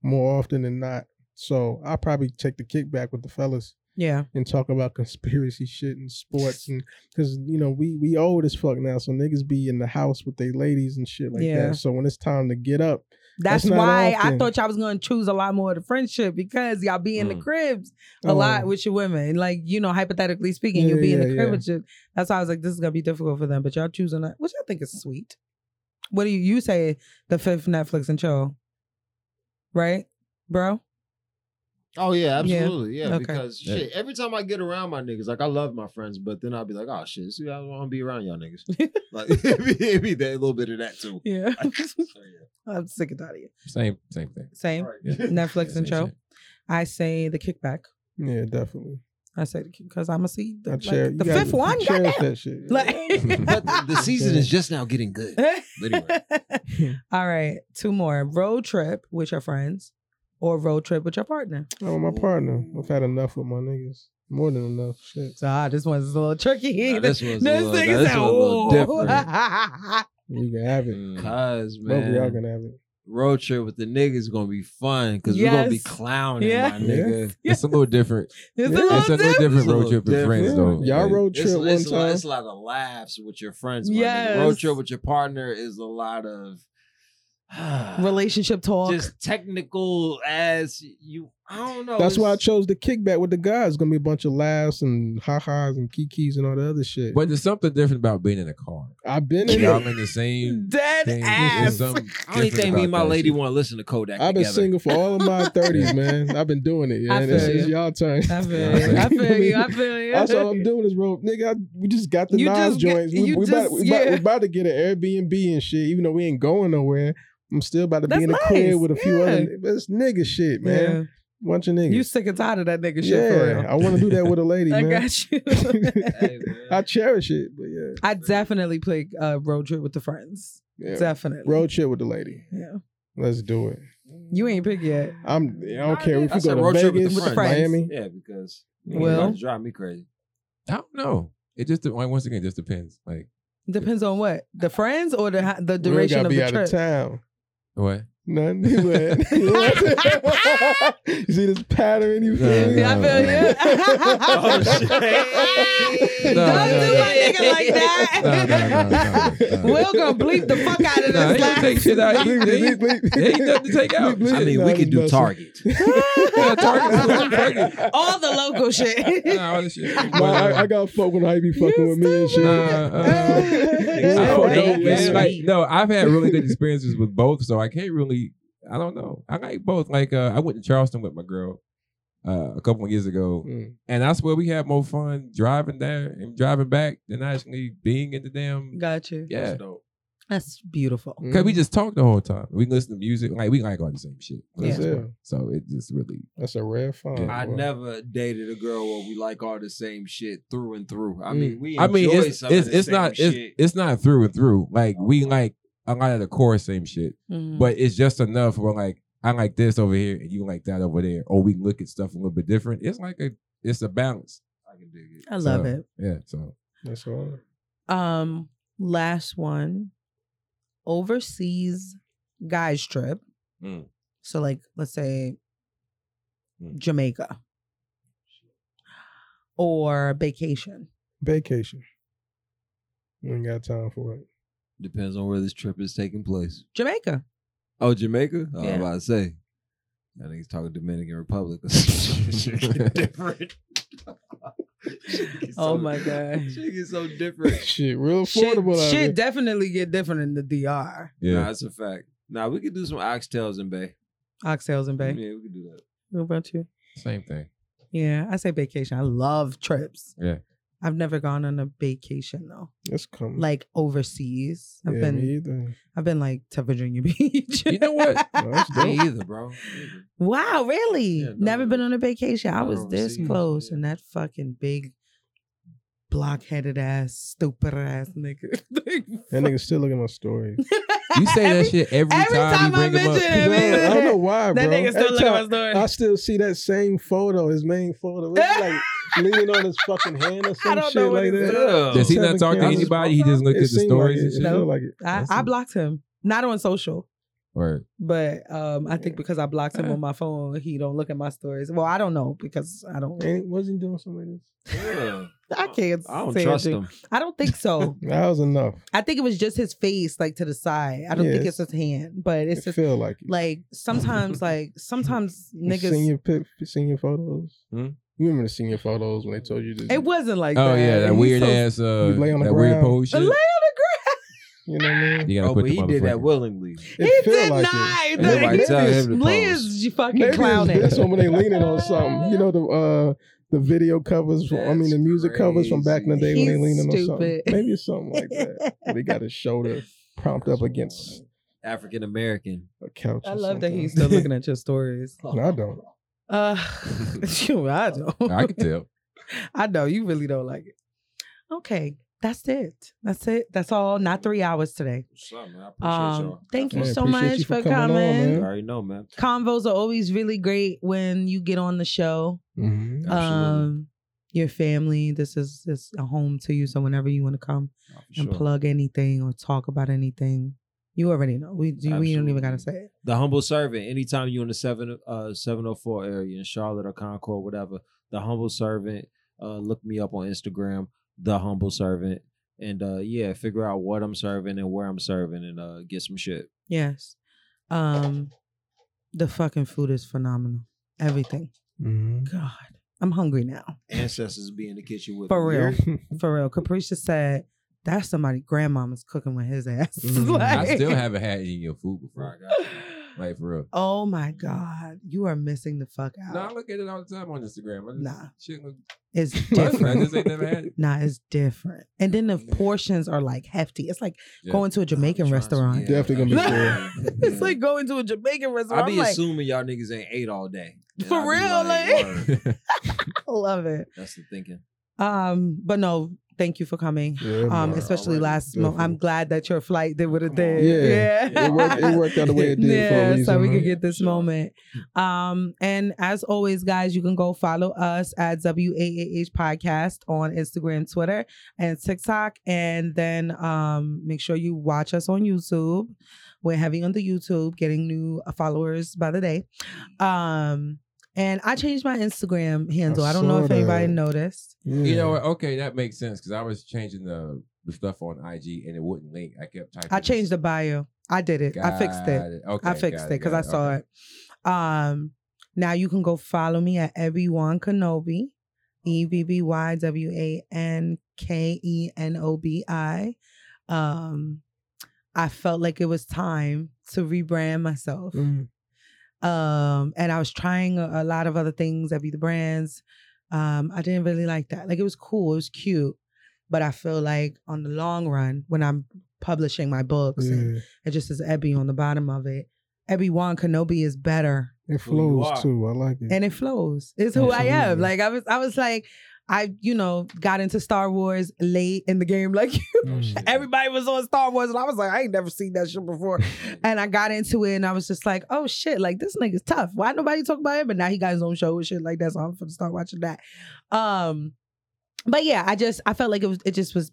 more often than not. So I probably take the kickback with the fellas.
Yeah.
and talk about conspiracy shit and sports and because you know we we old as fuck now, so niggas be in the house with their ladies and shit like
Yeah.
that. So when it's time to get up,
That's,
That's not
why I
often.
thought y'all was gonna choose a lot more of the friendship because y'all be in the
Mm.
cribs a
oh,
lot with your women. Like, you know, hypothetically speaking,
Yeah,
you'll be in the
yeah,
crib
yeah.
with your that's why I was like, this is gonna be difficult for them. But y'all choosing that, which I think is sweet. What do you you say the fifth Netflix and chill? Right, bro?
Oh yeah,
Yeah.
absolutely. Yeah,
Okay.
because
Yeah.
shit, every time I get around my niggas, like I love my friends, but then I'll be like, oh shit, see, I don't want to be around y'all niggas. like it be, it be that, a little bit of that too.
Yeah.
So, yeah.
I'm sick and tired of you.
Same same thing.
Same.
All right.
Yeah.
Netflix
Same
and chill.
shit.
I say the kickback.
yeah, definitely.
I say the kick because I'm gonna see the,
I
like,
cher-
the
you gotta
fifth one.
Cherish
Goddamn.
that shit.
Like-
but the, the season is just now getting good. But anyway,
All right, two more. Road trip with your friends or road trip with your partner.
oh, my partner, I've had enough with my niggas, more than enough. Shit,
So ah, this one's a little tricky.
now, this one's
This
a little,
thing is
now, this one's a little different.
different.
you can have it.
Mm.
Cause
Both of y'all
man,
can have it.
road trip with the niggas gonna be fun because we're gonna be
Yes.
clowning,
Yeah.
my nigga.
It's a little different.
It's a
Yeah.
little
It's a little
different.
different
It's a
road
little
trip with friends
different.
though.
Y'all
Like,
road
It's,
trip one
it's, a lot,
time.
it's a lot of laughs with your friends. my nigga.
Yes.
Road trip with your partner is a lot of
Relationship talk.
just technical as you. I don't know.
That's why I
it's-
chose the kickback with the guys. It's gonna be a bunch of laughs and ha ha's and kikis and all the other shit.
But there's something different about being in a car.
I've been in it.
Y'all in the same
Dead
thing. There's
ass.
something
I only
different
think me and
about
my
that
lady
shit.
want to listen to Kodak
I've been
together.
single for all of my thirties, man. I've been doing it.
I
Yeah, it's,
feel
it's
you.
y'all turn.
I feel you. I feel you. I feel you.
That's all I'm doing is rope, nigga. I, we just got the
You
Nas
just get-
joints. we,
you
we
just-
about, we, about,
yeah.
we about to get an Airbnb and shit, even though we ain't going nowhere. I'm still about to
That's
be in a crib
nice.
with a few
Yeah.
other. But it's nigga shit, man. Bunch of
Yeah.
niggas.
You sick and tired of that nigga shit
yeah, I want to do that with a lady,
for real. I
man.
got you.
Hey, man.
I cherish it, but yeah,
I definitely play uh, road trip with the friends.
yeah.
Definitely.
road trip with the lady.
Yeah.
Let's do it.
You ain't pick yet.
I'm. I
Nah,
don't care if
I
we
said
go to
road trip with the
Vegas,
friends.
Miami.
yeah, because
Well-
well, drive me crazy.
I don't know. It just de- like once again it just depends. Like
Depends on what the friends or the the
We
duration
gotta
of
be
the
out
trip.
of town.
what?
None. you see this pattern? You feel me?
Yeah, I feel you.
Oh, shit.
Don't
No,
do
no,
my nigga like that.
No, no, no, no, no.
We'll go bleep the fuck out of
Nah,
this.
he gonna
last-
take shit out. He, he,
Bleep, bleep, bleep.
there ain't nothing to take out.
Bleep, bleep.
I mean, we
Nah,
could do
that's-
Target.
Yeah, Target, Target.
All the local shit.
Nah, all this shit. uh,
Nah, I, I got fuck when I be fucking with me and shit.
Nah, uh, I don't
Yeah.
know, man.
Yeah.
Like, no, I've had really good experiences with both, so I can't really. I don't know. I like both. Like, uh, I went to Charleston with my girl uh, a couple of years ago,
Mm.
and I swear we had more fun driving there and driving back than actually being in the damn.
Got you.
Yeah,
That's beautiful.
because we just talked the whole time. We listen to music. Like, we like on the same shit. for the
Yeah.
most part. So it just really.
That's a rare find.
I
boy.
never dated a girl where we like all the same shit through and through. I
Mm.
mean, we.
I mean,
enjoy
it's
some of
it's,
the
it's
same
not
shit.
it's, it's not through and through. Like, we like a lot of the core same shit.
Mm-hmm. Mm.
but it's just enough where like I like this over here and you like that over there, or we look at stuff a little bit different. It's like a it's a balance.
I can dig it.
I love
So,
it.
Yeah, so
That's all.
Um, last one, overseas guys trip.
Mm.
So, like, let's say
Mm.
Jamaica or vacation.
Vacation. We ain't got time for it.
Depends on where this trip is taking place.
Jamaica.
Oh, Jamaica. I was
Yeah.
about to say. I think he's talking Dominican Republic. different.
Oh my God.
She gets so different.
Shit, real
Shit,
affordable. out
shit
here.
definitely get different in the DR.
yeah.
Nah, that's a fact. Nah, we could do some oxtails in Bay.
Oxtails and Bay.
Yeah, we could do that.
What about you?
Same thing.
Yeah, I say vacation. I love trips.
Yeah.
I've never gone on a vacation though,
That's coming.
like overseas. I've
Mm. yeah,
been,
me either.
I've been like to Virginia Beach.
You know what?
No, that's dope.
Me either, bro. Me either.
Wow, really?
Yeah, no,
Never
no.
been on a vacation. I
No,
was this
overseas,
close,
yeah.
and that fucking big, blockheaded ass, stupid ass nigga.
That nigga still looking at my story.
You say that shit every,
every
time,
time I
you bring
mention
them
it.
up.
I, don't, I don't know why,
that
bro.
nigga still
Every
looking
time-
at my
I
story.
still see that same photo, his main photo. It's like leaning on his fucking hand or some
don't
shit
know what
like
it is.
that.
Does he
Seven
not talk to
cameras.
anybody? He just looked
It
at the
seemed like
stories
it.
and shit.
It feel like it.
I,
That's
I
a-
blocked him. Not on social.
Or
But um, I think because I blocked him on my phone, he don't look at my stories. Well, I don't know because I don't.
Ain't, wasn't he doing something
Yeah.
I can't.
I don't
say
trust
anything.
him.
I don't think so.
like this? That was enough.
I think it was just his face, like to the side. I don't
Yeah,
think it's his hand, but it's
It
just
feel like it.
like sometimes, like sometimes
You Seen
niggas.
your pic, seen your photos.
Hmm?
You remember the senior photos when they told you to,
It wasn't like
oh
that.
yeah, that
He's
weird
so-
ass uh
lay on the
that weird
ground.
pose
Lay
shit.
on the
you know what I mean?
You gotta
Oh,
put
but
the
he did that
motherfucker-
willingly.
ground.
It
He
feel
did
like
not.
it.
Nobody
Like,
tell
maybe
him to
Lee
pose.
is you fucking
Maybe
clowning.
it's this one when they leaning on something. You know the uh the video covers. From, I mean the
That's
music covers from back in the day when
crazy.
they
He's
leaning on something.
stupid.
Maybe it's something like that. Where they got his shoulder propped up against
African American.
a couch.
I
or
love that
something.
he's still looking at your stories.
Oh.
No, I don't.
Uh, shoot, I don't.
I could tell.
I know you really don't like it. Okay, that's it. That's it. That's all. Not three hours today. Um, thank you
Man,
so
appreciate
much
you
for,
for
coming.
coming on,
You
man.
already know, man.
Convos are always really great when you get on the show.
Mhm.
Absolutely.
Um, your family. This is this a home to you. So whenever you want to come
Oh, for
and
sure.
plug anything or talk about anything, you already know. We do, we don't even gotta say it.
The humble servant. Anytime you're in the seven uh seven oh four area in Charlotte or Concord, whatever. The humble servant. Uh, look me up on Instagram. The humble servant. And uh, yeah, figure out what I'm serving and where I'm serving, and uh, get some shit.
Yes. Um, the fucking food is phenomenal. Everything.
Mhm.
God, I'm hungry now.
Ancestors be in the kitchen with
For
me.
real. For real. Capricia said, that's somebody grandmama's cooking with his ass.
Mhm.
Like-
Mm-hmm. I still haven't had any of your food before.
Right, I got you.
Like for real.
Oh my God. You are missing the fuck out.
No, I look at it all the time on Instagram. I just,
Nah.
shit look
It's
I
different.
just ain't never had it.
nah, it's different. And then the portions are like hefty. It's like
Yeah.
going to a Jamaican
I'm trying to-
restaurant.
yeah,
Definitely
gonna be
yeah,
It's
yeah.
like going to a Jamaican
I
restaurant.
be
I'm like,
assuming y'all niggas ain't ate all day. And
For
I be
real, like-
word.
I love it.
that's the thinking.
Um, but no, thank you for coming.
Yeah,
Um,
man.
especially
already.
last month. I'm
Definitely.
glad that your flight did what it
Come on.
did.
Yeah. it, worked, it worked out the way it did for a
yeah,
reason. Hmm.
so we
man.
could get this
Sure.
moment. Um, and as always, guys, you can go follow us at WAAH Podcast on Instagram, Twitter, and TikTok. And then um, make sure you watch us on YouTube. We're heavy on the YouTube, getting new uh, followers by the day. Um, and I changed my Instagram handle. I, don't know
saw
if anybody
that.
noticed.
Yeah.
You know what? Okay, that makes sense because I was changing the, the stuff on IG and it wouldn't link. I kept typing.
I changed the bio. I did it. I fixed it.
Got Okay,
I fixed
got
it because
got
I saw
okay.
it. Um, now you can go follow me at everyone Kenobi, E B B Y W A N K E N O B I. Um, I felt like it was time to rebrand myself.
Mm.
Um, and I was trying a, a lot of other things at Be the Brands. Um, I didn't really like that. Like it was cool, it was cute, but I feel like on the long run, when I'm publishing my books and
Yeah.
it just says Ebby on the bottom of it. Ebby Wan Kenobi is better,
It
Who you
flows
are.
too. I like it.
and it flows. It's who I am.
Absolutely.
Like I was, I was like, I you know got into Star Wars late in the game. Like
Oh,
Mm.
everybody was on Star Wars, and I was like, I ain't never seen that shit before. And I got into it, and I was just like, oh shit, like this nigga's tough. Why nobody talk about him? But now he got his own show and shit like that. So I'm gonna start watching that. Um, but yeah, I just I felt like it was it just was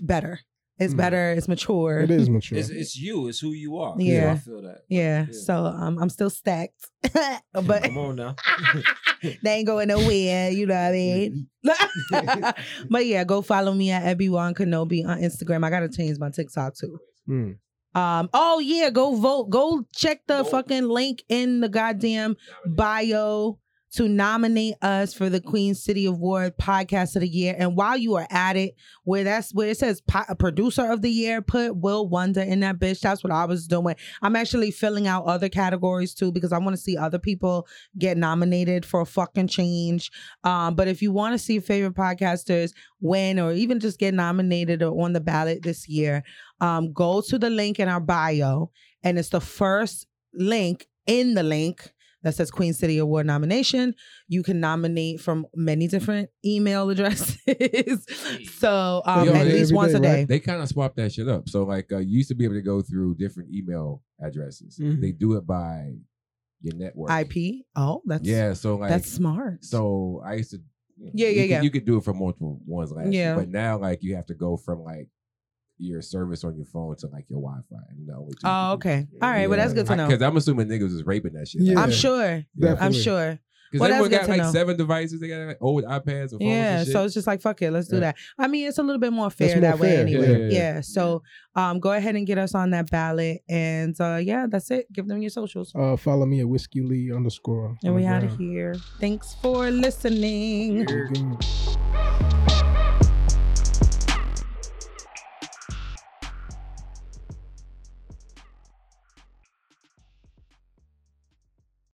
better. It's
Mm.
better. It's mature.
It is mature.
It's, it's you. It's who you are.
Yeah.
I feel that.
Yeah,
Yeah.
so um, I'm still stacked, but
Come on now.
they ain't going nowhere. You know what I mean? but yeah, go follow me at Ebiwan Kenobi on Instagram. I gotta change my TikTok too.
Mm.
Um, oh yeah, go vote. Go check the
Vote.
fucking link in the goddamn bio to nominate us for the Queen City Award Podcast of the Year. And while you are at it, where that's where it says po- Producer of the Year, put Will Wonder in that bitch. That's what I was doing. I'm actually filling out other categories too because I want to see other people get nominated for a fucking change. Um, but if you want to see favorite podcasters win or even just get nominated or on the ballot this year, um, go to the link in our bio, and it's the first link in the link that says Queen City Award nomination. You can nominate from many different email addresses. so um,
Yo,
at
they-
least
every
once
day,
a day.
right?
They kind of swapped that shit up. So like uh, you used to be able to go through different email addresses.
Mhm.
Mm-hmm.
They do it by your network.
IP. Oh, that's
Yeah. So like
that's smart.
so I used to. you know,
Yeah,
you
yeah,
could,
yeah.
You could do it for multiple ones last
Yeah.
year, but now like you have to go from like your service on your phone to like your Wi-Fi. And the only two
Oh,
people-
okay. All right. Well, that's good to know.
Because I'm assuming niggas is raping that shit.
Yeah.
I'm sure. I'm
Definitely.
sure.
Because
Well, that's
everyone
good
got
to
like
know.
seven devices. They got like old iPads and phones.
Yeah.
and shit.
So it's just like fuck it, let's do
Yeah.
that. I mean, it's a little bit more fair
more
that way
fair,
anyway.
yeah,
Yeah,
yeah.
So um go ahead and get us on that ballot. And uh yeah, that's it. Give them your socials.
Uh, follow me at whiskey lee underscore.
And we out of
underground.
here. Thanks for listening.
Underground.